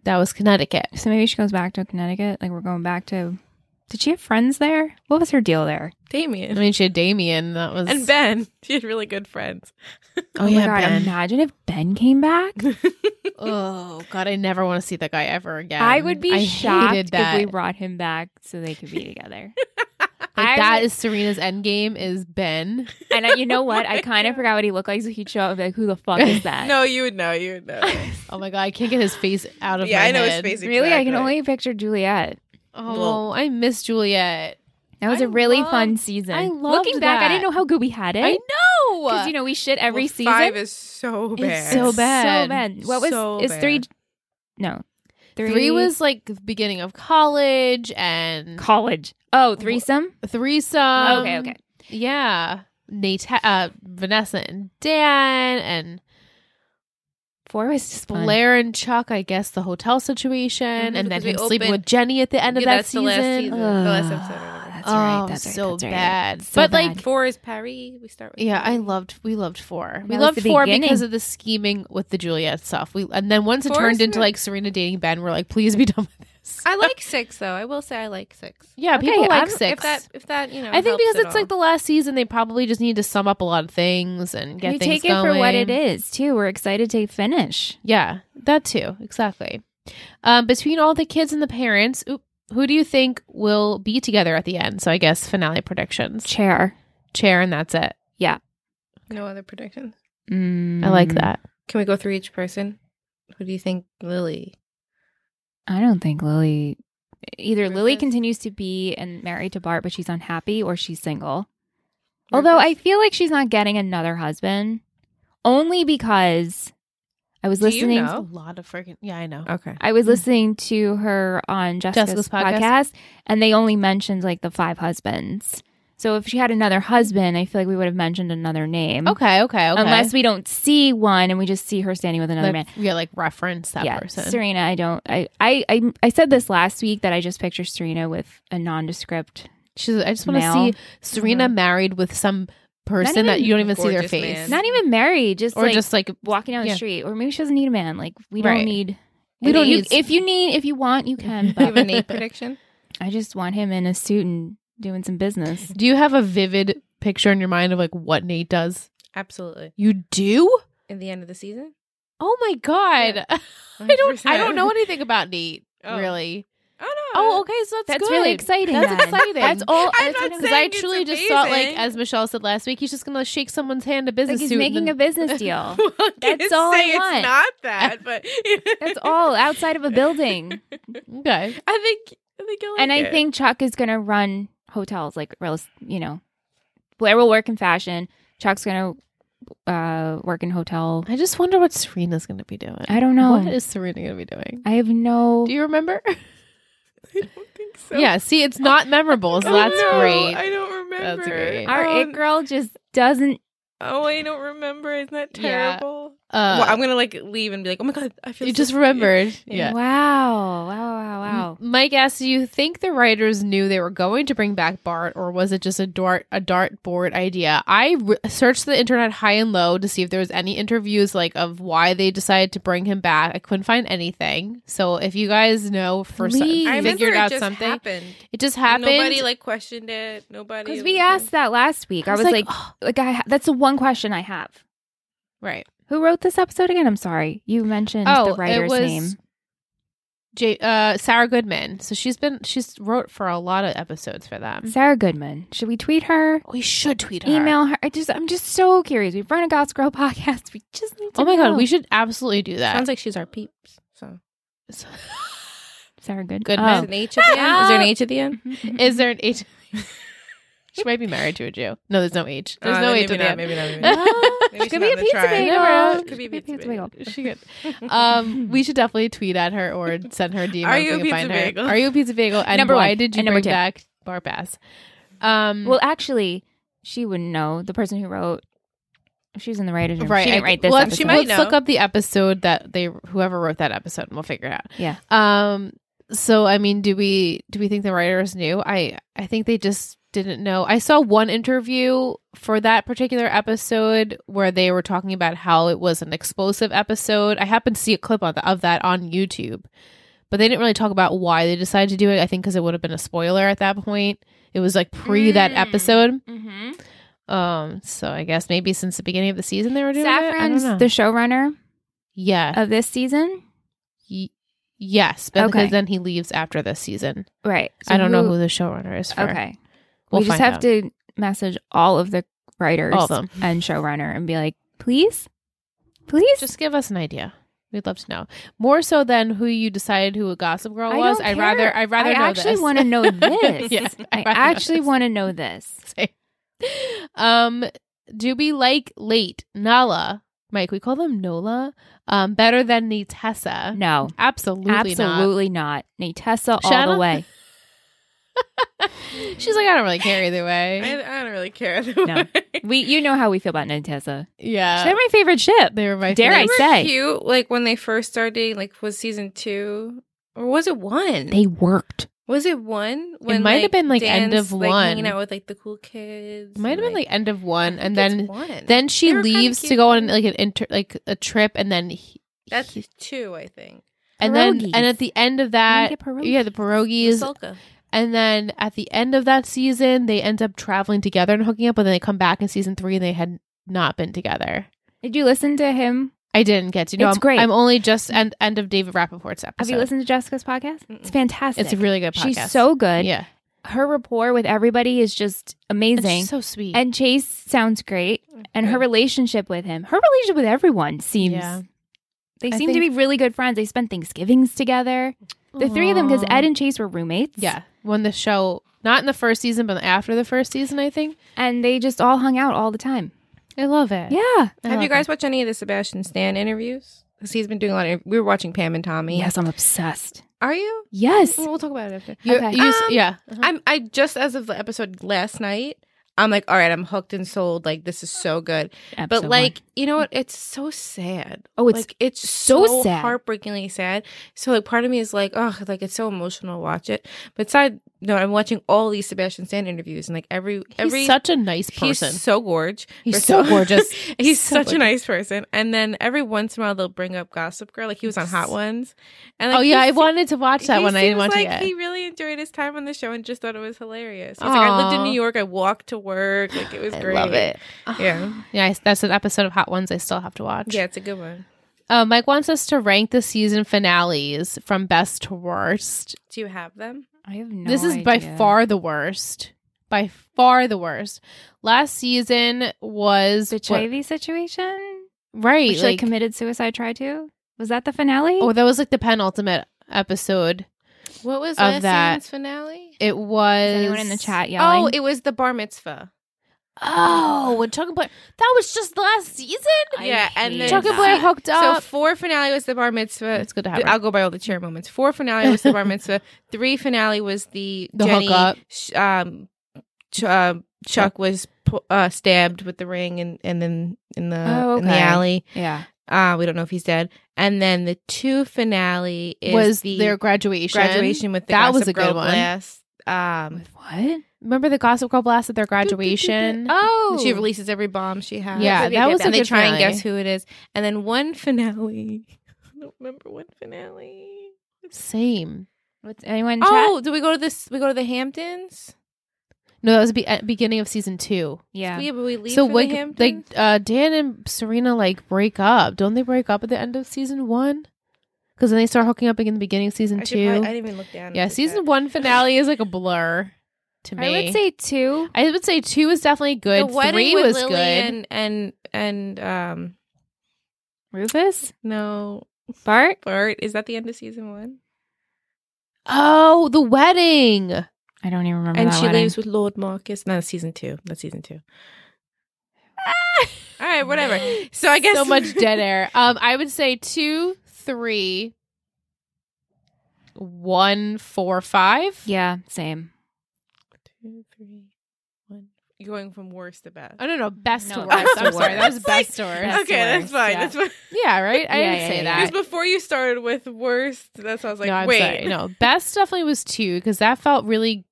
[SPEAKER 1] that? Was Connecticut?
[SPEAKER 3] So maybe she goes back to Connecticut. Like we're going back to. Did she have friends there? What was her deal there?
[SPEAKER 1] I
[SPEAKER 2] Damien
[SPEAKER 1] mean, she had Damien. That was
[SPEAKER 2] and Ben. She had really good friends.
[SPEAKER 1] Oh, yeah,
[SPEAKER 3] my god!
[SPEAKER 1] Ben.
[SPEAKER 3] Imagine if Ben came back.
[SPEAKER 1] oh God, I never want to see that guy ever again.
[SPEAKER 3] I would be
[SPEAKER 1] I hated
[SPEAKER 3] shocked
[SPEAKER 1] that.
[SPEAKER 3] if we brought him back so they could be together.
[SPEAKER 1] Like,
[SPEAKER 3] I
[SPEAKER 1] that
[SPEAKER 3] would-
[SPEAKER 1] is Serena's end game is Ben.
[SPEAKER 3] and I, you know what? I kind of forgot what he looked like. So he'd show up and be like, "Who the fuck is that?"
[SPEAKER 2] no, you would know. You would know.
[SPEAKER 1] Oh my God, I can't get his face out of
[SPEAKER 2] yeah,
[SPEAKER 1] my
[SPEAKER 2] I know
[SPEAKER 1] head.
[SPEAKER 2] his face.
[SPEAKER 3] Really, I can
[SPEAKER 2] exactly.
[SPEAKER 3] only picture Juliet.
[SPEAKER 1] Oh, I miss Juliet.
[SPEAKER 3] That was
[SPEAKER 1] I
[SPEAKER 3] a really fun
[SPEAKER 1] loved-
[SPEAKER 3] season.
[SPEAKER 1] I loved
[SPEAKER 3] Looking back,
[SPEAKER 1] that.
[SPEAKER 3] I didn't know how good we had it.
[SPEAKER 1] I know.
[SPEAKER 3] because you know we shit every
[SPEAKER 2] Well,
[SPEAKER 3] season.
[SPEAKER 2] Five is so bad.
[SPEAKER 1] so bad.
[SPEAKER 3] So bad. What was
[SPEAKER 2] So
[SPEAKER 3] is three?
[SPEAKER 2] bad.
[SPEAKER 3] No,
[SPEAKER 1] three, was like the beginning of college and
[SPEAKER 3] college. Oh, threesome.
[SPEAKER 1] threesome.
[SPEAKER 3] okay, okay.
[SPEAKER 1] Yeah. Nate, uh, Vanessa and Dan and
[SPEAKER 3] Four was just fun.
[SPEAKER 1] Blair and Chuck, I guess the hotel situation,
[SPEAKER 2] Mhm,
[SPEAKER 1] and then
[SPEAKER 2] because we
[SPEAKER 1] him sleeping
[SPEAKER 2] opened-
[SPEAKER 1] with Jenny at the end of
[SPEAKER 2] Yeah,
[SPEAKER 1] that
[SPEAKER 2] that's the
[SPEAKER 1] season.
[SPEAKER 2] last season. The last
[SPEAKER 3] Ugh,
[SPEAKER 2] episode or whatever.
[SPEAKER 3] Oh, That's
[SPEAKER 1] oh,
[SPEAKER 3] right. That's right.
[SPEAKER 1] so
[SPEAKER 3] that's right.
[SPEAKER 1] bad.
[SPEAKER 3] So
[SPEAKER 1] but
[SPEAKER 3] bad.
[SPEAKER 1] like,
[SPEAKER 2] Four is Paris. We start with
[SPEAKER 1] yeah, I
[SPEAKER 2] Paris.
[SPEAKER 1] loved. We loved four. we
[SPEAKER 3] That was
[SPEAKER 1] loved
[SPEAKER 3] the
[SPEAKER 1] four
[SPEAKER 3] beginning.
[SPEAKER 1] because of the scheming with the Juliet stuff. We and then once it
[SPEAKER 2] Four
[SPEAKER 1] turned
[SPEAKER 2] is
[SPEAKER 1] into
[SPEAKER 2] good.
[SPEAKER 1] like Serena dating Ben, we're like, please be done with this.
[SPEAKER 2] I like six though. I will say I like six.
[SPEAKER 1] yeah,
[SPEAKER 3] Okay,
[SPEAKER 1] people like
[SPEAKER 3] I'm- if
[SPEAKER 1] six.
[SPEAKER 2] If that, if that, you know,
[SPEAKER 1] I think
[SPEAKER 2] helps
[SPEAKER 1] because
[SPEAKER 2] at
[SPEAKER 1] it's like
[SPEAKER 2] all.
[SPEAKER 1] the last season, they probably just need to sum up a lot of things and get
[SPEAKER 3] you
[SPEAKER 1] things
[SPEAKER 3] take it for what it
[SPEAKER 1] going.
[SPEAKER 3] is too. We're excited to finish.
[SPEAKER 1] Yeah, that too. Exactly. Um, between all the kids and the parents, oop, who do you think will be together at the end? So I guess finale predictions.
[SPEAKER 3] Chair.
[SPEAKER 1] Chair and that's it.
[SPEAKER 2] no other predictions.
[SPEAKER 3] Mm,
[SPEAKER 1] I like
[SPEAKER 3] Mm-hmm.
[SPEAKER 1] that.
[SPEAKER 2] Can we go through each person? Who do you think Lily?
[SPEAKER 3] I don't think Lily. Either Lily
[SPEAKER 2] Rufus?
[SPEAKER 3] continues to be and married to Bart, but she's unhappy, or she's single. Although I feel like she's not getting another husband, only because I was
[SPEAKER 2] Do you
[SPEAKER 3] listening.
[SPEAKER 2] know?
[SPEAKER 1] A lot of freaking yeah, I know.
[SPEAKER 2] okay,
[SPEAKER 3] I was listening to her on Jessica's,
[SPEAKER 1] Jessica's podcast.
[SPEAKER 3] podcast, and they only mentioned like the five husbands. So if she had another husband, I feel like we would have mentioned another name.
[SPEAKER 1] Okay, okay, okay.
[SPEAKER 3] Unless we don't see one and we just see her standing with another
[SPEAKER 1] like,
[SPEAKER 3] man.
[SPEAKER 1] yeah, like reference that
[SPEAKER 3] yeah,
[SPEAKER 1] person.
[SPEAKER 3] Serena, I don't. I, I I I said this last week that I just picture Serena with a nondescript.
[SPEAKER 1] She's, I just want to
[SPEAKER 3] Male. Mm-hmm.
[SPEAKER 1] see Serena married with some person
[SPEAKER 3] even
[SPEAKER 1] that you don't even see their
[SPEAKER 2] gorgeous
[SPEAKER 1] face,
[SPEAKER 2] man.
[SPEAKER 3] Not even married, just
[SPEAKER 1] or
[SPEAKER 3] like
[SPEAKER 1] just like
[SPEAKER 3] walking down the
[SPEAKER 1] yeah.
[SPEAKER 3] street, or maybe she doesn't need a man. Like we
[SPEAKER 1] Right.
[SPEAKER 3] don't need.
[SPEAKER 1] We
[SPEAKER 3] I
[SPEAKER 1] don't
[SPEAKER 3] mean, you-
[SPEAKER 1] need-
[SPEAKER 3] if you need, if you want, you can.
[SPEAKER 2] Do you have a
[SPEAKER 3] But
[SPEAKER 2] Nate prediction?
[SPEAKER 3] I just want him in a suit and doing some business.
[SPEAKER 1] Do you have a vivid picture in your mind of like what Nate does?
[SPEAKER 2] Absolutely.
[SPEAKER 1] You do?
[SPEAKER 2] In the end of the season,
[SPEAKER 1] Oh my god. I don't I don't know
[SPEAKER 2] 100%.
[SPEAKER 1] anything about Nate,
[SPEAKER 2] Oh.
[SPEAKER 1] really.
[SPEAKER 2] Oh no.
[SPEAKER 1] Oh, okay, so that's
[SPEAKER 3] That's
[SPEAKER 1] good.
[SPEAKER 3] really exciting.
[SPEAKER 1] That's
[SPEAKER 3] then.
[SPEAKER 1] exciting.
[SPEAKER 3] That's all.
[SPEAKER 2] I'm
[SPEAKER 3] that's
[SPEAKER 2] not
[SPEAKER 3] what I'm
[SPEAKER 1] Because I
[SPEAKER 2] saying it's
[SPEAKER 1] actually just thought, like
[SPEAKER 2] amazing.
[SPEAKER 1] as Michelle said last week, he's just gonna shake someone's hand a business
[SPEAKER 3] Like he's
[SPEAKER 1] suit.
[SPEAKER 3] making a
[SPEAKER 1] and
[SPEAKER 3] business deal.
[SPEAKER 2] Well, I
[SPEAKER 3] That's
[SPEAKER 2] didn't
[SPEAKER 3] all I
[SPEAKER 2] say
[SPEAKER 3] want.
[SPEAKER 2] It's not that, but
[SPEAKER 3] That's all outside of a building.
[SPEAKER 1] then- okay.
[SPEAKER 2] I think. I think. I like
[SPEAKER 3] and I
[SPEAKER 2] it.
[SPEAKER 3] think Chuck is going to run hotels, like rel- you know, Blair will work in fashion. Chuck's going to uh, work in hotel.
[SPEAKER 1] I just wonder what Serena's gonna be doing.
[SPEAKER 3] I don't know.
[SPEAKER 1] What is Serena gonna be doing?
[SPEAKER 3] I have no.
[SPEAKER 1] Do you remember?
[SPEAKER 2] I don't think so.
[SPEAKER 1] yeah, see, it's not memorable, so
[SPEAKER 2] Oh,
[SPEAKER 1] that's
[SPEAKER 2] no,
[SPEAKER 1] great. Uh,
[SPEAKER 2] I don't remember.
[SPEAKER 1] great.
[SPEAKER 3] Our
[SPEAKER 2] oh,
[SPEAKER 3] it girl just doesn't.
[SPEAKER 2] oh, I don't remember. Isn't that
[SPEAKER 1] Yeah.
[SPEAKER 2] terrible?
[SPEAKER 1] uh,
[SPEAKER 2] well, I'm gonna like leave and be like, oh my god, I feel.
[SPEAKER 1] you
[SPEAKER 2] so
[SPEAKER 1] just
[SPEAKER 2] stupid."
[SPEAKER 1] remembered. Yeah.
[SPEAKER 3] Wow! Wow! Wow! Wow!
[SPEAKER 1] M- Mike asks, "Do you think the writers knew they were going to bring back Bart, or was it just a dart a dartboard idea?" I re- searched the internet high and low to see if there was any interviews like of why they decided to bring him back. I couldn't find anything. So if you guys know for some,
[SPEAKER 3] Please. I
[SPEAKER 2] I
[SPEAKER 3] remember
[SPEAKER 1] figured out something,
[SPEAKER 2] happened.
[SPEAKER 1] it just happened.
[SPEAKER 2] Nobody like questioned it. Nobody.
[SPEAKER 3] Because we asked that last week. I was, like,
[SPEAKER 1] "Oh."
[SPEAKER 3] like, I ha- that's the one question I have.
[SPEAKER 1] right.
[SPEAKER 3] Who wrote this episode again? I'm sorry. You mentioned
[SPEAKER 1] Oh,
[SPEAKER 3] the writer's
[SPEAKER 1] it was
[SPEAKER 3] name.
[SPEAKER 1] J- uh, Sarah Goodman. So she's been she's wrote for a lot of episodes for them.
[SPEAKER 3] Sarah Goodman. Should we tweet her?
[SPEAKER 1] We should tweet her.
[SPEAKER 3] Email her? I just, I'm just so curious. We've run a Goss Girl podcast. We just need to
[SPEAKER 1] Oh my
[SPEAKER 3] know.
[SPEAKER 1] god, we should absolutely do that.
[SPEAKER 2] Sounds like she's our peeps. So
[SPEAKER 3] Sarah Good.
[SPEAKER 1] Goodman. Oh.
[SPEAKER 2] is it an H at the end? Is there an H at the
[SPEAKER 1] Is there an
[SPEAKER 2] end?
[SPEAKER 1] H? she might be married to a Jew. No, there's no H. There's
[SPEAKER 2] Uh,
[SPEAKER 1] no H
[SPEAKER 2] maybe
[SPEAKER 1] at the
[SPEAKER 2] not,
[SPEAKER 1] end.
[SPEAKER 2] Maybe not. Maybe not.
[SPEAKER 3] Oh,
[SPEAKER 2] Maybe she's
[SPEAKER 3] could
[SPEAKER 2] not
[SPEAKER 3] be a
[SPEAKER 2] in the
[SPEAKER 3] pizza
[SPEAKER 2] tribe.
[SPEAKER 1] No,
[SPEAKER 3] bagel.
[SPEAKER 2] could be a pizza bagel.
[SPEAKER 1] She could. Um, we should definitely tweet at her or send her a DM.
[SPEAKER 2] Are
[SPEAKER 1] if
[SPEAKER 2] you a
[SPEAKER 1] we can find
[SPEAKER 2] pizza
[SPEAKER 1] her.
[SPEAKER 2] bagel?
[SPEAKER 1] Are you a pizza bagel? And
[SPEAKER 3] Number
[SPEAKER 1] why
[SPEAKER 3] one.
[SPEAKER 1] did you
[SPEAKER 3] And number
[SPEAKER 1] bring
[SPEAKER 3] two.
[SPEAKER 1] back bar pass? Um,
[SPEAKER 3] Well, actually, she wouldn't know. The person who wrote, she was in the writer's room.
[SPEAKER 1] right.
[SPEAKER 3] She didn't
[SPEAKER 1] I-
[SPEAKER 3] write this
[SPEAKER 1] let's,
[SPEAKER 3] episode.
[SPEAKER 2] she might
[SPEAKER 1] let's
[SPEAKER 2] know.
[SPEAKER 1] look up the episode that they whoever wrote that episode, and we'll figure it out.
[SPEAKER 3] Yeah.
[SPEAKER 1] Um. So I mean, do we do we think the writers knew? I I think they just didn't know. I saw one interview for that particular episode where they were talking about how it was an explosive episode. I happened to see a clip on the, of that on YouTube, but they didn't really talk about why they decided to do it. I think because it would have been a spoiler at that point. It was like pre that
[SPEAKER 3] Mm.
[SPEAKER 1] episode.
[SPEAKER 3] Mm-hmm.
[SPEAKER 1] Um. So I guess maybe since the beginning of the season they were doing it. I don't
[SPEAKER 3] Saffron's
[SPEAKER 1] know.
[SPEAKER 3] the showrunner
[SPEAKER 1] yeah.
[SPEAKER 3] of this season.
[SPEAKER 1] Y- yes, because
[SPEAKER 3] Okay.
[SPEAKER 1] then he leaves after this season.
[SPEAKER 3] Right. So
[SPEAKER 1] I don't know who the showrunner is for.
[SPEAKER 3] Okay.
[SPEAKER 1] We'll
[SPEAKER 3] we just
[SPEAKER 1] find
[SPEAKER 3] have
[SPEAKER 1] out.
[SPEAKER 3] to message all of the writers
[SPEAKER 1] All of them.
[SPEAKER 3] and showrunner and be like, please, please.
[SPEAKER 1] Just give us an idea. We'd love to know more so than who you decided who a Gossip Girl
[SPEAKER 3] I
[SPEAKER 1] was.
[SPEAKER 3] don't
[SPEAKER 1] I'd
[SPEAKER 3] care.
[SPEAKER 1] rather. I'd rather
[SPEAKER 3] I
[SPEAKER 1] know
[SPEAKER 3] actually
[SPEAKER 1] this.
[SPEAKER 3] want to know this.
[SPEAKER 1] Yes,
[SPEAKER 3] I
[SPEAKER 1] I'd rather know
[SPEAKER 3] actually
[SPEAKER 1] this.
[SPEAKER 3] want to know this.
[SPEAKER 1] um, do we like late Nala? Mike, we call them Nola. Um, better than Nitessa.
[SPEAKER 3] No.
[SPEAKER 1] Absolutely, not.
[SPEAKER 3] Absolutely not. Natessa all
[SPEAKER 1] Shanna?
[SPEAKER 3] the way.
[SPEAKER 1] She's like, I don't really care either way.
[SPEAKER 2] I, I don't really care.
[SPEAKER 3] No. We, you know how we feel about Nintesa. They're
[SPEAKER 1] Yeah.
[SPEAKER 3] my favorite ship.
[SPEAKER 1] They were my
[SPEAKER 3] Dare
[SPEAKER 1] favorite.
[SPEAKER 3] I
[SPEAKER 2] They were
[SPEAKER 3] say.
[SPEAKER 2] cute. Like when they first started, like was season two or was it one?
[SPEAKER 3] They worked.
[SPEAKER 2] was it one?
[SPEAKER 1] might have been, like, end
[SPEAKER 2] Dan's,
[SPEAKER 1] of
[SPEAKER 2] like,
[SPEAKER 1] one.
[SPEAKER 2] Hanging out with like the cool kids.
[SPEAKER 1] Might have
[SPEAKER 2] and,
[SPEAKER 1] been like end of
[SPEAKER 2] I
[SPEAKER 1] one,
[SPEAKER 2] think
[SPEAKER 1] and
[SPEAKER 2] it's
[SPEAKER 1] then
[SPEAKER 2] one.
[SPEAKER 1] then she
[SPEAKER 2] They were kinda
[SPEAKER 1] leaves to
[SPEAKER 2] cute.
[SPEAKER 1] go on like an inter like a trip, and then he,
[SPEAKER 2] that's
[SPEAKER 1] he-
[SPEAKER 2] two, I think.
[SPEAKER 1] and then
[SPEAKER 3] pierogies.
[SPEAKER 1] and at the end of that, yeah, the pierogies,
[SPEAKER 2] Masulka.
[SPEAKER 1] and then at the end of that season, they end up traveling together and hooking up, but then they come back in season three and they had not been together.
[SPEAKER 3] Did you listen to him?
[SPEAKER 1] I didn't get to. No,
[SPEAKER 3] It's
[SPEAKER 1] I'm,
[SPEAKER 3] great.
[SPEAKER 1] I'm only just end end of David Rappaport's episode.
[SPEAKER 3] Have you listened to Jessica's podcast?
[SPEAKER 2] Mm-mm.
[SPEAKER 3] It's fantastic.
[SPEAKER 1] It's a really good podcast.
[SPEAKER 3] She's so good.
[SPEAKER 1] yeah,
[SPEAKER 3] Her rapport with everybody is just
[SPEAKER 1] and
[SPEAKER 3] amazing.
[SPEAKER 1] she's so sweet.
[SPEAKER 3] And Chase sounds great. And her relationship with him, her relationship with everyone seems,
[SPEAKER 1] Yeah.
[SPEAKER 3] they
[SPEAKER 1] I
[SPEAKER 3] seem to be
[SPEAKER 1] think-
[SPEAKER 3] really good friends. They spend Thanksgivings together. The three of them, because
[SPEAKER 1] Aw.
[SPEAKER 3] Ed and Chase were roommates.
[SPEAKER 1] yeah, when the show not in the first season, but after the first season, I think
[SPEAKER 3] And they just all hung out all the time.
[SPEAKER 1] I love it.
[SPEAKER 3] Yeah.
[SPEAKER 1] I
[SPEAKER 2] have
[SPEAKER 1] love
[SPEAKER 2] you guys watched any of the Sebastian Stan interviews? Because he's been doing a lot of. We were watching Pam and Tommy.
[SPEAKER 3] Yes, I'm obsessed.
[SPEAKER 2] Are you?
[SPEAKER 3] Yes.
[SPEAKER 2] We'll talk about it after.
[SPEAKER 1] You,
[SPEAKER 3] Okay.
[SPEAKER 1] you s-
[SPEAKER 2] Um,
[SPEAKER 1] yeah.
[SPEAKER 2] I'm I just as of the episode last night, I'm like, all right, I'm hooked and sold. Like this is so good. But
[SPEAKER 3] Episode
[SPEAKER 2] like, you know what? It's so sad.
[SPEAKER 3] Oh, it's
[SPEAKER 2] like it's
[SPEAKER 3] so
[SPEAKER 2] so,
[SPEAKER 3] sad.
[SPEAKER 2] heartbreakingly sad. So like part of me is like, oh, like it's so emotional to watch it. But side no, I'm watching all these Sebastian Stan interviews and like every every
[SPEAKER 1] he's such a nice
[SPEAKER 2] he's
[SPEAKER 1] person.
[SPEAKER 2] so gorge.
[SPEAKER 1] He's
[SPEAKER 2] We're
[SPEAKER 1] so gorgeous.
[SPEAKER 2] he's
[SPEAKER 1] So
[SPEAKER 2] such a
[SPEAKER 1] gorgeous.
[SPEAKER 2] nice person. And then every once in a while they'll bring up Gossip Girl. Like he was on Hot Ones. And like,
[SPEAKER 1] oh yeah,
[SPEAKER 2] he
[SPEAKER 1] I
[SPEAKER 2] se-
[SPEAKER 1] wanted to watch that
[SPEAKER 2] he
[SPEAKER 1] one. I didn't
[SPEAKER 2] seems
[SPEAKER 1] want
[SPEAKER 2] like
[SPEAKER 1] to. Yet.
[SPEAKER 2] He really enjoyed his time on the show and just thought it was hilarious. He's like, I lived in
[SPEAKER 1] Aw.
[SPEAKER 2] New York. I walked to work. Like it was
[SPEAKER 1] I
[SPEAKER 2] great.
[SPEAKER 1] love it.
[SPEAKER 2] Yeah.
[SPEAKER 1] yeah. I- That's an episode of Hot Ones I still have to watch.
[SPEAKER 2] Yeah, it's a good one.
[SPEAKER 1] Uh, Mike wants us to rank the season finales from best to worst.
[SPEAKER 2] Do you have them?
[SPEAKER 3] I have no
[SPEAKER 1] this is by
[SPEAKER 3] idea.
[SPEAKER 1] far the worst. By far the worst. Last season was
[SPEAKER 3] the
[SPEAKER 1] what-
[SPEAKER 3] Chivy situation.
[SPEAKER 1] right?
[SPEAKER 3] Which, like, committed suicide, tried to. Was that the finale?
[SPEAKER 1] oh, that was like the penultimate episode.
[SPEAKER 2] What was
[SPEAKER 1] Of last that- season's
[SPEAKER 2] finale?
[SPEAKER 1] It was
[SPEAKER 3] Is anyone in the chat yelling?
[SPEAKER 2] Oh, it was the bar mitzvah.
[SPEAKER 1] Oh, when Chuck and Blair. That was just last season.
[SPEAKER 3] I
[SPEAKER 2] yeah, and
[SPEAKER 3] hate
[SPEAKER 2] then-
[SPEAKER 1] Chuck and
[SPEAKER 3] that.
[SPEAKER 1] Blair hooked
[SPEAKER 2] So
[SPEAKER 1] up.
[SPEAKER 2] four finale was the bar mitzvah.
[SPEAKER 1] it's good to have. her.
[SPEAKER 2] I'll go by all the chair moments. Four finale was the bar mitzvah. Three finale was the,
[SPEAKER 1] The
[SPEAKER 2] Jenny,
[SPEAKER 1] hookup.
[SPEAKER 2] sh- um, ch- uh, Chuck was pu- uh, stabbed with the ring and and then in the
[SPEAKER 3] Oh,
[SPEAKER 2] in the
[SPEAKER 3] okay.
[SPEAKER 2] alley.
[SPEAKER 3] Yeah.
[SPEAKER 2] Uh, we don't know if he's dead. And then the two finale is
[SPEAKER 1] was
[SPEAKER 2] the
[SPEAKER 1] their graduation.
[SPEAKER 2] graduation with the
[SPEAKER 1] That was
[SPEAKER 2] Gossip
[SPEAKER 1] a good
[SPEAKER 2] Girl
[SPEAKER 1] one.
[SPEAKER 2] Blast. Um,
[SPEAKER 3] With what?
[SPEAKER 1] Remember the Gossip Girl blast at their graduation?
[SPEAKER 3] Oh.
[SPEAKER 2] she releases every bomb she has.
[SPEAKER 1] Yeah,
[SPEAKER 3] Okay,
[SPEAKER 1] that
[SPEAKER 3] okay,
[SPEAKER 1] was
[SPEAKER 3] that
[SPEAKER 1] a
[SPEAKER 2] and they
[SPEAKER 1] good
[SPEAKER 2] try
[SPEAKER 1] finale.
[SPEAKER 2] and guess who it is. And then one finale. I don't remember one finale.
[SPEAKER 1] Same.
[SPEAKER 3] What's anyone in
[SPEAKER 2] Oh,
[SPEAKER 3] chat?
[SPEAKER 2] do we go to this? We go to the Hamptons.
[SPEAKER 1] No, that was be- at beginning of season two.
[SPEAKER 3] Yeah.
[SPEAKER 2] Yeah, but we leave
[SPEAKER 1] so
[SPEAKER 2] for
[SPEAKER 1] like,
[SPEAKER 2] the
[SPEAKER 1] like
[SPEAKER 2] Hamptons.
[SPEAKER 1] uh, Dan and Serena like break up. Don't they break up at the end of season one? Because then they start hooking up again in the beginning of season
[SPEAKER 2] I, should
[SPEAKER 1] two.
[SPEAKER 2] probably- I didn't even look down.
[SPEAKER 1] yeah,
[SPEAKER 2] at
[SPEAKER 1] season
[SPEAKER 2] that.
[SPEAKER 1] one finale is like a blur to me.
[SPEAKER 3] I would say two.
[SPEAKER 1] I would say two was definitely
[SPEAKER 2] The
[SPEAKER 1] good.
[SPEAKER 2] wedding
[SPEAKER 1] Three
[SPEAKER 2] with
[SPEAKER 1] was
[SPEAKER 2] Lily
[SPEAKER 1] good.
[SPEAKER 2] and and and um
[SPEAKER 3] Rufus?
[SPEAKER 2] no
[SPEAKER 3] Bart?
[SPEAKER 2] Bart is that the end of season one?
[SPEAKER 1] oh, the wedding.
[SPEAKER 3] I don't even remember
[SPEAKER 2] And
[SPEAKER 3] that
[SPEAKER 2] she
[SPEAKER 3] wedding.
[SPEAKER 2] leaves with Lord Marcus. No, that's season two. That's season two. All right, whatever. So I guess
[SPEAKER 1] so much dead air. Um, I would say two, three, one, four, five.
[SPEAKER 3] Yeah, same.
[SPEAKER 2] Two, three, one. You're going from worst to best.
[SPEAKER 1] Oh no, no, best to
[SPEAKER 3] No,
[SPEAKER 1] worst.
[SPEAKER 3] best
[SPEAKER 1] I'm
[SPEAKER 3] to
[SPEAKER 1] sorry, that was
[SPEAKER 2] worst.
[SPEAKER 1] best to worst.
[SPEAKER 3] Best.
[SPEAKER 2] okay, that's
[SPEAKER 3] worst,
[SPEAKER 2] fine.
[SPEAKER 3] yeah.
[SPEAKER 2] That's fine.
[SPEAKER 1] Yeah, right. I
[SPEAKER 3] Yeah,
[SPEAKER 1] didn't
[SPEAKER 3] yeah,
[SPEAKER 1] say
[SPEAKER 3] yeah.
[SPEAKER 1] that.
[SPEAKER 2] Because before you started with worst, that's why I was like,
[SPEAKER 1] no, I'm
[SPEAKER 2] wait.
[SPEAKER 1] sorry. No, best definitely was two because that felt really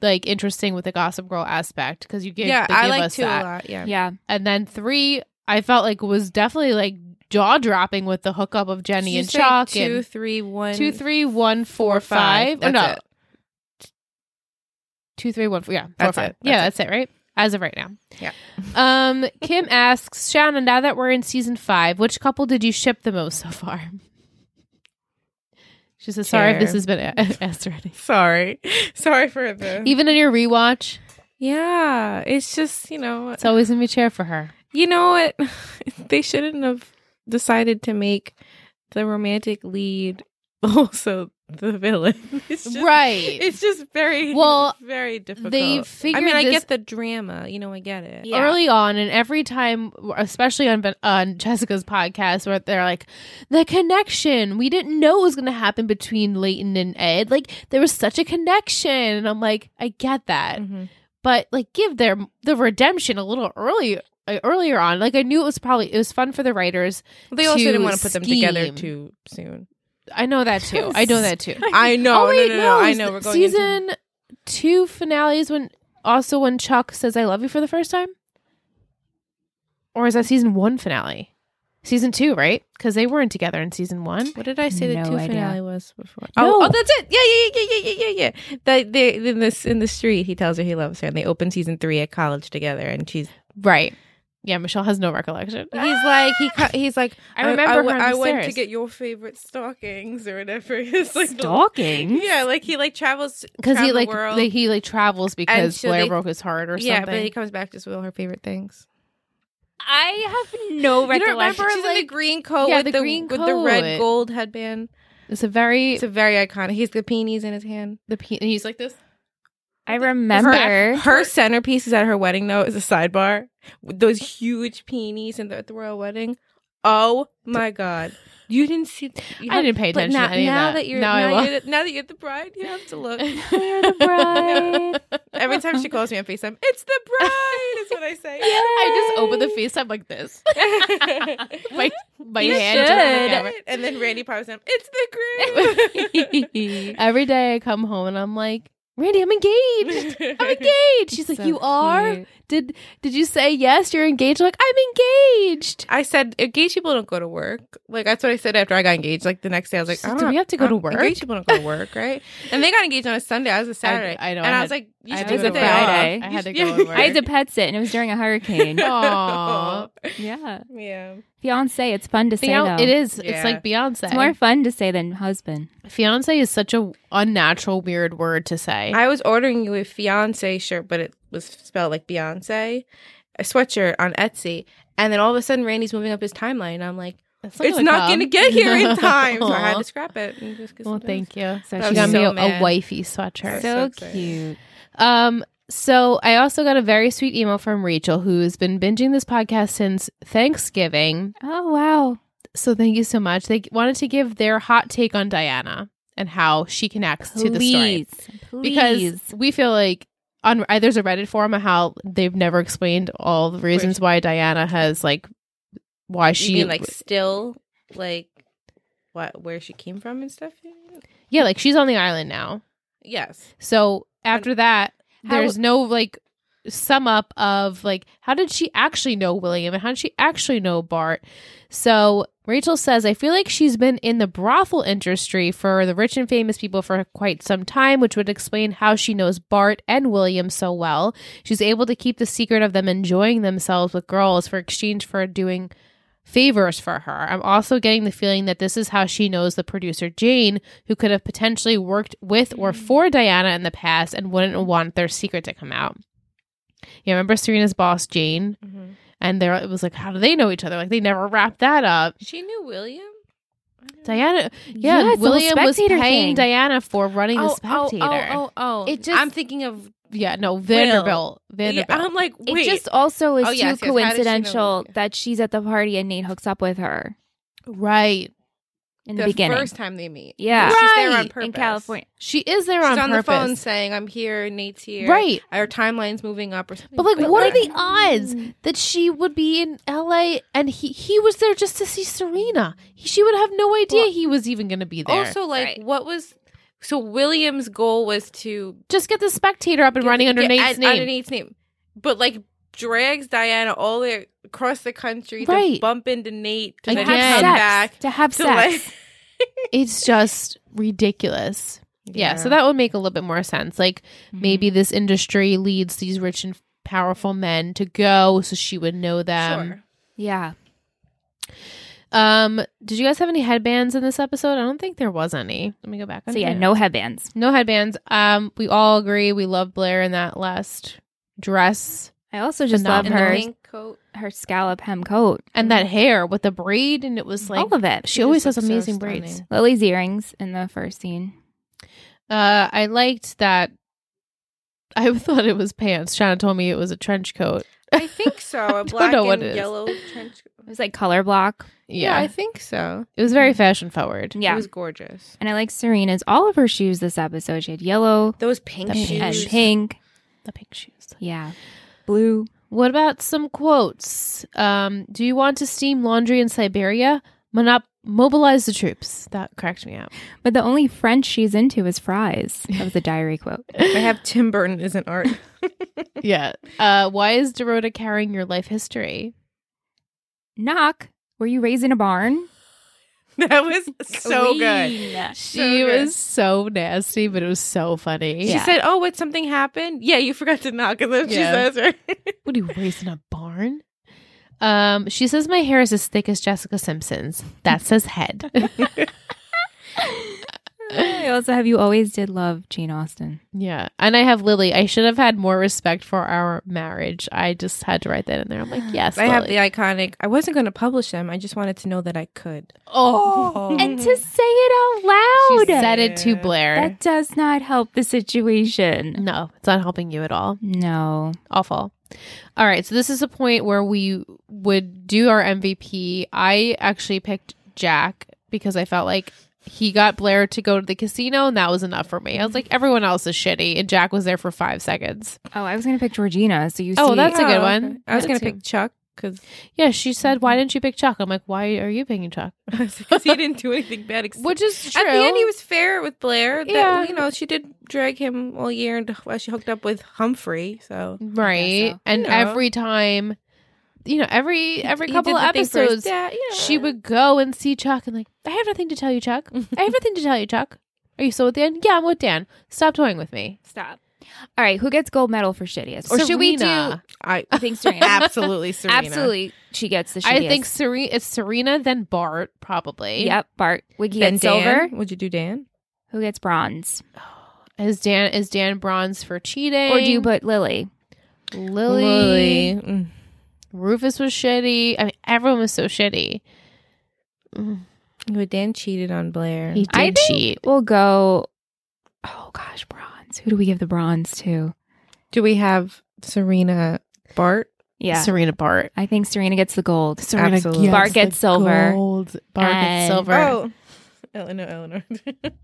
[SPEAKER 1] like interesting with the Gossip Girl aspect because you gave
[SPEAKER 2] yeah,
[SPEAKER 1] they
[SPEAKER 2] I
[SPEAKER 1] gave
[SPEAKER 2] like
[SPEAKER 1] us
[SPEAKER 2] two
[SPEAKER 1] that.
[SPEAKER 2] a lot. Yeah.
[SPEAKER 3] Yeah.
[SPEAKER 1] and then three I felt like was definitely like jaw dropping with the hookup of Jenny
[SPEAKER 2] You
[SPEAKER 1] and
[SPEAKER 2] say
[SPEAKER 1] Chuck
[SPEAKER 2] two,
[SPEAKER 1] and
[SPEAKER 2] three, one,
[SPEAKER 1] two, three, one, four, five.
[SPEAKER 2] That's
[SPEAKER 1] Or no,
[SPEAKER 2] it.
[SPEAKER 1] two, three, one, four. Yeah, four,
[SPEAKER 2] That's
[SPEAKER 1] five.
[SPEAKER 2] it.
[SPEAKER 1] yeah,
[SPEAKER 2] That's
[SPEAKER 1] that's it, right? As of right now.
[SPEAKER 2] Yeah.
[SPEAKER 1] Um, Kim asks Shannon. Now that we're in season five, which couple did you ship the most so far? She says, "Sorry if
[SPEAKER 2] Cher.
[SPEAKER 1] this has been a- asked already.
[SPEAKER 2] Sorry, sorry for the.
[SPEAKER 1] Even in your rewatch,
[SPEAKER 2] yeah, it's just you know,
[SPEAKER 1] it's always gonna be chair for her.
[SPEAKER 2] you know what? they shouldn't have decided to make the romantic lead also the villain. It's just,
[SPEAKER 1] right.
[SPEAKER 2] It's just very
[SPEAKER 1] Well,
[SPEAKER 2] very difficult.
[SPEAKER 1] they
[SPEAKER 2] I
[SPEAKER 1] figured
[SPEAKER 2] mean, I
[SPEAKER 1] this-
[SPEAKER 2] get the drama. You know, I get it.
[SPEAKER 3] Yeah.
[SPEAKER 1] early on and every time especially on Ben- on Jessica's podcast where they're like the connection we didn't know it was going to happen between Leighton and Ed like there was such a connection and I'm like I get that
[SPEAKER 2] Mhm.
[SPEAKER 1] but like give their the redemption a little early uh, earlier on like I knew it was probably it was fun for the writers
[SPEAKER 2] They also
[SPEAKER 1] To
[SPEAKER 2] didn't want to put them together
[SPEAKER 1] scheme.
[SPEAKER 2] too soon.
[SPEAKER 1] I know that too I know that too
[SPEAKER 2] I know.
[SPEAKER 1] oh wait
[SPEAKER 2] no, no, no, I
[SPEAKER 1] it's
[SPEAKER 2] know.
[SPEAKER 1] the
[SPEAKER 2] We're going into-
[SPEAKER 1] season two finales when also when Chuck says I love you for the first time, or is that season one finale? Season two, right? Because they weren't together in season one.
[SPEAKER 2] What did I say
[SPEAKER 3] No
[SPEAKER 2] the two
[SPEAKER 3] idea.
[SPEAKER 2] finale was before?
[SPEAKER 1] No.
[SPEAKER 2] Oh, oh, that's it. Yeah, yeah, yeah, yeah, yeah, yeah, yeah. That they in this in the street, he tells her he loves her, and they open season three at college together, and she's
[SPEAKER 1] Right. Yeah, Michelle has no recollection. Uh,
[SPEAKER 2] he's like he co- he's like
[SPEAKER 1] I remember her
[SPEAKER 2] w-
[SPEAKER 1] on the
[SPEAKER 2] Ah! I went to
[SPEAKER 1] stairs.
[SPEAKER 2] get your favorite stockings or whatever. It's like
[SPEAKER 3] Stalking.
[SPEAKER 2] Yeah, like he like travels
[SPEAKER 1] because he
[SPEAKER 2] around the
[SPEAKER 1] like
[SPEAKER 2] world.
[SPEAKER 1] like, he like travels because
[SPEAKER 2] so
[SPEAKER 1] Blair
[SPEAKER 2] they-
[SPEAKER 1] broke his heart or
[SPEAKER 2] yeah,
[SPEAKER 1] something.
[SPEAKER 2] but he comes back just with all her favorite things.
[SPEAKER 3] I have no
[SPEAKER 2] You don't
[SPEAKER 3] recollection.
[SPEAKER 2] remember she's in the green coat
[SPEAKER 1] Yeah,
[SPEAKER 2] with
[SPEAKER 1] the
[SPEAKER 2] the,
[SPEAKER 1] green
[SPEAKER 2] with the
[SPEAKER 1] coat.
[SPEAKER 2] red gold headband.
[SPEAKER 1] it's a very
[SPEAKER 2] It's a very iconic. He's the peonies in his hand.
[SPEAKER 1] the pe- and he's like this.
[SPEAKER 3] I remember.
[SPEAKER 2] Her centerpiece is at her wedding though is a sidebar. With those huge peonies in the, at the royal wedding. Oh my god. You didn't see you
[SPEAKER 1] I
[SPEAKER 2] have-
[SPEAKER 1] didn't pay
[SPEAKER 2] but
[SPEAKER 1] attention
[SPEAKER 2] now,
[SPEAKER 1] to any
[SPEAKER 2] now
[SPEAKER 1] of that.
[SPEAKER 2] you're
[SPEAKER 1] now I
[SPEAKER 2] now,
[SPEAKER 1] will.
[SPEAKER 2] you're the, now that you're the bride, you have to look.
[SPEAKER 3] the bride.
[SPEAKER 2] Every time she calls me on FaceTime, it's the bride is what I say.
[SPEAKER 1] I just open the face. I'm like this. My my
[SPEAKER 3] You
[SPEAKER 1] hand. to the
[SPEAKER 3] should.
[SPEAKER 1] camera.
[SPEAKER 2] And then Randy pops up. It's the groom.
[SPEAKER 1] Every day I come home and I'm like, Randy, I'm engaged. I'm engaged. She's like,
[SPEAKER 3] So
[SPEAKER 1] you are?
[SPEAKER 3] cute.
[SPEAKER 1] Did did you say yes? You're engaged. I'm like, I'm engaged.
[SPEAKER 2] I said engaged people don't go to work. Like that's what I said after I got engaged. Like the next day, I was like,
[SPEAKER 1] She's
[SPEAKER 2] I
[SPEAKER 1] like,
[SPEAKER 2] don't
[SPEAKER 1] "Do we have to go
[SPEAKER 2] I
[SPEAKER 1] to
[SPEAKER 2] don't-
[SPEAKER 1] work?"
[SPEAKER 2] Um, Engaged people don't go to work, right? And they got engaged on a Sunday. I was a Saturday.
[SPEAKER 1] I know,
[SPEAKER 2] And
[SPEAKER 1] I
[SPEAKER 2] I, was
[SPEAKER 1] had-
[SPEAKER 2] like, you
[SPEAKER 1] I had
[SPEAKER 2] should
[SPEAKER 3] to
[SPEAKER 2] take
[SPEAKER 3] go
[SPEAKER 2] a
[SPEAKER 3] to
[SPEAKER 2] day
[SPEAKER 3] work.
[SPEAKER 2] off.
[SPEAKER 1] I had to
[SPEAKER 2] You-
[SPEAKER 1] go to
[SPEAKER 3] I had to pet sit, and it was during a hurricane.
[SPEAKER 1] Aww.
[SPEAKER 3] yeah,
[SPEAKER 2] yeah.
[SPEAKER 3] fiance. It's fun to say though.
[SPEAKER 1] it is. It's
[SPEAKER 2] Yeah.
[SPEAKER 1] like Beyonce.
[SPEAKER 3] It's more fun to say than husband.
[SPEAKER 1] Fiance is such a unnatural, weird word to say.
[SPEAKER 2] I was ordering you a fiance shirt, but it was spelled like Beyonce, a sweatshirt on Etsy, and then all of a sudden Randy's moving up his timeline. And I'm like, it's not going to get here in time, so I had to scrap it. And just get
[SPEAKER 1] well,
[SPEAKER 2] something
[SPEAKER 1] thank you.
[SPEAKER 3] So
[SPEAKER 2] That
[SPEAKER 1] She
[SPEAKER 2] was
[SPEAKER 1] got me
[SPEAKER 2] so
[SPEAKER 1] a, a
[SPEAKER 2] mad.
[SPEAKER 1] wifey sweatshirt.
[SPEAKER 2] So
[SPEAKER 3] so
[SPEAKER 2] excited.
[SPEAKER 3] cute.
[SPEAKER 1] Um, so I also got a very sweet email from Rachel, who's been binging this podcast since Thanksgiving.
[SPEAKER 3] Oh wow.
[SPEAKER 1] So thank you so much. They wanted to give their hot take on Diana and how she connects to the story
[SPEAKER 3] Please.
[SPEAKER 1] because
[SPEAKER 3] Please.
[SPEAKER 1] we feel like on I- there's a Reddit forum of how they've never explained all the reasons why Diana has like why
[SPEAKER 2] You
[SPEAKER 1] she
[SPEAKER 2] mean, like still like what where she came from and stuff?
[SPEAKER 1] yeah like she's on the island now.
[SPEAKER 2] Yes.
[SPEAKER 1] So after that,
[SPEAKER 3] How-
[SPEAKER 1] there's no like sum up of like how did she actually know William and how did she actually know Bart? So Rachel says, I feel like she's been in the brothel industry for the rich and famous people for quite some time, which would explain how she knows Bart and William so well. She's able to keep the secret of them enjoying themselves with girls for exchange for doing favors for her. I'm also getting the feeling that this is how she knows the producer Jane, who could have potentially worked with
[SPEAKER 2] Mm.
[SPEAKER 1] or for Diana in the past and wouldn't want their secret to come out. Yeah, remember Serena's boss Jane,
[SPEAKER 2] Mm-hmm.
[SPEAKER 1] and there it was like, how do they know each other? Like they never wrapped that up.
[SPEAKER 2] She knew William. I don't know.
[SPEAKER 1] Diana, yeah,
[SPEAKER 3] it's the whole
[SPEAKER 1] William was
[SPEAKER 3] spectator
[SPEAKER 1] paying
[SPEAKER 3] thing.
[SPEAKER 1] Diana for running the
[SPEAKER 2] Oh, oh,
[SPEAKER 1] Spectator.
[SPEAKER 2] oh, oh, oh.
[SPEAKER 1] It just-
[SPEAKER 2] I'm thinking of.
[SPEAKER 1] Yeah, no Vanderbilt,
[SPEAKER 2] Yeah,
[SPEAKER 1] Vanderbilt.
[SPEAKER 2] I'm like,
[SPEAKER 3] It
[SPEAKER 2] wait.
[SPEAKER 3] just also is
[SPEAKER 2] Oh,
[SPEAKER 3] too
[SPEAKER 2] yes, yes. How did she know
[SPEAKER 3] coincidental
[SPEAKER 2] Luke?
[SPEAKER 3] that she's at the party and Nate hooks up with her
[SPEAKER 1] right,
[SPEAKER 3] in
[SPEAKER 2] the
[SPEAKER 3] the, beginning.
[SPEAKER 2] first time they meet.
[SPEAKER 3] Yeah.
[SPEAKER 2] She's there
[SPEAKER 1] Right,
[SPEAKER 2] on
[SPEAKER 1] in
[SPEAKER 2] purpose.
[SPEAKER 3] in California.
[SPEAKER 1] she is there
[SPEAKER 2] She's
[SPEAKER 1] on,
[SPEAKER 2] on the
[SPEAKER 1] purpose.
[SPEAKER 2] phone saying, I'm here, Nate's here.
[SPEAKER 1] Right.
[SPEAKER 2] Our timeline's moving up or something.
[SPEAKER 1] But like, what are
[SPEAKER 2] that.
[SPEAKER 1] the odds that she would be in L.A. and he he was there just to see Serena? He, she would have no idea he was even going to be there.
[SPEAKER 2] Also, like,
[SPEAKER 3] Right.
[SPEAKER 2] what was. So William's goal was to.
[SPEAKER 1] just get the spectator up and running under
[SPEAKER 2] Yeah,
[SPEAKER 1] Nate's
[SPEAKER 2] and-
[SPEAKER 1] name.
[SPEAKER 2] Under Nate's name. But like, drags Diana all the across the country
[SPEAKER 1] Right.
[SPEAKER 2] to bump into Nate to
[SPEAKER 1] Like,
[SPEAKER 2] then
[SPEAKER 1] have
[SPEAKER 2] come
[SPEAKER 1] sex.
[SPEAKER 2] back.
[SPEAKER 3] to have
[SPEAKER 2] to,
[SPEAKER 3] sex.
[SPEAKER 2] like-
[SPEAKER 1] It's just ridiculous. Yeah. so that would make a little bit more sense. Like maybe this industry leads these rich and powerful men to go, so she would know them.
[SPEAKER 2] Sure.
[SPEAKER 3] yeah.
[SPEAKER 1] Um, did you guys have any headbands in this episode? I don't think there was any. Let me go back.
[SPEAKER 3] So
[SPEAKER 1] on
[SPEAKER 3] yeah,
[SPEAKER 1] here.
[SPEAKER 3] no headbands.
[SPEAKER 1] no headbands. Um, we all agree we love Blair in that last dress.
[SPEAKER 3] I also just love
[SPEAKER 2] And the
[SPEAKER 3] her
[SPEAKER 2] pink coat.
[SPEAKER 3] her scallop hem coat.
[SPEAKER 1] And that hair with the braid, and it was like
[SPEAKER 3] All of it.
[SPEAKER 1] she always
[SPEAKER 2] just
[SPEAKER 1] has
[SPEAKER 2] looks so
[SPEAKER 1] amazing braids.
[SPEAKER 2] stunning.
[SPEAKER 3] Lily's earrings in the first scene.
[SPEAKER 1] Uh, I liked that. I thought it was pants. Shanna told me it was a trench coat.
[SPEAKER 2] I think so. A
[SPEAKER 1] don't
[SPEAKER 2] black
[SPEAKER 1] know what
[SPEAKER 2] and
[SPEAKER 1] it is.
[SPEAKER 2] yellow trench coat.
[SPEAKER 3] It was like color block.
[SPEAKER 1] Yeah,
[SPEAKER 2] I think so.
[SPEAKER 1] it was very fashion forward.
[SPEAKER 2] It
[SPEAKER 3] Yeah.
[SPEAKER 2] was gorgeous.
[SPEAKER 3] and I like Serena's all of her shoes this episode. She had yellow
[SPEAKER 2] Those pink
[SPEAKER 1] That
[SPEAKER 3] pink, and
[SPEAKER 2] shoes.
[SPEAKER 3] pink.
[SPEAKER 1] The pink shoes.
[SPEAKER 3] Yeah. Blue.
[SPEAKER 1] What about some quotes? Um, do you want to steam laundry in Siberia? Monop- mobilize the troops. That cracked me up.
[SPEAKER 3] But the only French she's into is fries. That was a diary quote.
[SPEAKER 2] I have Tim Burton isn't art.
[SPEAKER 1] yeah. Uh, why is Dorota carrying your life history?
[SPEAKER 3] Knock. Were you raised in a barn?
[SPEAKER 2] that was so good.
[SPEAKER 3] Clean.
[SPEAKER 1] She
[SPEAKER 2] good.
[SPEAKER 1] was so nasty, but it was so funny.
[SPEAKER 2] She
[SPEAKER 3] Yeah.
[SPEAKER 2] said, "Oh, what? Something happened? Yeah, you forgot to knock." And then she
[SPEAKER 1] Yeah.
[SPEAKER 2] says, "Right."
[SPEAKER 1] What do you raise in a barn? Um, she says my hair is as thick as Jessica Simpson's. That says head.
[SPEAKER 3] I also have you always did love Jane Austen.
[SPEAKER 1] yeah. And I have Lily. I should have had more respect for our marriage. I just had to write that in there. I'm like, yes.
[SPEAKER 2] I have
[SPEAKER 1] Lily.
[SPEAKER 2] the iconic. I wasn't going to publish them. I just wanted to know that I could.
[SPEAKER 1] Oh,
[SPEAKER 3] And to say it out loud.
[SPEAKER 1] she said it to
[SPEAKER 2] Yeah.
[SPEAKER 1] Blair.
[SPEAKER 3] Mm-hmm. that does not help the situation.
[SPEAKER 1] no, it's not helping you at all.
[SPEAKER 3] No.
[SPEAKER 1] Awful. All right, so this is a point where we would do our MVP. I actually picked Jack because I felt like he got Blair to go to the casino, and that was enough for me. I was like, everyone else is shitty, and Jack was there for five seconds.
[SPEAKER 3] Oh, I was going to pick Georgina. So you
[SPEAKER 1] Oh,
[SPEAKER 3] see-
[SPEAKER 1] that's a good
[SPEAKER 2] Oh,
[SPEAKER 1] one.
[SPEAKER 2] okay. I was
[SPEAKER 1] Yeah,
[SPEAKER 2] going to
[SPEAKER 1] too.
[SPEAKER 2] pick Chuck because
[SPEAKER 1] Yeah, she said, "Why didn't you pick Chuck?" I'm like, "Why are you picking Chuck?"
[SPEAKER 2] he didn't do anything bad. Except
[SPEAKER 1] Which is true.
[SPEAKER 2] At the end, he was fair with Blair. That,
[SPEAKER 1] Yeah.
[SPEAKER 2] you know, she did drag him all year, and well, she hooked up with Humphrey. So
[SPEAKER 1] right,
[SPEAKER 3] so.
[SPEAKER 1] and
[SPEAKER 2] You know.
[SPEAKER 1] every time, you know, every every
[SPEAKER 2] He
[SPEAKER 1] couple
[SPEAKER 2] did
[SPEAKER 1] of
[SPEAKER 2] the thing for his
[SPEAKER 1] episodes,
[SPEAKER 2] dad, yeah.
[SPEAKER 1] she would go and see Chuck and like, I have nothing to tell you, Chuck. I have nothing to tell you, Chuck. Are you still with Dan? Yeah, I'm with Dan. Stop toying with me.
[SPEAKER 3] Stop. All right. Who gets gold medal for shittiest? Or should we do.
[SPEAKER 1] Serena.
[SPEAKER 2] I
[SPEAKER 3] I think Serena.
[SPEAKER 2] absolutely Serena.
[SPEAKER 3] Absolutely. She gets the shittiest.
[SPEAKER 1] I think Serena. It's Serena then Bart probably.
[SPEAKER 3] Yep. Bart. Wiggy
[SPEAKER 2] Then
[SPEAKER 3] gets
[SPEAKER 2] Dan.
[SPEAKER 3] silver.
[SPEAKER 2] Would you do Dan?
[SPEAKER 3] Who gets bronze?
[SPEAKER 1] Is Dan is Dan bronze for cheating
[SPEAKER 3] Or do you put Lily?
[SPEAKER 1] Lily?
[SPEAKER 2] Mm.
[SPEAKER 1] Rufus was shitty. I mean, everyone was so shitty. Mm,
[SPEAKER 2] Well, Dan cheated on Blair.
[SPEAKER 1] He did
[SPEAKER 3] I think-
[SPEAKER 1] cheat.
[SPEAKER 3] We'll go. Oh, gosh. Bronze. Who do we give the bronze to?
[SPEAKER 2] Do we have Serena Bart?
[SPEAKER 3] Yeah.
[SPEAKER 1] Serena Bart.
[SPEAKER 3] I think Serena gets the gold.
[SPEAKER 1] Serena
[SPEAKER 2] Absolutely.
[SPEAKER 1] gets
[SPEAKER 3] Bart gets
[SPEAKER 1] the
[SPEAKER 3] silver.
[SPEAKER 1] gold. Bart
[SPEAKER 3] And-
[SPEAKER 1] gets silver.
[SPEAKER 2] Eleanor, Eleanor.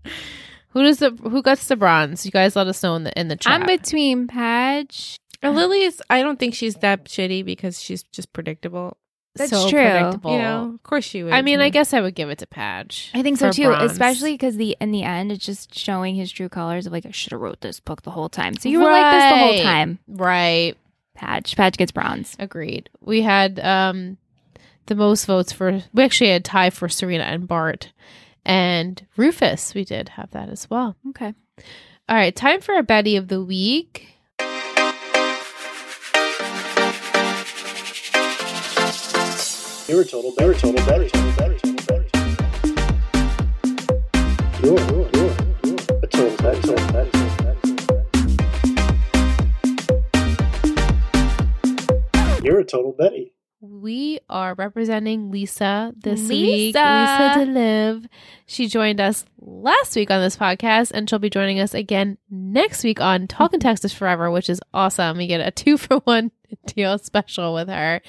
[SPEAKER 1] Who does the who gets the bronze? You guys let us know in the in the chat.
[SPEAKER 3] I'm between Padge.
[SPEAKER 2] Uh, Lily is. I don't think she's that shitty because she's just predictable.
[SPEAKER 3] That's
[SPEAKER 1] so
[SPEAKER 3] true.
[SPEAKER 1] Predictable.
[SPEAKER 2] You know, of course she would.
[SPEAKER 1] I mean, I
[SPEAKER 2] yeah.
[SPEAKER 1] guess I would give it to Padge.
[SPEAKER 3] I think so
[SPEAKER 1] for
[SPEAKER 3] too,
[SPEAKER 1] bronze.
[SPEAKER 3] especially because the in the end it's just showing his true colors of like I should have wrote this book the whole time. So you were like this the
[SPEAKER 1] Right.
[SPEAKER 3] whole time.
[SPEAKER 1] Right.
[SPEAKER 3] Patch, Patch gets bronze.
[SPEAKER 1] Agreed. We had um the most votes for we actually had a tie for Serena and Bart and Rufus. We did have that as well.
[SPEAKER 3] Okay.
[SPEAKER 1] All right, time for our Betty of the week.
[SPEAKER 4] You're a total better, total better, total better, total better. You're, you're, you're, you're a total better, total better, total better. You're a total Betty.
[SPEAKER 1] We are representing Lisa this
[SPEAKER 3] Lisa.
[SPEAKER 1] week. Lisa to live. She joined us last week on this podcast, and she'll be joining us again next week on Talk and Text Us Forever, which is awesome. We get a two for one deal special with her.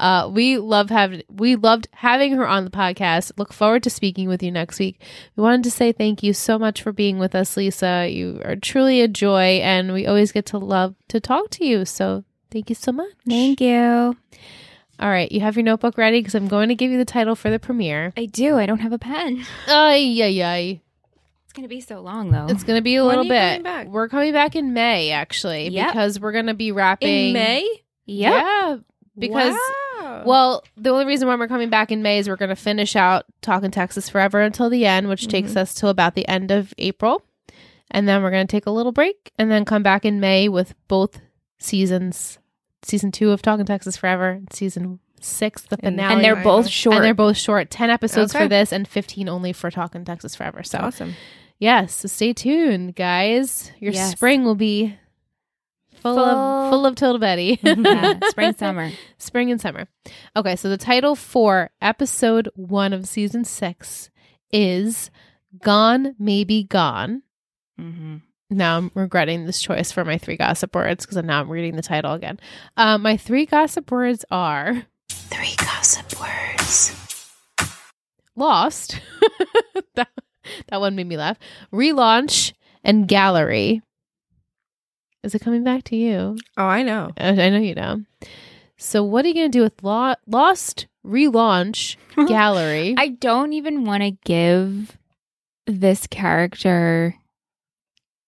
[SPEAKER 1] Uh, we love having we loved having her on the podcast. Look forward to speaking with you next week. We wanted to say thank you so much for being with us, Lisa. You are truly a joy, and we always get to love to talk to you. So thank you so much.
[SPEAKER 3] Thank you.
[SPEAKER 1] All right, you have your notebook ready because I'm going to give you the title for the premiere.
[SPEAKER 3] I do. I don't have a pen.
[SPEAKER 1] Ay, ay, ay.
[SPEAKER 3] It's gonna be so long though.
[SPEAKER 1] It's going to be a
[SPEAKER 2] When are
[SPEAKER 1] little
[SPEAKER 2] you
[SPEAKER 1] bit.
[SPEAKER 2] coming back?
[SPEAKER 1] We're coming back in May, actually,
[SPEAKER 3] Yep.
[SPEAKER 1] because we're going to be wrapping.
[SPEAKER 2] in May.
[SPEAKER 3] yep.
[SPEAKER 1] Yeah. Because,
[SPEAKER 2] Wow.
[SPEAKER 1] well, the only reason why we're coming back in May is we're going to finish out Talking Texas Forever until the end, which takes us till about the end of April. And then we're going to take a little break and then come back in May with both seasons season two of Talking Texas Forever and season six, the
[SPEAKER 2] And-
[SPEAKER 1] finale.
[SPEAKER 3] And they're both short.
[SPEAKER 1] And they're both short. 10 episodes
[SPEAKER 2] Okay.
[SPEAKER 1] for this and 15 only for Talking Texas Forever. So,
[SPEAKER 2] awesome.
[SPEAKER 1] yes, so stay tuned, guys. Your
[SPEAKER 3] Yes.
[SPEAKER 1] spring will be full, of full of total Betty.
[SPEAKER 3] yeah, spring summer.
[SPEAKER 1] Spring and summer. Okay, so the title for episode one of season six is Gone Maybe Gone.
[SPEAKER 3] Mm-hmm.
[SPEAKER 1] Now I'm regretting this choice for my three gossip words because now I'm reading the title again. Uh, my three gossip words are
[SPEAKER 2] Three gossip words.
[SPEAKER 1] lost. that, that one made me laugh. Relaunch and gallery. Is it coming back to you?
[SPEAKER 2] Oh, I know.
[SPEAKER 1] I I know you know. So what are you gonna do with lo- lost relaunch gallery?
[SPEAKER 3] I don't even want to give this character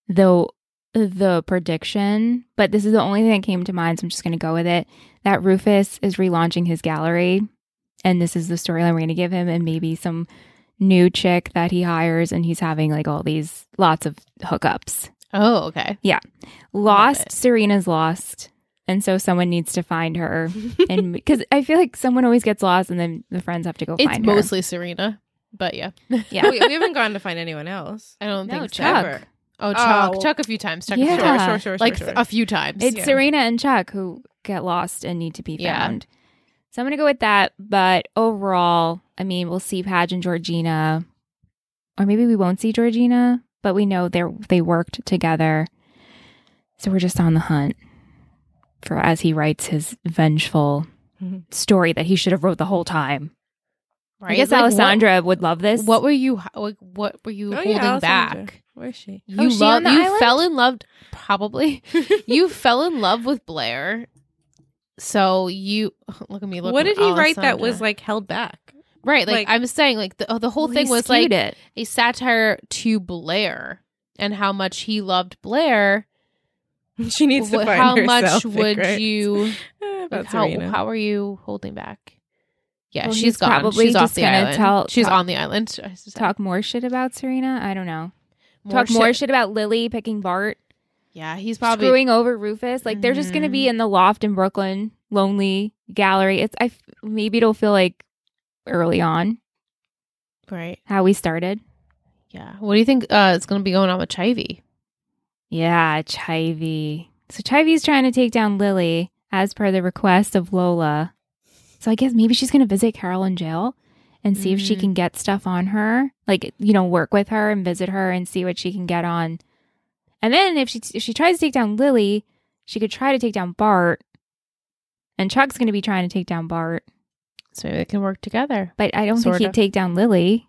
[SPEAKER 3] the the prediction, but this is the only thing that came to mind, so I'm just going to go with it. That Rufus is relaunching his gallery, and this is the storyline we're going to give him, and maybe some new chick that he hires, and he's having like all these lots of hookups.
[SPEAKER 1] oh, okay.
[SPEAKER 3] Lost
[SPEAKER 1] it.
[SPEAKER 3] Serena's lost, and so someone needs to find her, and because I feel like someone always gets lost, and then the friends have to go
[SPEAKER 1] It's
[SPEAKER 3] find her.
[SPEAKER 1] mostly Serena, but yeah,
[SPEAKER 3] Yeah.
[SPEAKER 2] we, we haven't gone to find anyone else.
[SPEAKER 1] I don't
[SPEAKER 3] No,
[SPEAKER 1] think so.
[SPEAKER 3] Chuck.
[SPEAKER 2] Ever.
[SPEAKER 1] Oh, Chuck,
[SPEAKER 2] Oh.
[SPEAKER 1] Chuck a few times. Chuck,
[SPEAKER 3] Yeah.
[SPEAKER 1] a few times.
[SPEAKER 2] Sure, sure, sure,
[SPEAKER 1] like
[SPEAKER 2] sure, sure.
[SPEAKER 1] a few times.
[SPEAKER 3] It's
[SPEAKER 2] Yeah.
[SPEAKER 3] Serena and Chuck who get lost and need to be
[SPEAKER 1] Yeah.
[SPEAKER 3] found. So I'm going to go with that. But overall, I mean, we'll see Padge and Georgina, or maybe we won't see Georgina, but we know they are they worked together. So we're just on the hunt for as he writes his vengeful
[SPEAKER 2] Mhm.
[SPEAKER 3] story that he should have wrote the whole time.
[SPEAKER 1] Mm-hmm. right?
[SPEAKER 3] I guess
[SPEAKER 1] Like,
[SPEAKER 3] Alessandra would love this.
[SPEAKER 1] What, what were you? h- Like, what were you
[SPEAKER 2] Oh, yeah,
[SPEAKER 1] holding
[SPEAKER 2] Alessandra.
[SPEAKER 1] back?
[SPEAKER 2] Where is she?
[SPEAKER 1] You
[SPEAKER 3] is she
[SPEAKER 1] love.
[SPEAKER 3] on the
[SPEAKER 1] You
[SPEAKER 3] island?
[SPEAKER 1] fell in love. Probably, you fell in love with Blair. So you look at me. Look
[SPEAKER 2] what did he write that
[SPEAKER 1] Alessandra.
[SPEAKER 2] was like held back?
[SPEAKER 1] right? Like,
[SPEAKER 2] like-
[SPEAKER 1] I'm saying, like the oh, the whole
[SPEAKER 3] Well,
[SPEAKER 1] thing
[SPEAKER 3] he
[SPEAKER 1] was like
[SPEAKER 3] skewed it.
[SPEAKER 1] a satire to Blair and how much he loved Blair.
[SPEAKER 2] She needs to
[SPEAKER 1] Wh-
[SPEAKER 2] find
[SPEAKER 1] how much
[SPEAKER 2] herself, like,
[SPEAKER 1] would
[SPEAKER 2] right?
[SPEAKER 1] you?
[SPEAKER 2] Eh,
[SPEAKER 1] Like,
[SPEAKER 2] About
[SPEAKER 1] how
[SPEAKER 2] Serena.
[SPEAKER 1] how are you holding back? Yeah,
[SPEAKER 3] Well,
[SPEAKER 1] she's
[SPEAKER 3] he's
[SPEAKER 1] gone.
[SPEAKER 3] probably
[SPEAKER 1] she's off
[SPEAKER 3] just
[SPEAKER 1] the
[SPEAKER 3] gonna
[SPEAKER 1] island.
[SPEAKER 3] tell-
[SPEAKER 1] she's
[SPEAKER 3] talk-
[SPEAKER 1] on the island. I should say.
[SPEAKER 3] Talk more shit about Serena? I don't know.
[SPEAKER 1] More
[SPEAKER 3] Talk more
[SPEAKER 1] shit.
[SPEAKER 3] shit about Lily picking Bart.
[SPEAKER 1] Yeah, he's probably Mm-hmm.
[SPEAKER 3] screwing over Rufus. Like they're just going to be in the loft in Brooklyn, lonely gallery. It's I f- maybe it'll feel like early on
[SPEAKER 1] right.
[SPEAKER 3] how we started.
[SPEAKER 1] Yeah. What do you think uh, is going to be going on with Chivy?
[SPEAKER 3] Yeah, Chivy. So Chivy's trying to take down Lily as per the request of Lola. So I guess maybe she's going to visit Carol in jail and see if she
[SPEAKER 1] Mhm.
[SPEAKER 3] can get stuff on her. Like, you know, work with her and visit her and see what she can get on. And then if she if she tries to take down Lily, she could try to take down Bart. And Chuck's going to be trying to take down Bart,
[SPEAKER 1] So maybe they can work together.
[SPEAKER 3] but I don't
[SPEAKER 1] Sort
[SPEAKER 3] think he'd
[SPEAKER 1] of.
[SPEAKER 3] take down Lily.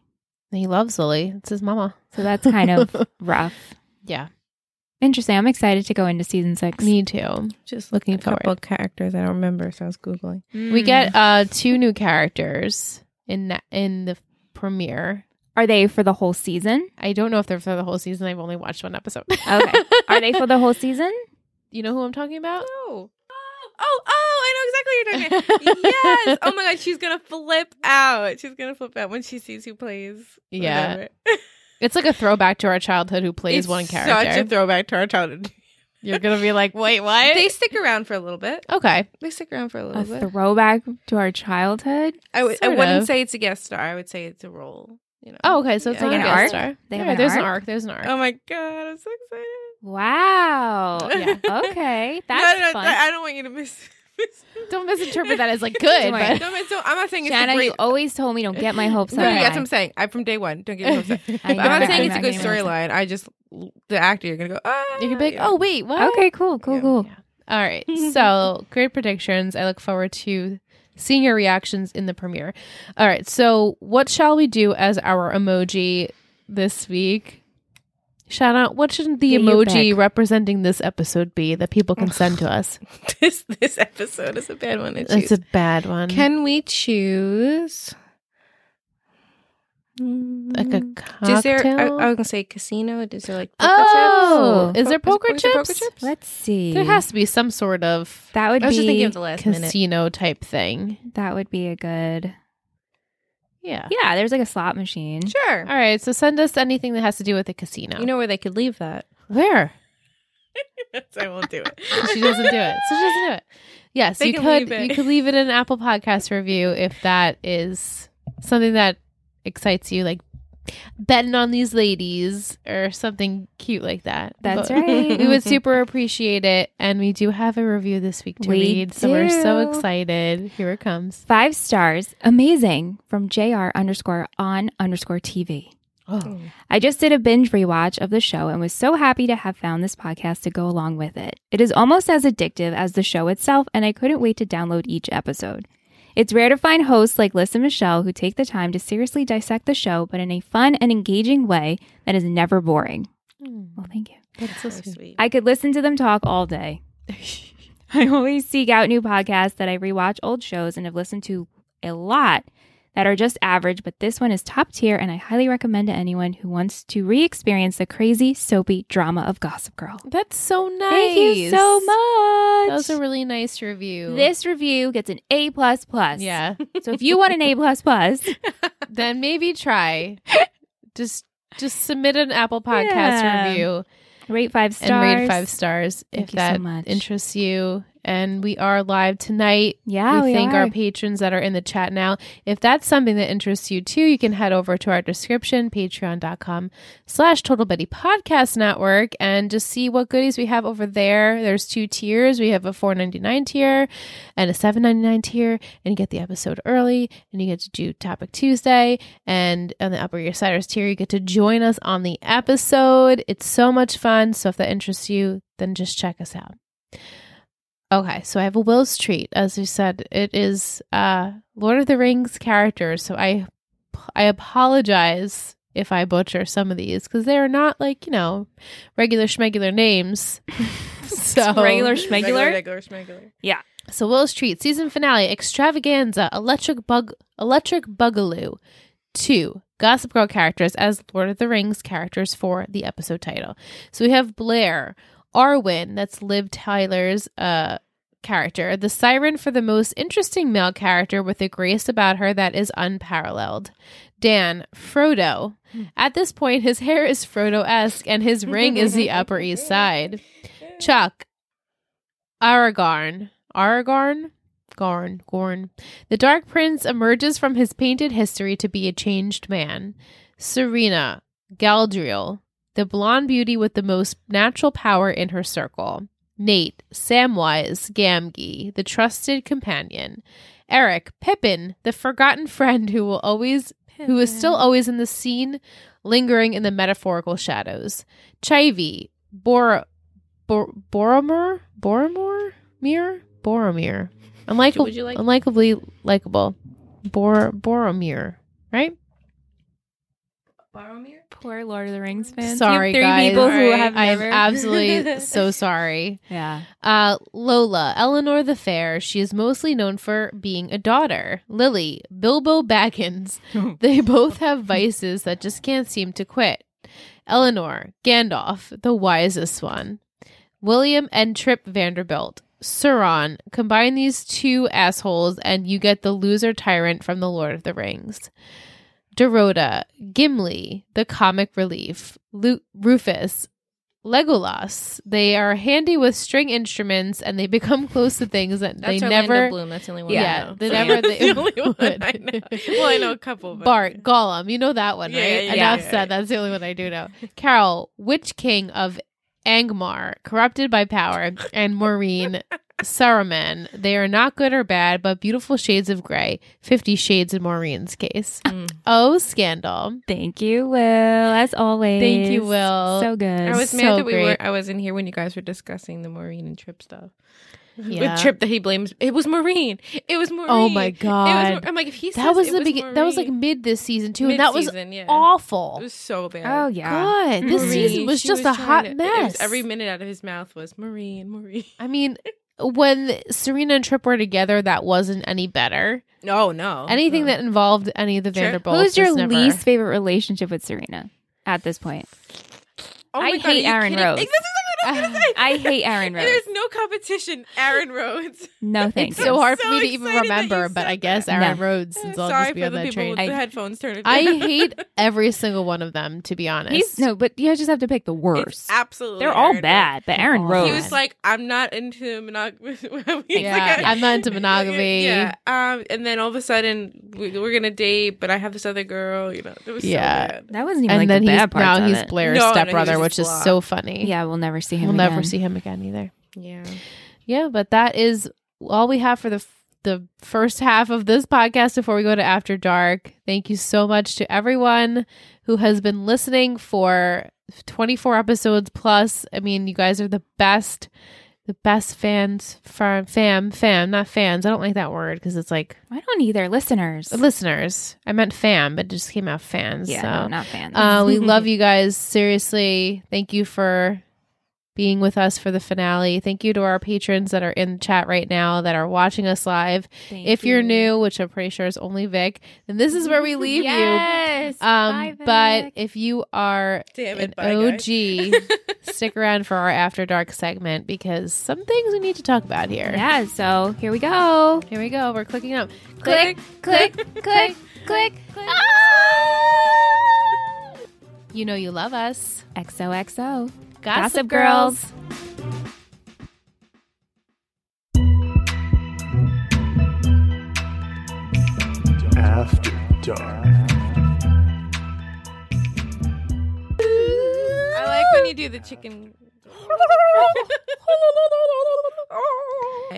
[SPEAKER 1] He loves Lily. It's his mama.
[SPEAKER 3] So that's kind of rough.
[SPEAKER 1] Yeah.
[SPEAKER 3] Interesting. I'm excited to go into season 6.
[SPEAKER 1] Me too.
[SPEAKER 2] Just
[SPEAKER 1] Looking
[SPEAKER 2] a couple of characters I don't remember, so I was googling.
[SPEAKER 1] We
[SPEAKER 3] Hmm.
[SPEAKER 1] get uh, two new characters in na- in the premiere.
[SPEAKER 3] Are they for the whole season?
[SPEAKER 1] I don't know if they're for the whole season. I've only watched one episode.
[SPEAKER 3] Okay. Are they for the whole season?
[SPEAKER 1] You know who I'm talking about?
[SPEAKER 2] Oh, oh, oh! I know exactly what you're talking. about. yes. Oh my god, she's gonna flip out. She's gonna flip out when she sees who plays.
[SPEAKER 1] Yeah.
[SPEAKER 2] whatever.
[SPEAKER 1] It's like a throwback to our childhood. Who plays
[SPEAKER 2] It's
[SPEAKER 1] one character?
[SPEAKER 2] Such a throwback to our childhood.
[SPEAKER 1] You're gonna be like, wait, what?
[SPEAKER 2] They stick around for a little bit.
[SPEAKER 1] okay.
[SPEAKER 2] They stick around for a little
[SPEAKER 3] A
[SPEAKER 2] bit.
[SPEAKER 3] throwback to our childhood.
[SPEAKER 2] I w- I
[SPEAKER 1] Sort
[SPEAKER 2] wouldn't
[SPEAKER 1] of.
[SPEAKER 2] say it's a guest star. I would say it's a role. You know.
[SPEAKER 1] Oh, okay. So it's
[SPEAKER 2] Yeah.
[SPEAKER 1] not
[SPEAKER 3] Like
[SPEAKER 1] a
[SPEAKER 3] an
[SPEAKER 1] guest
[SPEAKER 3] arc?
[SPEAKER 1] star.
[SPEAKER 3] They have
[SPEAKER 1] yeah,
[SPEAKER 3] an
[SPEAKER 1] there's an
[SPEAKER 3] arc?
[SPEAKER 1] arc. There's an arc.
[SPEAKER 2] Oh my god, I'm so excited.
[SPEAKER 3] Wow.
[SPEAKER 1] Yeah.
[SPEAKER 3] Okay. That's
[SPEAKER 2] no, no,
[SPEAKER 3] fun.
[SPEAKER 2] I don't want you to miss. miss
[SPEAKER 1] Don't misinterpret that as like good.
[SPEAKER 3] Don't worry.
[SPEAKER 1] but-
[SPEAKER 2] no, but so I'm not saying it's
[SPEAKER 3] Shanna,
[SPEAKER 2] a great.
[SPEAKER 3] you always told me don't get my hopes up.
[SPEAKER 2] no, no, that's
[SPEAKER 3] high.
[SPEAKER 2] what I'm saying. I from day one. Don't get your hopes up.
[SPEAKER 3] I
[SPEAKER 2] But I'm
[SPEAKER 3] know,
[SPEAKER 2] not saying it's a
[SPEAKER 3] not
[SPEAKER 2] good
[SPEAKER 3] getting my hopes up.
[SPEAKER 2] storyline. I just the actor you're gonna go. Ah,
[SPEAKER 1] You can be like,
[SPEAKER 2] yeah.
[SPEAKER 1] oh wait, what?
[SPEAKER 3] Okay, cool, cool,
[SPEAKER 2] Yeah.
[SPEAKER 3] cool.
[SPEAKER 1] Yeah. All right. So great predictions. I look forward to seeing your reactions in the premiere. All right. So what shall we do as our emoji this week? Shanna, what should the
[SPEAKER 3] Yeah, you
[SPEAKER 1] emoji
[SPEAKER 3] pick.
[SPEAKER 1] representing this episode be that people
[SPEAKER 2] Oh,
[SPEAKER 1] can send to us?
[SPEAKER 2] this this episode is a bad one to choose.
[SPEAKER 1] It's a bad one.
[SPEAKER 2] Can we choose?
[SPEAKER 1] like a cocktail?
[SPEAKER 2] Is there? I, I was gonna say casino. Is there like poker
[SPEAKER 1] oh,
[SPEAKER 2] chips?
[SPEAKER 1] is there
[SPEAKER 2] Po-
[SPEAKER 1] poker
[SPEAKER 2] is
[SPEAKER 1] chips?
[SPEAKER 2] there poker chips?
[SPEAKER 3] Let's see.
[SPEAKER 1] There has to be some sort of
[SPEAKER 3] that would
[SPEAKER 2] I was just thinking
[SPEAKER 3] be
[SPEAKER 2] of the last minute.
[SPEAKER 1] casino type thing.
[SPEAKER 3] that would be a good.
[SPEAKER 1] Yeah.
[SPEAKER 3] Yeah, there's like a slot machine.
[SPEAKER 2] Sure.
[SPEAKER 1] All right. So send us anything that has to do with a casino.
[SPEAKER 2] You know where they could leave that?
[SPEAKER 1] where?
[SPEAKER 2] I won't do it.
[SPEAKER 1] she doesn't do it. So she doesn't do it. Yes,
[SPEAKER 2] They
[SPEAKER 1] you
[SPEAKER 2] can
[SPEAKER 1] could
[SPEAKER 2] leave it.
[SPEAKER 1] you could leave it in an Apple Podcast review if that is something that excites you, like betting on these ladies or something cute like that.
[SPEAKER 3] That's
[SPEAKER 1] But
[SPEAKER 3] right.
[SPEAKER 1] We would super appreciate it. And we do have a review this week to
[SPEAKER 3] We
[SPEAKER 1] read. So we're so
[SPEAKER 3] do.
[SPEAKER 1] excited. Here it comes.
[SPEAKER 3] Five stars, amazing from JR underscore on underscore TV.
[SPEAKER 1] Oh,
[SPEAKER 3] I just did a binge rewatch of the show and was so happy to have found this podcast to go along with it. It is almost as addictive as the show itself, and I couldn't wait to download each episode. It's rare to find hosts like Liz and Michelle who take the time to seriously dissect the show, but in a fun and engaging way that is never boring. Well, thank you.
[SPEAKER 1] that's so sweet.
[SPEAKER 2] sweet.
[SPEAKER 3] I could listen to them talk all day. I always seek out new podcasts that I rewatch old shows and have listened to a lot that are just average, but this one is top tier and I highly recommend to anyone who wants to re experience the crazy, soapy drama of Gossip Girl.
[SPEAKER 1] That's so nice.
[SPEAKER 3] Thank you so much.
[SPEAKER 1] That was a really nice review.
[SPEAKER 3] this review gets an A. plus plus.
[SPEAKER 1] yeah.
[SPEAKER 3] So if you want an A, plus plus,
[SPEAKER 1] then maybe try. just just submit an Apple Podcast
[SPEAKER 3] Yeah.
[SPEAKER 1] review
[SPEAKER 3] rate five
[SPEAKER 1] and
[SPEAKER 3] stars.
[SPEAKER 1] rate five stars
[SPEAKER 3] Thank
[SPEAKER 1] if
[SPEAKER 3] you
[SPEAKER 1] that
[SPEAKER 3] so much.
[SPEAKER 1] interests you. And we are live tonight.
[SPEAKER 3] Yeah,
[SPEAKER 1] we,
[SPEAKER 3] we
[SPEAKER 1] thank
[SPEAKER 3] are.
[SPEAKER 1] our patrons that are in the chat now. If that's something that interests you too, you can head over to our description, patreon.com slash Total Betty Podcast Network, and just see what goodies we have over there. There's two tiers. We have a four ninety nine tier and a seven ninety nine tier, and you get the episode early, and you get to do Topic Tuesday. And on the Upper Ear Siders tier, you get to join us on the episode. It's so much fun. So if that interests you, then just check us out. Okay, so I have a Will's treat. As we said, it is uh Lord of the Rings characters. So I I apologize if I butcher some of these because they are not like you know regular schmegular names. so
[SPEAKER 3] Regular schmegular.
[SPEAKER 2] Regular, regular,
[SPEAKER 1] So Will's treat season finale extravaganza electric bug electric bugaloo two Gossip Girl characters as Lord of the Rings characters for the episode title. So we have Blair, Arwen, that's Liv Tyler's uh character, the siren for the most interesting male character with a grace about her that is unparalleled. Dan, Frodo. At this point, his hair is Frodo esque and his ring is the Upper East Side. Chuck, Aragorn. Aragorn? Gorn, Gorn. The Dark Prince emerges from his painted history to be a changed man. Serena, Galdriel, the blonde beauty with the most natural power in her circle. Nate, Samwise Gamgee, the trusted companion. Eric, Pippin, the forgotten friend who will always who is
[SPEAKER 3] Mm-hmm.
[SPEAKER 1] still always in the scene, lingering in the metaphorical shadows. Chivy, Bor Bor Boromir, Boromir, Mir, Boromir. Unlike-
[SPEAKER 2] Would you like-
[SPEAKER 1] unlikably likable. Bor Boromir, right?
[SPEAKER 2] Boromir?
[SPEAKER 3] Poor Lord of the Rings fans.
[SPEAKER 1] Sorry,
[SPEAKER 3] you have
[SPEAKER 1] guys.
[SPEAKER 3] three people who
[SPEAKER 2] Sorry.
[SPEAKER 3] have
[SPEAKER 1] I am
[SPEAKER 3] never-
[SPEAKER 1] absolutely so sorry.
[SPEAKER 3] yeah.
[SPEAKER 1] Uh, Lola, Eleanor the Fair. She is mostly known for being a daughter. Lily, Bilbo Baggins. they both have vices that just can't seem to quit. Eleanor, Gandalf, the wisest one. William and Trip Vanderbilt. Sauron, combine these two assholes and you get the loser tyrant from The Lord of the Rings. Dorota, Gimli, the comic relief. Lu- Rufus, Legolas. They are handy with string instruments and they become close to things that
[SPEAKER 2] That's
[SPEAKER 1] they
[SPEAKER 2] Orlando
[SPEAKER 1] never
[SPEAKER 2] Bloom. That's the only one. I
[SPEAKER 1] Yeah,
[SPEAKER 2] know.
[SPEAKER 1] they never-
[SPEAKER 2] That's
[SPEAKER 1] they-
[SPEAKER 2] the only one I know. Well, I know a couple. But
[SPEAKER 1] Bart, Gollum. You know that one,
[SPEAKER 2] Yeah,
[SPEAKER 1] right?
[SPEAKER 2] yeah,
[SPEAKER 1] Enough
[SPEAKER 2] yeah.
[SPEAKER 1] said. That's the only one I do know. Carol, Witch King of Angmar, corrupted by power, and Maureen Saruman. They are not good or bad, but beautiful shades of gray. Fifty Shades in Maureen's case.
[SPEAKER 2] Mm.
[SPEAKER 1] Oh, scandal.
[SPEAKER 3] Thank you, Will, as always.
[SPEAKER 1] Thank you, Will.
[SPEAKER 3] So good.
[SPEAKER 2] I was
[SPEAKER 1] so
[SPEAKER 2] mad that we
[SPEAKER 1] great.
[SPEAKER 2] were. I was in here when you guys were discussing the Maureen and Trip stuff.
[SPEAKER 1] Yeah.
[SPEAKER 2] With Trip that he blames. It was Maureen. It was Maureen.
[SPEAKER 1] Oh my
[SPEAKER 2] It was
[SPEAKER 1] God.
[SPEAKER 2] Ma- I'm like if he says
[SPEAKER 1] That was
[SPEAKER 2] it
[SPEAKER 1] the beginning. That was like
[SPEAKER 2] Maureen,
[SPEAKER 1] mid this season too, and that was
[SPEAKER 2] mid-season, yeah.
[SPEAKER 1] awful.
[SPEAKER 2] It was so bad.
[SPEAKER 3] oh yeah.
[SPEAKER 1] God, this
[SPEAKER 2] Maureen,
[SPEAKER 1] season was
[SPEAKER 2] she
[SPEAKER 1] just a
[SPEAKER 2] trying
[SPEAKER 1] hot
[SPEAKER 2] to- it was-
[SPEAKER 1] mess.
[SPEAKER 2] every minute out of his mouth was Maureen, Maureen.
[SPEAKER 1] I mean, when Serena and Trip were together, that wasn't any better.
[SPEAKER 2] No, Oh, no.
[SPEAKER 1] Anything
[SPEAKER 2] no.
[SPEAKER 1] that involved any of the
[SPEAKER 2] Sure.
[SPEAKER 1] Vanderbilts.
[SPEAKER 3] Who's your
[SPEAKER 1] was never-
[SPEAKER 3] least favorite relationship with Serena at this point?
[SPEAKER 2] Oh
[SPEAKER 3] I
[SPEAKER 2] my God, are
[SPEAKER 3] hate
[SPEAKER 2] you
[SPEAKER 3] Aaron
[SPEAKER 2] kidding?
[SPEAKER 3] Rose.
[SPEAKER 2] Like, this is
[SPEAKER 3] I hate Aaron Rhodes.
[SPEAKER 2] There's no competition, Aaron Rhodes.
[SPEAKER 3] No, thank
[SPEAKER 1] It's
[SPEAKER 3] you.
[SPEAKER 1] so hard
[SPEAKER 2] so
[SPEAKER 1] for me to even
[SPEAKER 2] excited that you
[SPEAKER 1] remember, but
[SPEAKER 2] said
[SPEAKER 1] I
[SPEAKER 2] that.
[SPEAKER 1] guess Aaron
[SPEAKER 3] No.
[SPEAKER 1] Rhodes since I'll
[SPEAKER 2] Sorry
[SPEAKER 1] just be
[SPEAKER 2] for
[SPEAKER 1] on
[SPEAKER 2] the
[SPEAKER 1] that
[SPEAKER 2] people
[SPEAKER 1] train.
[SPEAKER 2] with
[SPEAKER 3] I-
[SPEAKER 2] the headphones turned.
[SPEAKER 1] I
[SPEAKER 2] down.
[SPEAKER 1] hate every single one of them, to be honest.
[SPEAKER 3] He's no, but you just have to pick the
[SPEAKER 2] It's
[SPEAKER 3] worst.
[SPEAKER 2] absolutely.
[SPEAKER 3] They're all
[SPEAKER 2] Aaron
[SPEAKER 3] bad, but Aaron
[SPEAKER 1] He
[SPEAKER 3] Rhodes.
[SPEAKER 2] Rhodes. He was like, "I'm not into monogamous."
[SPEAKER 1] yeah, I'm not into monogamy.
[SPEAKER 2] Yeah. Um, and then all of a sudden, we, we're gonna date, but I have this other girl. You know, it was
[SPEAKER 1] Yeah.
[SPEAKER 2] so bad.
[SPEAKER 3] that wasn't even
[SPEAKER 1] and
[SPEAKER 3] like
[SPEAKER 1] then
[SPEAKER 3] the
[SPEAKER 1] he's
[SPEAKER 3] bad part.
[SPEAKER 1] now he's Blair's
[SPEAKER 2] No, no, he
[SPEAKER 1] stepbrother,
[SPEAKER 2] was
[SPEAKER 1] which is
[SPEAKER 2] flop.
[SPEAKER 1] so funny.
[SPEAKER 3] Yeah, we'll never see him.
[SPEAKER 1] we'll never
[SPEAKER 3] again.
[SPEAKER 1] see him again either.
[SPEAKER 2] Yeah.
[SPEAKER 1] Yeah, but that is all we have for the f- the first half of this podcast before we go to after dark. Thank you so much to everyone who has been listening for 24 episodes plus. I mean, you guys are the best the best fans from fam fam not fans. I don't like that word because it's like
[SPEAKER 3] I don't either. Listeners.
[SPEAKER 1] listeners. I meant fam, but it just came out fans.
[SPEAKER 3] yeah,
[SPEAKER 1] so.
[SPEAKER 3] no, not fans.
[SPEAKER 1] Uh, we love you guys. Seriously, thank you for being with us for the finale. Thank you to our patrons that are in the chat right now that are watching us live. if you're new, which I'm pretty sure is only Vic, then this is where we leave
[SPEAKER 3] yes.
[SPEAKER 1] you. Um, but if you are
[SPEAKER 2] Damn
[SPEAKER 1] an
[SPEAKER 2] it. Bye, guys.
[SPEAKER 1] OG, stick around for our After Dark segment because some things we need to talk about here.
[SPEAKER 3] yeah, so here we go.
[SPEAKER 1] Here we go. We're clicking up.
[SPEAKER 3] Click, click, click, click. Ah!
[SPEAKER 1] You know you love us.
[SPEAKER 3] XOXO.
[SPEAKER 1] Gossip,
[SPEAKER 3] Gossip
[SPEAKER 1] girls.
[SPEAKER 3] Girls.
[SPEAKER 4] After dark.
[SPEAKER 2] I like when you do the chicken.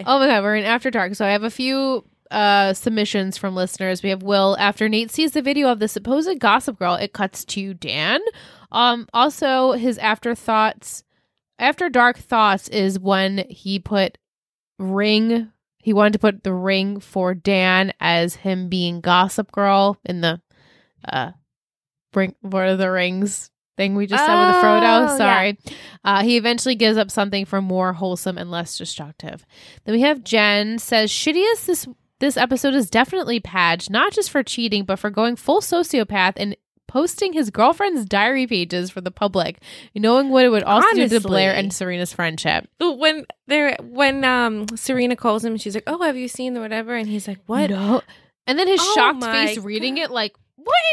[SPEAKER 1] Oh my god, we're in After Dark. So I have a few uh submissions from listeners. We have Will after Nate sees the video of the supposed gossip girl, it cuts to Dan. Um also his afterthoughts after dark thoughts is when he put ring he wanted to put the ring for Dan as him being gossip girl in the uh ring Lord of the Rings thing we just saw with the
[SPEAKER 3] Oh,
[SPEAKER 1] Frodo.
[SPEAKER 3] yeah.
[SPEAKER 1] Sorry. Uh he eventually gives up something for more wholesome and less destructive. Then we have Jen says, shittiest this this episode is definitely Padge, not just for cheating, but for going full sociopath and posting his girlfriend's diary pages for the public, knowing what it would also do to
[SPEAKER 2] Honestly.
[SPEAKER 1] Blair and Serena's friendship.
[SPEAKER 2] when there, when um Serena calls him, she's like, "Oh, have you seen the whatever?" And he's like, "What?"
[SPEAKER 1] No. And then his
[SPEAKER 2] Oh
[SPEAKER 1] shocked
[SPEAKER 2] my
[SPEAKER 1] face reading it like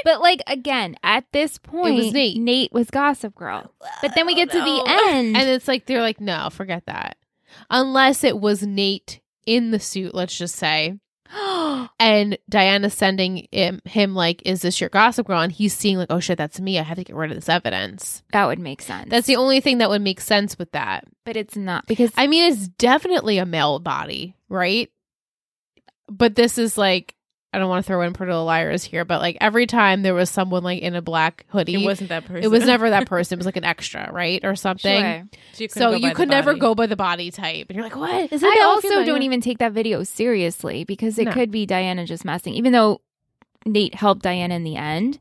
[SPEAKER 3] But like again, at this point,
[SPEAKER 1] Nate.
[SPEAKER 3] Nate was Gossip Girl. But then we get to the
[SPEAKER 2] no.
[SPEAKER 3] end.
[SPEAKER 1] and it's like they're like, no, forget that. Unless it was Nate in the suit, let's just say. and Diana sending him, him like, is this your gossip girl? And he's seeing like, oh shit, that's me. I have to get rid of this evidence.
[SPEAKER 3] that would make sense.
[SPEAKER 1] That's the only thing that would make sense with that.
[SPEAKER 3] but it's not because
[SPEAKER 1] I mean, it's definitely a male body, right? But this is like, I don't want to throw in Pretty Little Liars here, but like every time there was someone like in a black hoodie,
[SPEAKER 2] It wasn't that person.
[SPEAKER 1] it was never that person. It was like an extra, right, or something.
[SPEAKER 3] Sure.
[SPEAKER 2] She couldn't
[SPEAKER 1] So
[SPEAKER 2] go by
[SPEAKER 1] you
[SPEAKER 2] the
[SPEAKER 1] could never
[SPEAKER 2] body.
[SPEAKER 1] go by the body type. And you're like, what? Is
[SPEAKER 3] I
[SPEAKER 1] how you
[SPEAKER 3] also
[SPEAKER 1] feel about
[SPEAKER 3] don't
[SPEAKER 1] you?
[SPEAKER 3] even take that video seriously because it
[SPEAKER 1] No.
[SPEAKER 3] could be Diana just messing. Even though Nate helped Diana in the end,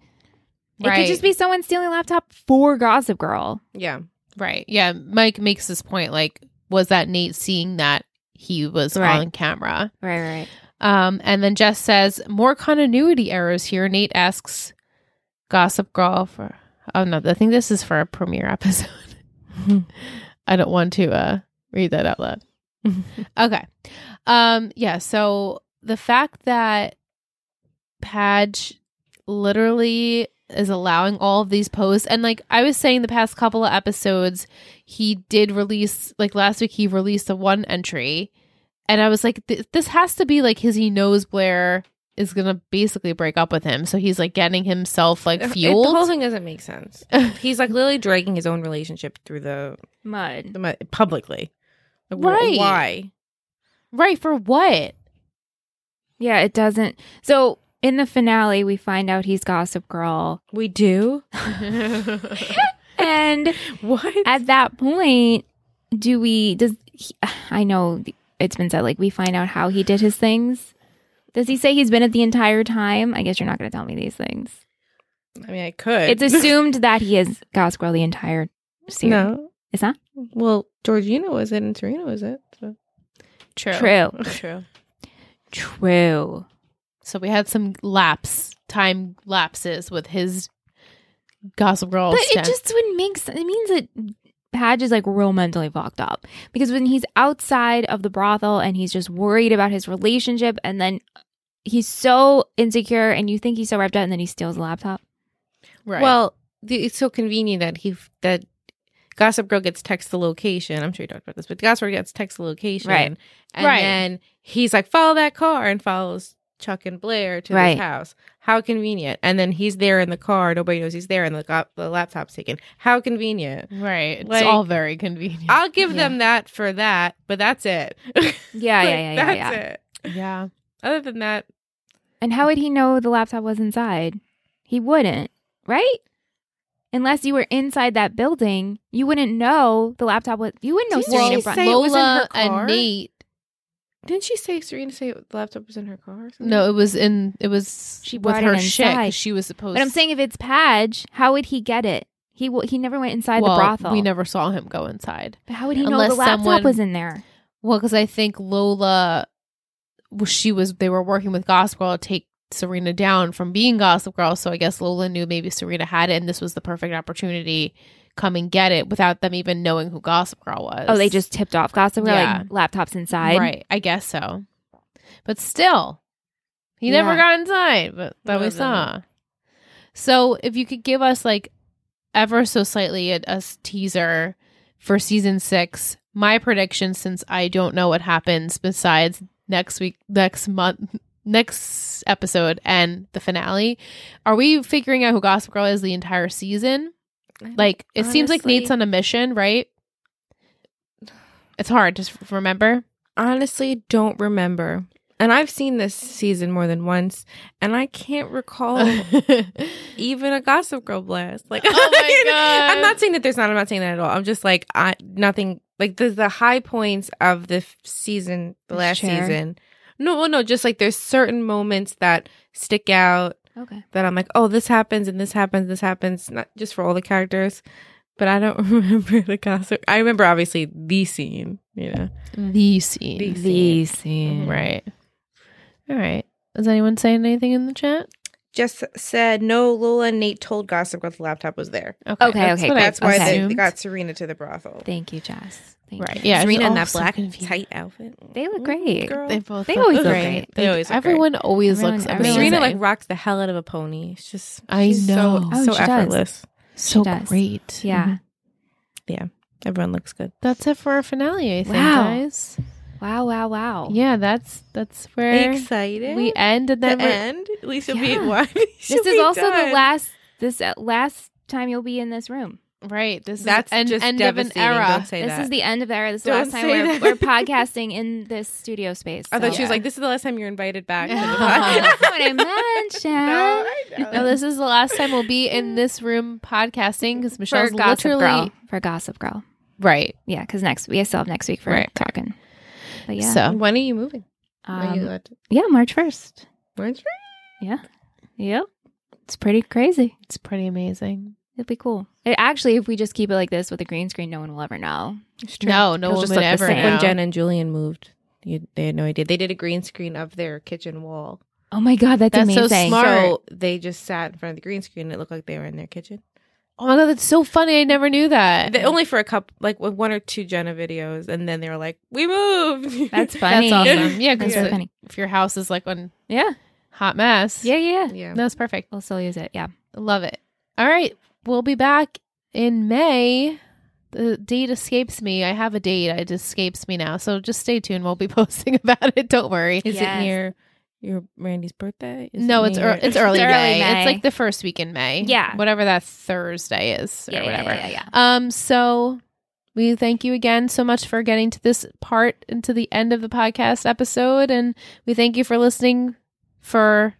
[SPEAKER 3] it
[SPEAKER 1] Right.
[SPEAKER 3] could just be someone stealing a laptop for Gossip Girl.
[SPEAKER 2] Yeah.
[SPEAKER 1] Right. Yeah. Mike makes this point. Like, was that Nate seeing that he was
[SPEAKER 3] Right.
[SPEAKER 1] on camera?
[SPEAKER 3] Right, right.
[SPEAKER 1] Um, and then Jess says, more continuity errors here. Nate asks Gossip Girl for oh no, I think this is for a premiere episode. I don't want to uh read that out loud. okay. Um, yeah, so the fact that Padge literally is allowing all of these posts and like I was saying the past couple of episodes, he did release like last week he released the one entry and I was like, th- this has to be like his. He knows Blair is gonna basically break up with him, so he's like getting himself like
[SPEAKER 2] It-
[SPEAKER 1] fueled.
[SPEAKER 2] the whole thing doesn't make sense. He's like literally dragging his own relationship through the,
[SPEAKER 3] Mud.
[SPEAKER 2] the mu- publicly. Like, wh-
[SPEAKER 1] Right.
[SPEAKER 2] Why?
[SPEAKER 1] right for what?
[SPEAKER 3] Yeah, it doesn't. So in the finale, we find out he's Gossip Girl,
[SPEAKER 2] We do.
[SPEAKER 3] and
[SPEAKER 2] What?
[SPEAKER 3] at that point, do we? Does he, I know it's been said like we find out how he did his things. Does he say he's been it the entire time? I guess you're not going to tell me these things.
[SPEAKER 2] I mean, I could.
[SPEAKER 3] It's assumed that he is Gossip Girl the entire series.
[SPEAKER 2] no.
[SPEAKER 3] Is that
[SPEAKER 2] Well, Georgina was it, and Serena was it. So.
[SPEAKER 1] True.
[SPEAKER 3] true?
[SPEAKER 2] True.
[SPEAKER 3] True.
[SPEAKER 1] So we had some lapse time lapses with his Gossip Girl.
[SPEAKER 3] But it
[SPEAKER 1] stint.
[SPEAKER 3] just wouldn't make sense. It means that Padge is like real mentally fucked up because when he's outside of the brothel and he's just worried about his relationship, and then he's so insecure, and you think he's so wrapped up, and then he steals the laptop.
[SPEAKER 1] Right.
[SPEAKER 2] Well, the, it's so convenient that he f- that Gossip Girl gets text the location. I'm sure you talked about this, but Gossip Girl gets text the location,
[SPEAKER 3] Right.
[SPEAKER 2] And
[SPEAKER 1] Right.
[SPEAKER 2] then he's like, "Follow that car," and follows Chuck and Blair to
[SPEAKER 3] Right.
[SPEAKER 2] this house. How convenient! And then he's there in the car. Nobody knows he's there, and the, go- the laptop's taken. How convenient!
[SPEAKER 1] right. It's
[SPEAKER 2] like-
[SPEAKER 1] all very convenient.
[SPEAKER 2] I'll give
[SPEAKER 3] Yeah.
[SPEAKER 2] them that for that, but that's it.
[SPEAKER 3] Yeah, yeah,
[SPEAKER 2] yeah,
[SPEAKER 3] yeah, yeah,
[SPEAKER 2] that's
[SPEAKER 3] yeah.
[SPEAKER 2] it.
[SPEAKER 1] yeah.
[SPEAKER 2] Other than that,
[SPEAKER 3] And how would he know the laptop was inside? He wouldn't, right? Unless you were inside that building, you wouldn't know the laptop was. You wouldn't know
[SPEAKER 2] Didn't
[SPEAKER 3] Serena
[SPEAKER 2] she
[SPEAKER 3] Bron-
[SPEAKER 2] say it was in her
[SPEAKER 1] Lola
[SPEAKER 2] car?
[SPEAKER 1] and Nate.
[SPEAKER 2] didn't she say Serena say the laptop was in her car? Or something?
[SPEAKER 1] No, it was in. It was
[SPEAKER 3] Hmm. She
[SPEAKER 1] with
[SPEAKER 3] brought it
[SPEAKER 1] her shit. 'cause
[SPEAKER 3] inside.
[SPEAKER 1] She was supposed.
[SPEAKER 3] But I'm saying if it's Padge, how would he get it? He w- he never went inside
[SPEAKER 1] Well,
[SPEAKER 3] the brothel.
[SPEAKER 1] We never saw him go inside.
[SPEAKER 3] But how would he know
[SPEAKER 1] Unless
[SPEAKER 3] the laptop
[SPEAKER 1] someone-
[SPEAKER 3] was in there?
[SPEAKER 1] Well, because I think Lola, well, she was. They were working with Gossip Girl to take Serena down from being Gossip Girl. So I guess Lola knew maybe Serena had it, and this was the perfect opportunity. Come and get it without them even knowing who Gossip Girl was.
[SPEAKER 3] Oh, they just tipped off gossip. Girl,
[SPEAKER 1] Yeah.
[SPEAKER 3] Like laptops inside.
[SPEAKER 1] right. I guess so. But still, he never
[SPEAKER 3] Yeah.
[SPEAKER 1] got inside. But that we
[SPEAKER 2] Wasn't.
[SPEAKER 1] saw. So if you could give us like ever so slightly a, a s- teaser for season six, my prediction, since I don't know what happens besides next week, next month, next episode, and the finale, are we figuring out who Gossip Girl is the entire season? Like it seems like
[SPEAKER 2] Honestly-
[SPEAKER 1] Nate's on a mission, right? It's hard to s- remember.
[SPEAKER 2] honestly don't remember. And I've seen this season more than once, and I can't recall
[SPEAKER 3] Oh.
[SPEAKER 2] even a Gossip Girl blast. Like,
[SPEAKER 1] Oh my
[SPEAKER 2] I'm
[SPEAKER 1] God.
[SPEAKER 2] not saying that there's not. I'm not saying that at all. I'm just like, I nothing. Like the the high points of the f- season, the
[SPEAKER 3] This
[SPEAKER 2] last
[SPEAKER 3] chair.
[SPEAKER 2] season. No, well, no, just like there's certain moments that stick out
[SPEAKER 3] Okay.
[SPEAKER 2] that I'm like, oh, this happens and this happens, this happens, not just for all the characters, but I don't remember the gossip. I remember obviously the scene, you know.
[SPEAKER 1] the scene.
[SPEAKER 2] The
[SPEAKER 3] The
[SPEAKER 1] Mhm.
[SPEAKER 3] scene.
[SPEAKER 1] Right. All right. Is anyone saying anything in the chat?
[SPEAKER 2] just said no. Lola and Nate told Gossip Girl the laptop was there.
[SPEAKER 3] Okay,
[SPEAKER 1] That's
[SPEAKER 3] okay,
[SPEAKER 1] what I
[SPEAKER 3] great.
[SPEAKER 2] That's why
[SPEAKER 3] Okay.
[SPEAKER 2] they
[SPEAKER 1] assumed.
[SPEAKER 2] got Serena to the brothel.
[SPEAKER 3] Thank you, Jess. Thank
[SPEAKER 1] Right.
[SPEAKER 3] You.
[SPEAKER 1] Yeah. it's
[SPEAKER 2] Serena in
[SPEAKER 1] all
[SPEAKER 2] that
[SPEAKER 1] so
[SPEAKER 2] black
[SPEAKER 1] confusing.
[SPEAKER 2] tight outfit.
[SPEAKER 3] They look great.
[SPEAKER 2] Girl.
[SPEAKER 1] They both.
[SPEAKER 3] They
[SPEAKER 1] look
[SPEAKER 3] always
[SPEAKER 1] great.
[SPEAKER 3] look great.
[SPEAKER 2] They always look great.
[SPEAKER 1] everyone always
[SPEAKER 3] Everyone-
[SPEAKER 1] looks.
[SPEAKER 3] everyone
[SPEAKER 2] But
[SPEAKER 1] amazing.
[SPEAKER 2] Serena
[SPEAKER 3] amazing.
[SPEAKER 2] like rocks the hell out of a pony. It's just
[SPEAKER 1] I
[SPEAKER 2] she's
[SPEAKER 1] know.
[SPEAKER 2] so,
[SPEAKER 3] Oh,
[SPEAKER 2] so
[SPEAKER 3] she does.
[SPEAKER 2] effortless.
[SPEAKER 1] so
[SPEAKER 3] does.
[SPEAKER 1] great. Mhm.
[SPEAKER 3] Yeah. Mm-hmm.
[SPEAKER 2] Everyone looks good.
[SPEAKER 1] That's it for our finale. I think,
[SPEAKER 3] Wow.
[SPEAKER 1] guys.
[SPEAKER 3] Wow. Wow. Wow.
[SPEAKER 1] Yeah. That's that's where
[SPEAKER 2] Excited.
[SPEAKER 1] we end, and
[SPEAKER 2] the
[SPEAKER 1] then we're-
[SPEAKER 2] end. At least you'll
[SPEAKER 3] Yeah.
[SPEAKER 2] be one.
[SPEAKER 3] This is also the last. This uh, last time you'll be in this room.
[SPEAKER 1] right. This
[SPEAKER 2] That's
[SPEAKER 1] is end,
[SPEAKER 2] just
[SPEAKER 1] end of an
[SPEAKER 2] devastating.
[SPEAKER 1] era.
[SPEAKER 2] Don't say
[SPEAKER 3] this
[SPEAKER 2] that.
[SPEAKER 3] is the end of the era. This is the
[SPEAKER 2] Don't
[SPEAKER 3] last time
[SPEAKER 2] say
[SPEAKER 3] we're,
[SPEAKER 2] that.
[SPEAKER 3] we're podcasting in this studio space.
[SPEAKER 2] I thought
[SPEAKER 3] so-
[SPEAKER 2] she was like, "This is the last time you're invited back." to the
[SPEAKER 1] No.
[SPEAKER 2] podcast."
[SPEAKER 3] That's what I meant, Shannon.
[SPEAKER 2] No,
[SPEAKER 1] Now
[SPEAKER 2] I know.
[SPEAKER 1] this is the last time we'll be in this room podcasting because
[SPEAKER 3] for
[SPEAKER 1] Michelle's
[SPEAKER 3] Gossip
[SPEAKER 1] literally
[SPEAKER 3] Girl. For Gossip Girl.
[SPEAKER 1] right.
[SPEAKER 3] Yeah, because next we still have next week for
[SPEAKER 1] Right, right.
[SPEAKER 3] talking. But yeah,
[SPEAKER 1] So
[SPEAKER 2] When are you moving? are you
[SPEAKER 3] um,
[SPEAKER 2] allowed to-
[SPEAKER 3] yeah, March first.
[SPEAKER 2] When's your-
[SPEAKER 3] Yep, it's pretty crazy.
[SPEAKER 1] it's pretty amazing.
[SPEAKER 3] It'd be cool. It, actually, if we just keep it like this with a green screen, no one will ever know.
[SPEAKER 2] It's true.
[SPEAKER 1] No, no
[SPEAKER 3] It'll
[SPEAKER 1] one
[SPEAKER 3] just
[SPEAKER 1] would
[SPEAKER 3] look the
[SPEAKER 1] ever
[SPEAKER 3] same.
[SPEAKER 1] know.
[SPEAKER 2] when Jen and Julian moved, you, they had no idea. They did a green screen of their kitchen wall.
[SPEAKER 3] Oh my god, that's,
[SPEAKER 1] That's so
[SPEAKER 3] amazing.
[SPEAKER 1] smart.
[SPEAKER 2] So they just sat in front of the green screen. and It looked like they were in their kitchen. Uh-huh.
[SPEAKER 1] Oh my god, that's so funny. I never knew that.
[SPEAKER 2] They, only for a couple, like with one or two Jenna videos, and then they were like, "We moved."
[SPEAKER 3] That's
[SPEAKER 1] That's
[SPEAKER 3] funny.
[SPEAKER 1] awesome. Yeah, because
[SPEAKER 3] That's so funny.
[SPEAKER 1] if your house is like one
[SPEAKER 3] Yeah,
[SPEAKER 1] hot mess,
[SPEAKER 3] yeah, yeah.
[SPEAKER 2] yeah.
[SPEAKER 1] that's perfect.
[SPEAKER 3] We'll still use it. Yeah.
[SPEAKER 1] Love it. All right, we'll be back in May. The date escapes me. I have a date. It escapes me now. So just stay tuned. We'll be posting about it. Don't worry.
[SPEAKER 2] Is
[SPEAKER 3] Yes.
[SPEAKER 2] it near your Randy's birthday? Is
[SPEAKER 1] no,
[SPEAKER 2] it
[SPEAKER 1] it's
[SPEAKER 2] near-
[SPEAKER 1] ear it's early
[SPEAKER 3] It's early
[SPEAKER 1] May.
[SPEAKER 3] May.
[SPEAKER 1] It's like the first week in May.
[SPEAKER 3] Yeah.
[SPEAKER 1] whatever that Thursday is or
[SPEAKER 3] yeah,
[SPEAKER 1] whatever.
[SPEAKER 3] Yeah, yeah, yeah.
[SPEAKER 1] Um, so we thank you again so much for getting to this part and to the end of the podcast episode. And we thank you for listening for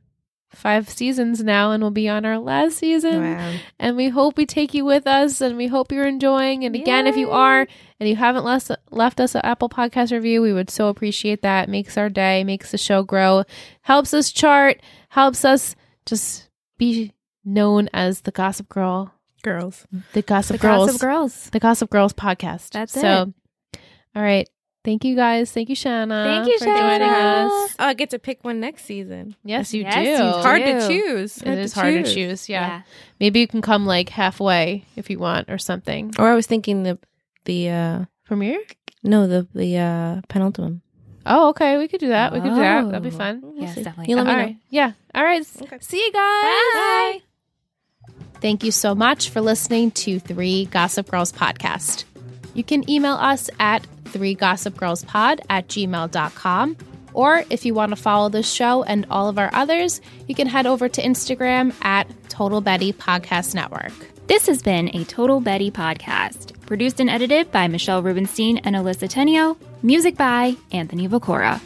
[SPEAKER 1] five seasons now, and we'll be on our last season.
[SPEAKER 2] Wow.
[SPEAKER 1] And we hope we take you with us and we hope you're enjoying. And again, if you are and you haven't left, left us an Apple Podcast review, we would so appreciate that. It makes our day, makes the show grow, helps us chart, helps us just be known as the Gossip Girl,
[SPEAKER 2] girls.
[SPEAKER 1] the
[SPEAKER 3] The
[SPEAKER 1] Gossip Girls.
[SPEAKER 3] Gossip Girls.
[SPEAKER 1] The Gossip Girls podcast.
[SPEAKER 3] That's
[SPEAKER 1] so, all right. Thank you guys. Thank you, Shanna.
[SPEAKER 3] Thank you,
[SPEAKER 1] for
[SPEAKER 3] Shanna.
[SPEAKER 1] joining us.
[SPEAKER 2] Oh, I get to pick one next season.
[SPEAKER 1] Yes, you
[SPEAKER 3] Yes,
[SPEAKER 1] do.
[SPEAKER 3] you
[SPEAKER 2] It's
[SPEAKER 3] do.
[SPEAKER 2] hard to choose. I
[SPEAKER 1] It
[SPEAKER 2] had
[SPEAKER 1] is hard to choose. Yeah. Maybe you can come like halfway if you want or something.
[SPEAKER 2] Or I was thinking the the uh
[SPEAKER 1] Premiere?
[SPEAKER 2] no the the uh penultimate.
[SPEAKER 1] Oh, okay. We could do that. We could do that. That'd be
[SPEAKER 3] Oh.
[SPEAKER 1] fun.
[SPEAKER 3] Yes, definitely.
[SPEAKER 2] You let me
[SPEAKER 1] All
[SPEAKER 2] know.
[SPEAKER 1] right. Yeah. All right. S-
[SPEAKER 2] Okay.
[SPEAKER 1] See you guys.
[SPEAKER 3] Bye.
[SPEAKER 1] Thank you so much for listening to Three Gossip Girls Podcast. You can email us at three gossip girls pod at gmail.com. Or if you want to follow this show and all of our others, you can head over to Instagram at Total Betty Podcast Network.
[SPEAKER 3] This has been a Total Betty podcast, produced and edited by Michelle Rubenstein and Alyssa Tenio, music by Anthony Vacora.